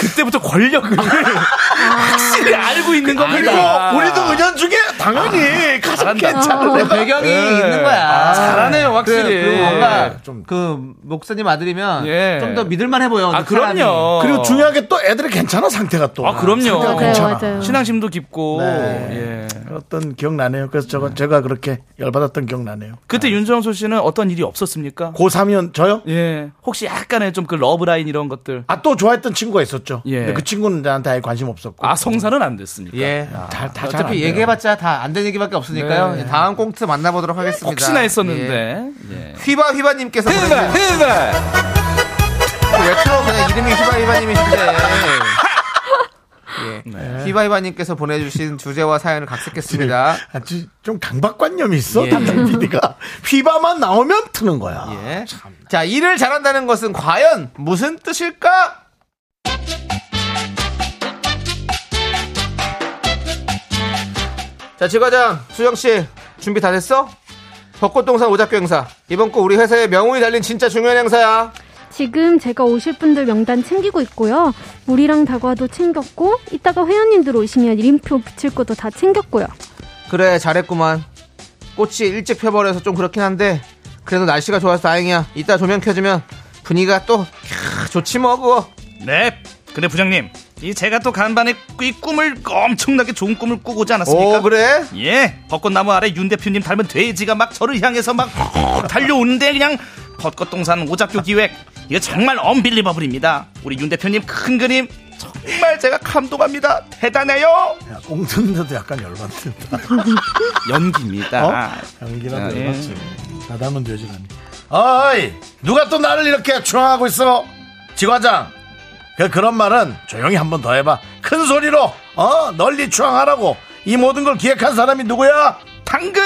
Speaker 10: 그때부터 권력을 확실히 알고 있는
Speaker 1: 그리고
Speaker 10: 겁니다.
Speaker 1: 우리도 은연중에 당연히 가장 괜찮은
Speaker 2: 내 배경이 있는 거야.
Speaker 10: 예. 아, 잘하네요, 확실히.
Speaker 2: 그, 그 뭔가
Speaker 1: 좀-
Speaker 2: 그 목사님 아들이면
Speaker 10: 예.
Speaker 2: 좀 더 믿을만해 보여.
Speaker 10: 아,
Speaker 2: 사람이.
Speaker 10: 그럼요.
Speaker 1: 그리고 중요하게 또 애들이 괜찮아 상태가 또.
Speaker 10: 아, 그럼요.
Speaker 1: 상태가
Speaker 8: 맞아요,
Speaker 1: 괜찮아.
Speaker 8: 네, 맞아요.
Speaker 10: 신앙심도 깊고.
Speaker 1: 네.
Speaker 10: 예.
Speaker 1: 어떤 기억 나네요. 그래서 저거 제가 그렇게 열받았던 기억 나네요.
Speaker 10: 그때 윤정수 씨는 어떤 일이 없었습니까?
Speaker 1: 고3이면 저요?
Speaker 10: 예. 혹시 약간의 좀 그 러브라인 이런 것들.
Speaker 1: 아 또 좋아했던 친구가 있었죠.
Speaker 10: 예.
Speaker 1: 근데 그 친구는 나한테 아예 관심 없었고.
Speaker 10: 아, 성사는 안 됐습니까?
Speaker 2: 예.
Speaker 1: 다, 다 잘안
Speaker 2: 어차피
Speaker 1: 돼요.
Speaker 2: 얘기해봤자 다 안 된 얘기밖에 없으니까요.
Speaker 10: 네.
Speaker 2: 다음 꽁트 만나보도록 하겠습니다.
Speaker 10: 혹시나
Speaker 2: 예.
Speaker 10: 했었는데. 예.
Speaker 2: 휘바 휘바님께서
Speaker 10: 해봐,
Speaker 2: 보내주신-
Speaker 10: 해봐.
Speaker 2: 왜 틀어 그냥 이름이 휘바 휘바님이신데. 예.
Speaker 10: 네.
Speaker 2: 휘바 휘바님께서 보내주신 주제와 사연을 각색했습니다.
Speaker 1: 아주 좀 강박관념이 있어
Speaker 2: 예.
Speaker 1: 담당 PD가 휘바만 나오면 트는 거야.
Speaker 2: 예. 자, 일을 잘한다는 것은 과연 무슨 뜻일까? 자, 지과장, 수정씨, 준비 다 됐어? 벚꽃동산 오작교 행사. 이번 거 우리 회사의 명운이 달린 진짜 중요한 행사야.
Speaker 8: 지금 제가 오실 분들 명단 챙기고 있고요. 물이랑 다과도 챙겼고, 이따가 회원님들 오시면 이름표 붙일 것도 다 챙겼고요.
Speaker 2: 그래, 잘했구만. 꽃이 일찍 펴버려서 좀 그렇긴 한데, 그래도 날씨가 좋아서 다행이야. 이따 조명 켜지면 분위기가 또, 캬, 좋지 뭐, 그거.
Speaker 10: 네. 근데 부장님, 이 제가 또 간밤에 이 꿈을 엄청나게 좋은 꿈을 꾸고지 않았습니까?
Speaker 2: 오, 그래?
Speaker 10: 예, 벚꽃나무 아래 윤 대표님 닮은 돼지가 막 저를 향해서 막 달려오는데 그냥 벚꽃동산 오작교 기획 이거 정말 언빌리버블입니다. 우리 윤 대표님 큰 그림 정말 제가 감동합니다. 대단해요.
Speaker 1: 야, 꽁 듣는데도 약간 열받는다.
Speaker 10: 연기입니다.
Speaker 1: 연기라도
Speaker 10: 예.
Speaker 1: 열받지. 뭐 나담은 되질 않니. 어이! 누가 또 나를 이렇게 추앙하고 있어? 지과장! 그, 그런 말은 조용히 한 번 더 해봐. 큰 소리로! 어? 널리 추앙하라고! 이 모든 걸 기획한 사람이 누구야?
Speaker 10: 당근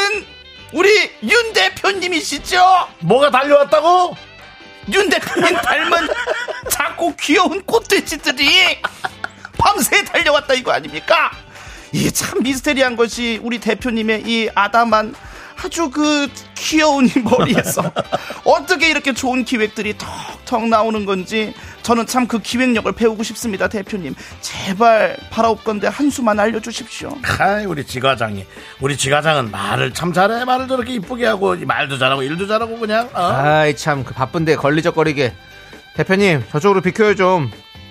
Speaker 10: 우리 윤 대표님이시죠?
Speaker 1: 뭐가 달려왔다고?
Speaker 10: 윤 대표님 닮은 작고 귀여운 꽃돼지들이 밤새 달려왔다 이거 아닙니까? 이 참 미스테리한 것이 우리 대표님의 이 아담한 아주 그 귀여운 이 머리에서 어떻게 이렇게 좋은 기획들이 턱턱 나오는 건지 저는 참 그 기획력을 배우고 싶습니다 대표님 제발 바라옵건데 한 수만 알려주십시오
Speaker 1: 아이, 우리 지과장이. 우리 지과장은 말을 참 잘해. 말을 저렇게 이쁘게 하고, 말도 잘하고, 일도 잘하고, 그냥. 어?
Speaker 2: 아이, 참, 그 바쁜데 걸리적거리게. 대표님, 저쪽으로 비켜요, 좀.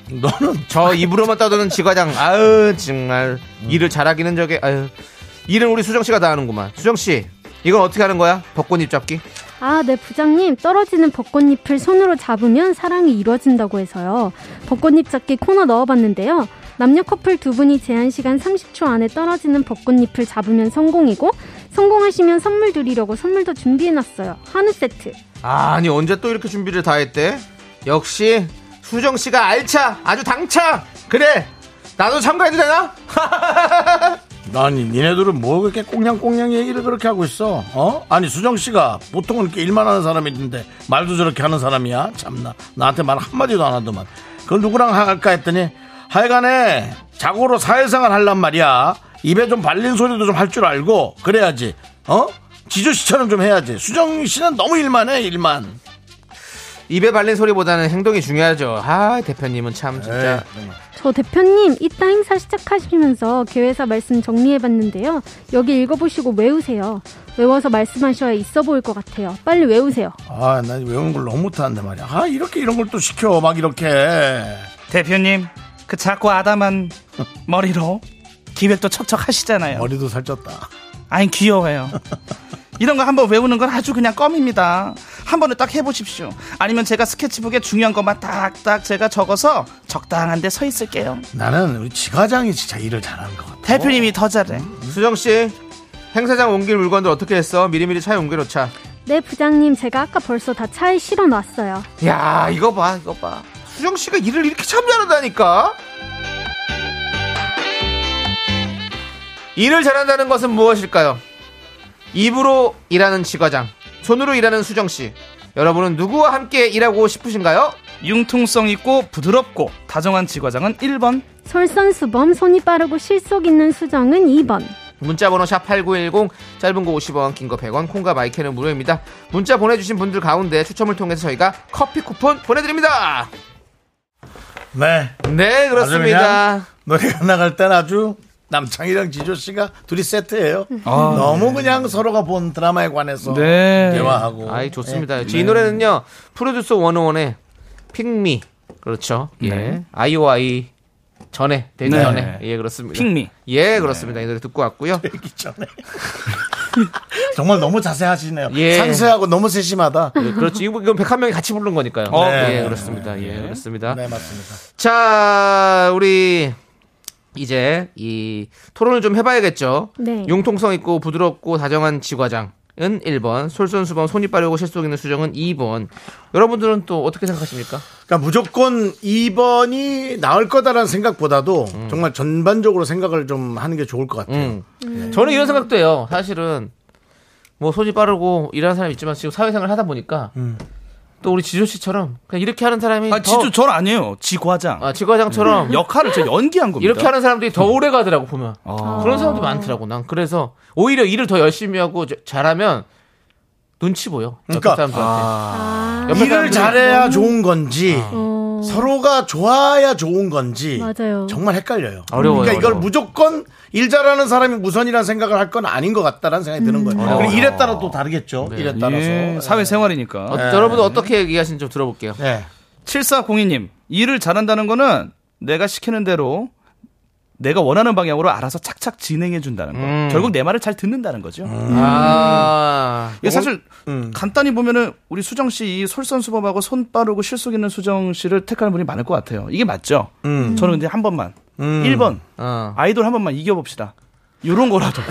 Speaker 1: 너는
Speaker 2: 저 입으로만 떠드는 지과장 아유 정말 일을 잘하기는 저게 아유 일은 우리 수정 씨가 다 하는구만 수정 씨 이건 어떻게 하는 거야 벚꽃잎 잡기
Speaker 8: 아, 네, 부장님. 떨어지는 벚꽃잎을 손으로 잡으면 사랑이 이루어진다고 해서요. 벚꽃잎 잡기 코너 넣어봤는데요. 남녀 커플 두 분이 제한 시간 30초 안에 떨어지는 벚꽃잎을 잡으면 성공이고, 성공하시면 선물 드리려고 선물도 준비해놨어요. 한우 세트.
Speaker 2: 아니 언제 또 이렇게 준비를 다 했대 역시 수정 씨가 알차 아주 당차 그래 나도 참가해도 되나
Speaker 1: 아니 니네들은 뭐 그렇게 꽁냥꽁냥 얘기를 그렇게 하고 있어 어? 아니 수정씨가 보통은 이렇게 일만 하는 사람인데 말도 저렇게 하는 사람이야 참나 나한테 말 한마디도 안 하더만 그걸 누구랑 할까 했더니 하여간에 자고로 사회생활 할란 말이야 입에 좀 발린 소리도 좀 할 줄 알고 그래야지 어? 지조씨처럼 좀 해야지 수정씨는 너무 일만 해 일만
Speaker 2: 입에 발린 소리보다는 행동이 중요하죠 아 대표님은 참 진짜
Speaker 8: 저 대표님, 이따 행사 시작하시면서 계회사 말씀 정리해봤는데요. 여기 읽어보시고 외우세요. 외워서 말씀하셔야 있어 보일 것 같아요. 빨리 외우세요.
Speaker 1: 아 나 외우는 걸 너무 못하는데 말이야 아 이렇게 이런 걸 또 시켜 막 이렇게
Speaker 10: 대표님 그 작고 아담한 머리로 기획도 척척 하시잖아요
Speaker 1: 머리도 살쪘다
Speaker 10: 아니 귀여워요. 이런 거 한번 외우는 건 아주 그냥 껌입니다. 한 번에 딱 해보십시오. 아니면 제가 스케치북에 중요한 것만 딱딱 제가 적어서 적당한데 서 있을게요.
Speaker 1: 나는 우리 지과장이 진짜 일을 잘하는 것 같아.
Speaker 10: 대표님이 더 잘해.
Speaker 2: 수정 씨 행사장 옮길 물건들 어떻게 했어 미리미리 차에 옮겨놓자
Speaker 8: 네, 부장님. 제가 아까 벌써 다 차에 실어놨어요.
Speaker 2: 야 이거 봐 이거 봐 수정 씨가 일을 이렇게 참 잘한다니까 일을 잘한다는 것은 무엇일까요 입으로 일하는 지과장 손으로 일하는 수정 씨 여러분은 누구와 함께 일하고 싶으신가요
Speaker 10: 융통성 있고 부드럽고 다정한 지과장은 1번.
Speaker 8: 솔선수범, 손이 빠르고 실속 있는 수정은 2번.
Speaker 2: 문자번호 샵 8910 짧은 거 50원 긴 거 100원 콩과 마이크는 무료입니다 문자 보내주신 분들 가운데 추첨을 통해서 저희가 커피 쿠폰 보내드립니다
Speaker 1: 네.
Speaker 2: 네
Speaker 1: 아주
Speaker 2: 그렇습니다
Speaker 1: 그냥 노래가 나갈 땐 아주 남창이랑 지조 씨가 둘이
Speaker 2: 아,
Speaker 1: 세트예요.
Speaker 2: 네.
Speaker 1: 너무 그냥 서로가 본 드라마에 관해서
Speaker 10: 네.
Speaker 1: 대화하고.
Speaker 2: 아이
Speaker 1: 네.
Speaker 2: 좋습니다. 이 노래는요 프로듀서 101의 핑미 그렇죠. 예.
Speaker 1: 네.
Speaker 2: 아이오아이 전에 데뷔
Speaker 10: 네.
Speaker 2: 전에 예 그렇습니다.
Speaker 10: 핑미.
Speaker 2: 예 그렇습니다. 이 노래 듣고 왔고요.
Speaker 1: 얘기 전에. 네, 정말 너무 자세하시네요.
Speaker 2: 예.
Speaker 1: 상세하고 너무 세심하다.
Speaker 2: 예, 그렇죠. 이거- 이건 101명이 같이 부른 거니까요.
Speaker 1: 네.
Speaker 2: 예 그렇습니다. 예 그렇습니다.
Speaker 1: 네 맞습니다.
Speaker 2: 자 우리 이제 이 토론을 좀 해봐야겠죠.
Speaker 8: 네.
Speaker 2: 융통성 있고 부드럽고 다정한 지과장. 은 1번, 솔선수범, 손이 빠르고 실속 있는 수정은 2번. 여러분들은 또 어떻게 생각하십니까?
Speaker 1: 그러니까 무조건 2번이 나을 거다라는 생각보다도 정말 전반적으로 생각을 좀 하는 게 좋을 것 같아요.
Speaker 2: 음. 저는 이런 생각도 해요. 사실은 뭐 손이 빠르고 일하는 사람 있지만 지금 사회생활 하다 보니까 또 우리 지조 씨처럼 그냥 이렇게 하는 사람이
Speaker 10: 아,
Speaker 2: 더-
Speaker 10: 지조 음. 전 아니에요. 지과장.
Speaker 2: 아, 지과장처럼
Speaker 10: 역할을 제가 연기한 겁니다.
Speaker 2: 이렇게 하는 사람들이 더 오래 가더라고 보면
Speaker 10: 아.
Speaker 2: 그런 사람도 많더라고 난 그래서 오히려 일을 더 열심히 하고 저- 잘하면 눈치 보여
Speaker 1: 그러니까,
Speaker 2: 옆에 사람들한테
Speaker 8: 아,
Speaker 2: 옆에
Speaker 1: 일을
Speaker 2: 사람들이-
Speaker 1: 잘해야 좋은 건지
Speaker 2: 아.
Speaker 8: 어,
Speaker 1: 서로가 좋아야 좋은 건지
Speaker 8: 맞아요.
Speaker 1: 정말 헷갈려요.
Speaker 2: 어려워요,
Speaker 1: 그러니까 이걸
Speaker 2: 어려워.
Speaker 1: 무조건 일 잘하는 사람이 무선이라는 생각을 할 건 아닌 것 같다라는 생각이 드는 거예요. 그리고 일에 따라 또 다르겠죠.
Speaker 2: 네.
Speaker 1: 일에 따라서.
Speaker 10: 예, 사회생활이니까.
Speaker 2: 어, 여러분 어떻게 얘기하시는지 좀 들어볼게요
Speaker 1: 예.
Speaker 10: 7402님, 일을 잘한다는 거는 내가 시키는 대로 내가 원하는 방향으로 알아서 착착 진행해 준다는 거. 결국 내 말을 잘 듣는다는 거죠.
Speaker 2: 음. 아
Speaker 10: 이게 사실 간단히 보면은 우리 수정 씨 이 솔선수범하고 손 빠르고 실속 있는 수정 씨를 택하는 분이 많을 것 같아요. 이게 맞죠? 저는 근데 한 번만 1번
Speaker 2: 어.
Speaker 10: 아이돌 한 번만 이겨 봅시다. 요런 거라도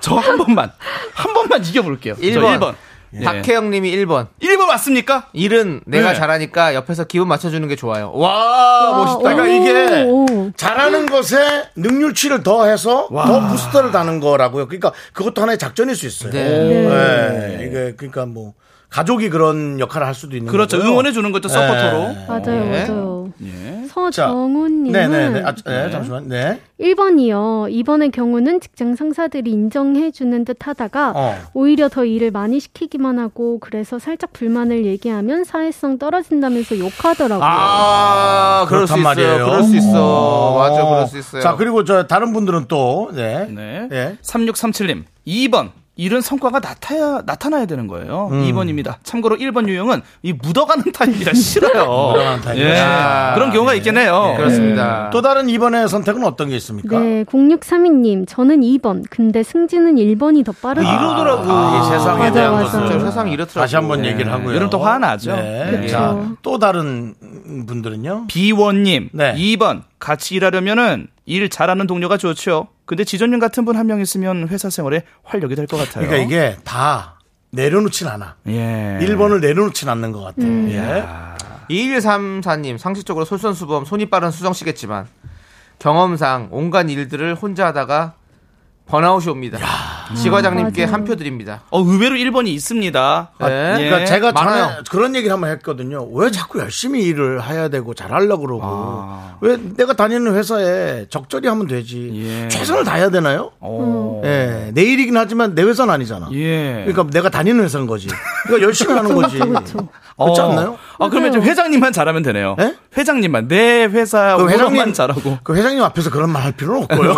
Speaker 10: 저 한 번만 한 번만 이겨 볼게요.
Speaker 2: 일
Speaker 10: 1번.
Speaker 2: 번. 예. 박혜영 님이 1번
Speaker 10: 1번 왔습니까?
Speaker 2: 일은 내가
Speaker 10: 네.
Speaker 2: 잘하니까 옆에서 기분 맞춰주는 게 좋아요 와 멋있다
Speaker 1: 그러니까 이게
Speaker 8: 오.
Speaker 1: 잘하는 것에 능률치를 더해서 더 부스터를 다는 거라고요. 그러니까 그것도 하나의 작전일 수 있어요.
Speaker 2: 네.
Speaker 1: 예. 이게 그러니까 뭐 가족이 그런 역할을 할 수도 있는
Speaker 10: 그렇죠.
Speaker 1: 거고요. 예.
Speaker 10: 응원해 주는 거죠. 서포터로.
Speaker 8: 맞아요,
Speaker 2: 예.
Speaker 8: 맞아요.
Speaker 10: 예.
Speaker 8: 서정훈님은
Speaker 1: 네. 네네네. 아, 네, 잠시만. 네.
Speaker 8: 1번이요. 이번의 경우는 직장 상사들이 인정해주는 듯 하다가
Speaker 1: 어.
Speaker 8: 오히려 더 일을 많이 시키기만 하고 그래서 살짝 불만을 얘기하면 사회성 떨어진다면서 욕하더라고요.
Speaker 2: 아 그럴 수
Speaker 1: 그렇단
Speaker 2: 있어요
Speaker 1: 말이에요.
Speaker 2: 그럴 수 있어
Speaker 1: 어.
Speaker 2: 맞아 그럴 수 있어요
Speaker 1: 자, 그리고 저 다른 분들은 또 네.
Speaker 10: 네.
Speaker 1: 예.
Speaker 10: 3637님. 2번. 이런 성과가 나타야, 나타나야 되는 거예요.
Speaker 1: 음.
Speaker 10: 2번입니다. 참고로 1번 유형은 이 묻어가는 타입이라 싫어요.
Speaker 1: 묻어가는 예. 타입.
Speaker 10: 예.
Speaker 2: 아,
Speaker 10: 그런 경우가 있겠네요.
Speaker 2: 그렇습니다
Speaker 1: 또 다른 이번의 선택은 어떤 게 있습니까?
Speaker 8: 네, 0632님, 저는 2번. 근데 승진은 1번이 더 빠르다.
Speaker 1: 아, 이러더라고. 이 세상에
Speaker 8: 맞아,
Speaker 1: 대한
Speaker 8: 맞아.
Speaker 1: 것을
Speaker 2: 진짜 세상이 이렇더라고요
Speaker 1: 다시 한번 얘기를 하고요.
Speaker 10: 이러면 또 화나죠.
Speaker 1: 네.
Speaker 10: 예.
Speaker 1: 자, 또 다른 분들은요?
Speaker 10: 비원님.
Speaker 1: 네.
Speaker 10: 2번. 같이 일하려면은 일 잘하는 동료가 좋죠. 근데 지조님 같은 분 한 명 있으면 회사 생활에 활력이 될 것 같아요.
Speaker 1: 그러니까 이게 다 내려놓진 않아.
Speaker 10: 예.
Speaker 1: 1번을 내려놓진 않는 것 같아요. 예.
Speaker 2: 2134님 상식적으로 솔선수범 손이 빠른 수정 씨겠지만 경험상 온갖 일들을 혼자 하다가 번아웃이 옵니다. 지과장님께
Speaker 8: 음, 맞아요.
Speaker 2: 한 표 드립니다.
Speaker 10: 어, 의외로 1번이 있습니다.
Speaker 2: 아,
Speaker 10: 예.
Speaker 1: 그러니까 제가 전에
Speaker 2: 많아요.
Speaker 1: 그런 얘기를 한번 했거든요. 왜 자꾸 열심히 일을 해야 되고 잘하려고 그러고 왜 내가 다니는 회사에 적절히 하면 되지.
Speaker 10: 예.
Speaker 1: 최선을 다해야 되나요?
Speaker 10: 어.
Speaker 1: 예. 내 일이긴 하지만 내 회사는 아니잖아.
Speaker 10: 예.
Speaker 1: 그러니까 내가 다니는 회사인 거지. 그러니까 열심히 하는 거지.
Speaker 8: 그렇죠.
Speaker 1: 그렇지
Speaker 10: 어.
Speaker 1: 않나요?
Speaker 10: 아, 그러면 이제 회장님만 잘하면 되네요.
Speaker 1: 예?
Speaker 10: 회장님만 내 회사
Speaker 1: 그
Speaker 10: 회장만 아, 잘하고.
Speaker 1: 그 회장님 앞에서 그런 말 할 필요는 없고요.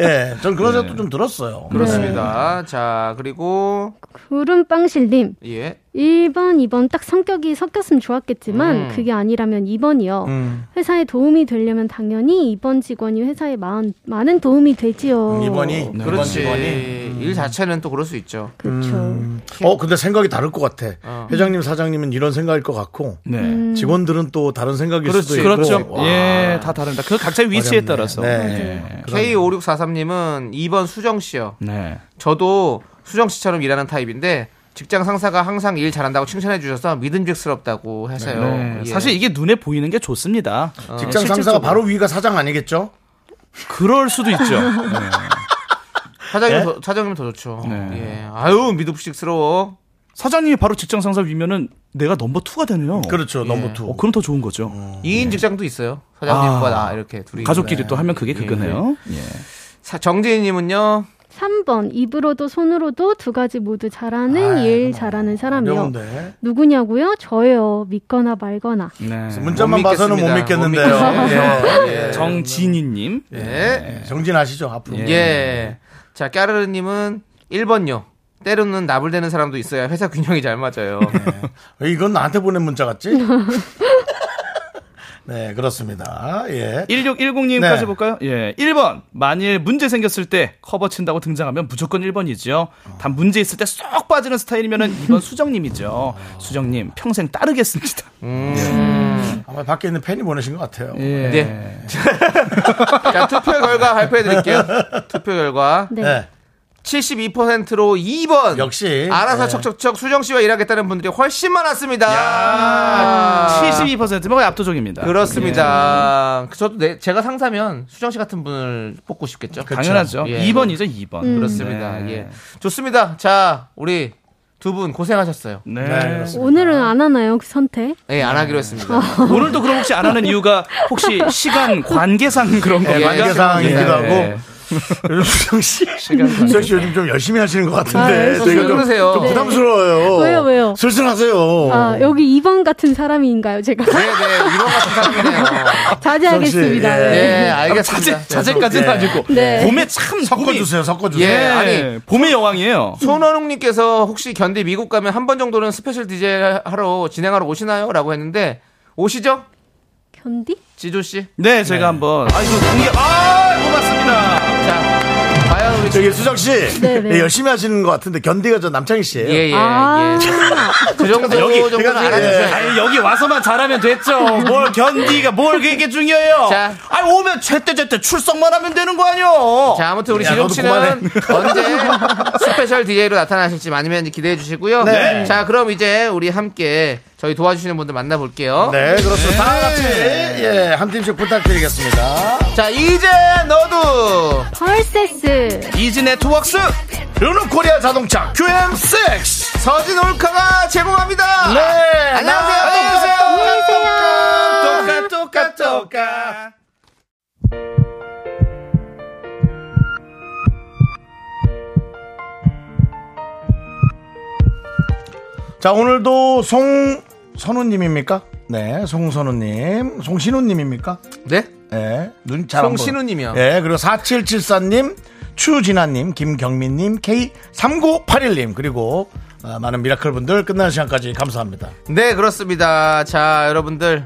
Speaker 1: 예, 전 그런 생각도 좀 들었어요.
Speaker 8: 네.
Speaker 1: 네.
Speaker 2: 그렇습니다. 자 그리고
Speaker 8: 구름빵실님,
Speaker 1: 네,
Speaker 2: 예
Speaker 8: 1번, 2번 딱 성격이 섞였으면 좋았겠지만
Speaker 1: 음.
Speaker 8: 그게 아니라면 2번이요. 회사에 도움이 되려면 당연히 2번 직원이 회사에 많, 많은 도움이 되지요.
Speaker 1: 음, 이번이
Speaker 2: 그렇지 일 자체는 또 그럴 수 있죠.
Speaker 8: 그렇죠.
Speaker 1: 어 근데 생각이 다를 것 같아. 회장님 사장님은 이런 생각일 것 같고
Speaker 10: 네.
Speaker 8: 음.
Speaker 1: 직원들은 또 다른 생각일 수도 있고.
Speaker 10: 그렇죠.
Speaker 1: 와,
Speaker 10: 예, 다 다릅니다. 그 각자의 위치에
Speaker 1: 아. 어렵네.
Speaker 10: 따라서.
Speaker 1: 네.
Speaker 2: K5643님은 2번 수정 씨요.
Speaker 10: 네.
Speaker 2: 저도 수정 씨처럼 일하는 타입인데 직장 상사가 항상 일 잘한다고 칭찬해 주셔서 믿음직스럽다고 하세요.
Speaker 10: 네.
Speaker 2: 예.
Speaker 10: 사실 이게 눈에 보이는 게 좋습니다.
Speaker 1: 어, 직장 상사가 바로 위가 사장 아니겠죠?
Speaker 10: 그럴 수도 있죠.
Speaker 2: 사장님 더, 사장님 더 좋죠.
Speaker 10: 네.
Speaker 2: 예. 아유 믿음직스러워.
Speaker 10: 사장님이 바로 직장 상사 위면은 내가 넘버 투가 되네요.
Speaker 1: 그렇죠. 넘버 투.
Speaker 10: 어, 그럼 더 좋은 거죠.
Speaker 1: 음,
Speaker 2: 2인 직장도 있어요. 사장님과
Speaker 10: 네. 아.
Speaker 2: 나 이렇게 둘이.
Speaker 1: 네.
Speaker 2: 예.
Speaker 10: 가족끼리 또 하면 그게 그거네요.
Speaker 1: 예.
Speaker 10: 예.
Speaker 2: 사- 정재희님은요.
Speaker 8: 3번, 입으로도 손으로도 두 가지 모두 잘하는 일 잘하는 사람이요.
Speaker 1: 어려운데.
Speaker 8: 누구냐고요? 저요. 믿거나 말거나.
Speaker 1: 네.
Speaker 10: 네,
Speaker 1: 문자만
Speaker 2: 못
Speaker 1: 봐서는 못
Speaker 2: 믿겠습니다. 못
Speaker 1: 믿겠는데요.
Speaker 2: 믿겠어요.
Speaker 1: 예.
Speaker 2: 예.
Speaker 10: 정진희님.
Speaker 1: 네.
Speaker 2: 예.
Speaker 1: 정진 아시죠? 앞으로.
Speaker 2: 예. 자 까르르님은 1번요. 때로는 나불대는 사람도 있어야 회사 균형이 잘 맞아요.
Speaker 10: 네.
Speaker 1: 왜 이건 나한테 보낸 문자 같지? 네, 그렇습니다. 예.
Speaker 10: 1610님까지
Speaker 1: 네.
Speaker 10: 볼까요? 예. 1번. 만일 문제 생겼을 때 커버 친다고 등장하면 무조건 1번이죠.
Speaker 1: 어.
Speaker 10: 단 문제 있을 때 쏙 빠지는 스타일이면은 2번 수정님이죠.
Speaker 1: 어.
Speaker 10: 수정님, 평생 따르겠습니다.
Speaker 1: 아마 밖에 있는 팬이 보내신 것 같아요.
Speaker 10: 예.
Speaker 2: 네. 자 투표 결과 발표해 드릴게요. 투표 결과
Speaker 8: 네.
Speaker 1: 네.
Speaker 2: 72%로 2번.
Speaker 1: 역시.
Speaker 2: 알아서
Speaker 1: 예.
Speaker 2: 척척척 수정 씨와 일하겠다는 분들이 훨씬 많았습니다.
Speaker 10: 72%면 거의 압도적입니다.
Speaker 1: 예.
Speaker 2: 그렇습니다. 저도 내, 제가 상사면 수정 씨 같은 분을 뽑고 싶겠죠.
Speaker 10: 당연하죠.
Speaker 2: 예.
Speaker 10: 음. 2번이죠, 2번.
Speaker 2: 그렇습니다. 예. 좋습니다. 자, 우리 두 분 고생하셨어요.
Speaker 10: 네.
Speaker 8: 오늘은 안 하나요 그 선택?
Speaker 2: 예, 안 하기로 했습니다.
Speaker 10: 오늘도 그럼 혹시 안 하는 이유가 혹시 시간 네. 관계상 그런
Speaker 2: 예,
Speaker 10: 건가요?
Speaker 1: 관계상이기도 하고.
Speaker 10: 네.
Speaker 2: 예.
Speaker 1: 요즘 수영 씨, 수영 씨 요즘 좀 열심히 하시는 것
Speaker 8: 아,
Speaker 1: 같은데
Speaker 8: 열심히
Speaker 1: 저희가 네, 좀,
Speaker 2: 예. 그러세요. 네.
Speaker 1: 좀 부담스러워요.
Speaker 8: 왜요, 왜요?
Speaker 1: 슬슬 하세요.
Speaker 8: 아 여기 2번 같은 사람인가요 제가?
Speaker 2: 네, 네, 이런 같은 사람이네요.
Speaker 8: 자제하겠습니다.
Speaker 1: 씨, 예.
Speaker 8: 네.
Speaker 2: 예, 알겠습니다.
Speaker 10: 자제, 자제까지는
Speaker 1: 예.
Speaker 10: 아니고.
Speaker 8: 네.
Speaker 10: 봄에 참 봄이,
Speaker 1: 섞어주세요,
Speaker 2: 예,
Speaker 1: 섞어주세요.
Speaker 2: 아니.
Speaker 10: 예, 봄의 여왕이에요.
Speaker 2: 손원웅님께서 혹시 견디 미국 가면 한 번 정도는 스페셜 DJ 하러 진행하러 오시나요? 라고 했는데, 오시죠?
Speaker 8: 견디?
Speaker 2: 지조씨.
Speaker 10: 네, 제가 한번. 아이고, 공개, 아, 고맙습니다.
Speaker 2: 자, 과연 우리
Speaker 1: 저기 수정 씨
Speaker 8: 네, 네.
Speaker 1: 예, 열심히 하시는 것 같은데 견디가 저 남창희 씨예요.
Speaker 2: 예, 예,
Speaker 8: 아.
Speaker 2: 예. 그 정도 정도는 네.
Speaker 1: 제가 지금,
Speaker 2: 알아주세요.
Speaker 1: 예.
Speaker 10: 아니, 네. 여기 와서만 잘하면 됐죠. 뭘 견디가 뭘 그게 중요해요.
Speaker 2: 자.
Speaker 10: 아니, 오면 최때제때 출석만 하면 되는 거 아니요.
Speaker 2: 자, 아무튼 우리
Speaker 1: 야,
Speaker 2: 지종
Speaker 1: 너도
Speaker 2: 씨는 언제 스페셜 DJ로 나타나실지 많으면 기대해 주시고요.
Speaker 1: 네.
Speaker 2: 자, 그럼 이제 우리 함께 저희 도와주시는 분들 만나볼게요.
Speaker 1: 네, 그렇습니다. 다 같이 예, 한 팀씩 부탁드리겠습니다.
Speaker 2: 자, 이제 너도
Speaker 8: 펄세스
Speaker 10: 이지 네트워크스.
Speaker 1: 르노코리아 자동차 QM6
Speaker 2: 서진 올카가 제공합니다.
Speaker 1: 네.
Speaker 2: 안녕하세요.
Speaker 1: 안녕하세요.
Speaker 10: 똑까, 똑까, 똑까.
Speaker 1: 자, 오늘도 송선우님입니까? 네, 송선우님, 송신우님입니까?
Speaker 2: 네.
Speaker 1: 네, 눈잘
Speaker 2: 송신우님이요.
Speaker 1: 네, 그리고 4774님, 추진아님, 김경민님, K3981님, 그리고 아, 많은 미라클 분들 끝나는 시간까지 감사합니다.
Speaker 2: 네, 그렇습니다. 자, 여러분들.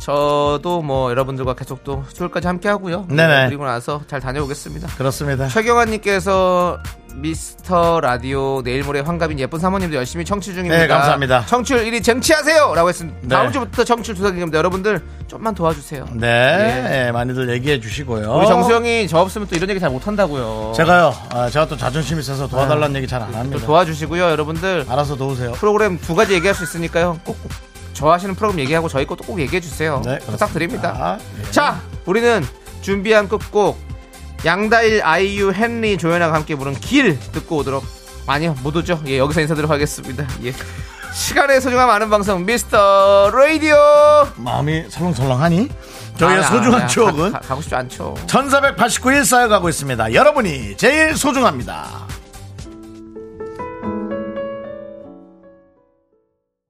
Speaker 2: 저도 뭐 여러분들과 계속 또 수요일까지 함께 하고요.
Speaker 1: 네네.
Speaker 2: 그리고 나서 잘 다녀오겠습니다.
Speaker 1: 그렇습니다.
Speaker 2: 최경환님께서 미스터 라디오 내일 모레 환갑인 예쁜 사모님도 열심히 청취 중입니다.
Speaker 1: 네, 감사합니다.
Speaker 2: 청취율 1위 쟁취하세요라고 했습니다.
Speaker 1: 네.
Speaker 2: 다음 주부터 청취율 조사 기념니다 여러분들 좀만 도와주세요.
Speaker 1: 네, 예, 많이들 얘기해 주시고요.
Speaker 2: 우리 정수영이 저 없으면 또 이런 얘기 잘 못한다고요.
Speaker 1: 제가요, 아, 제가 또 자존심 있어서 도와달라는 얘기 잘 안
Speaker 2: 네. 또
Speaker 1: 합니다.
Speaker 2: 도와주시고요, 여러분들
Speaker 1: 알아서 도우세요.
Speaker 2: 프로그램 두 가지 얘기할 수 있으니까요. 꼭. 저 하시는 프로그램 얘기하고 저희 것도 꼭 얘기해 주세요.
Speaker 1: 네, 그렇습니다.
Speaker 2: 부탁드립니다.
Speaker 1: 아, 예.
Speaker 2: 자, 우리는 준비한 끝곡 양다일 아이유 헨리 조연아가 함께 부른 길 듣고 오도록 아니요 못 오죠. 예 여기서 인사드리도록 하겠습니다. 예 시간의 소중함 아는 방송 미스터 라디오.
Speaker 1: 마음이 설렁설렁하니? 저희의
Speaker 2: 아니, 네.
Speaker 1: 소중한
Speaker 2: 아니,
Speaker 1: 추억은
Speaker 2: 가, 가, 가고 싶지 않죠.
Speaker 1: 1489일 쌓여가고 있습니다. 여러분이 제일 소중합니다.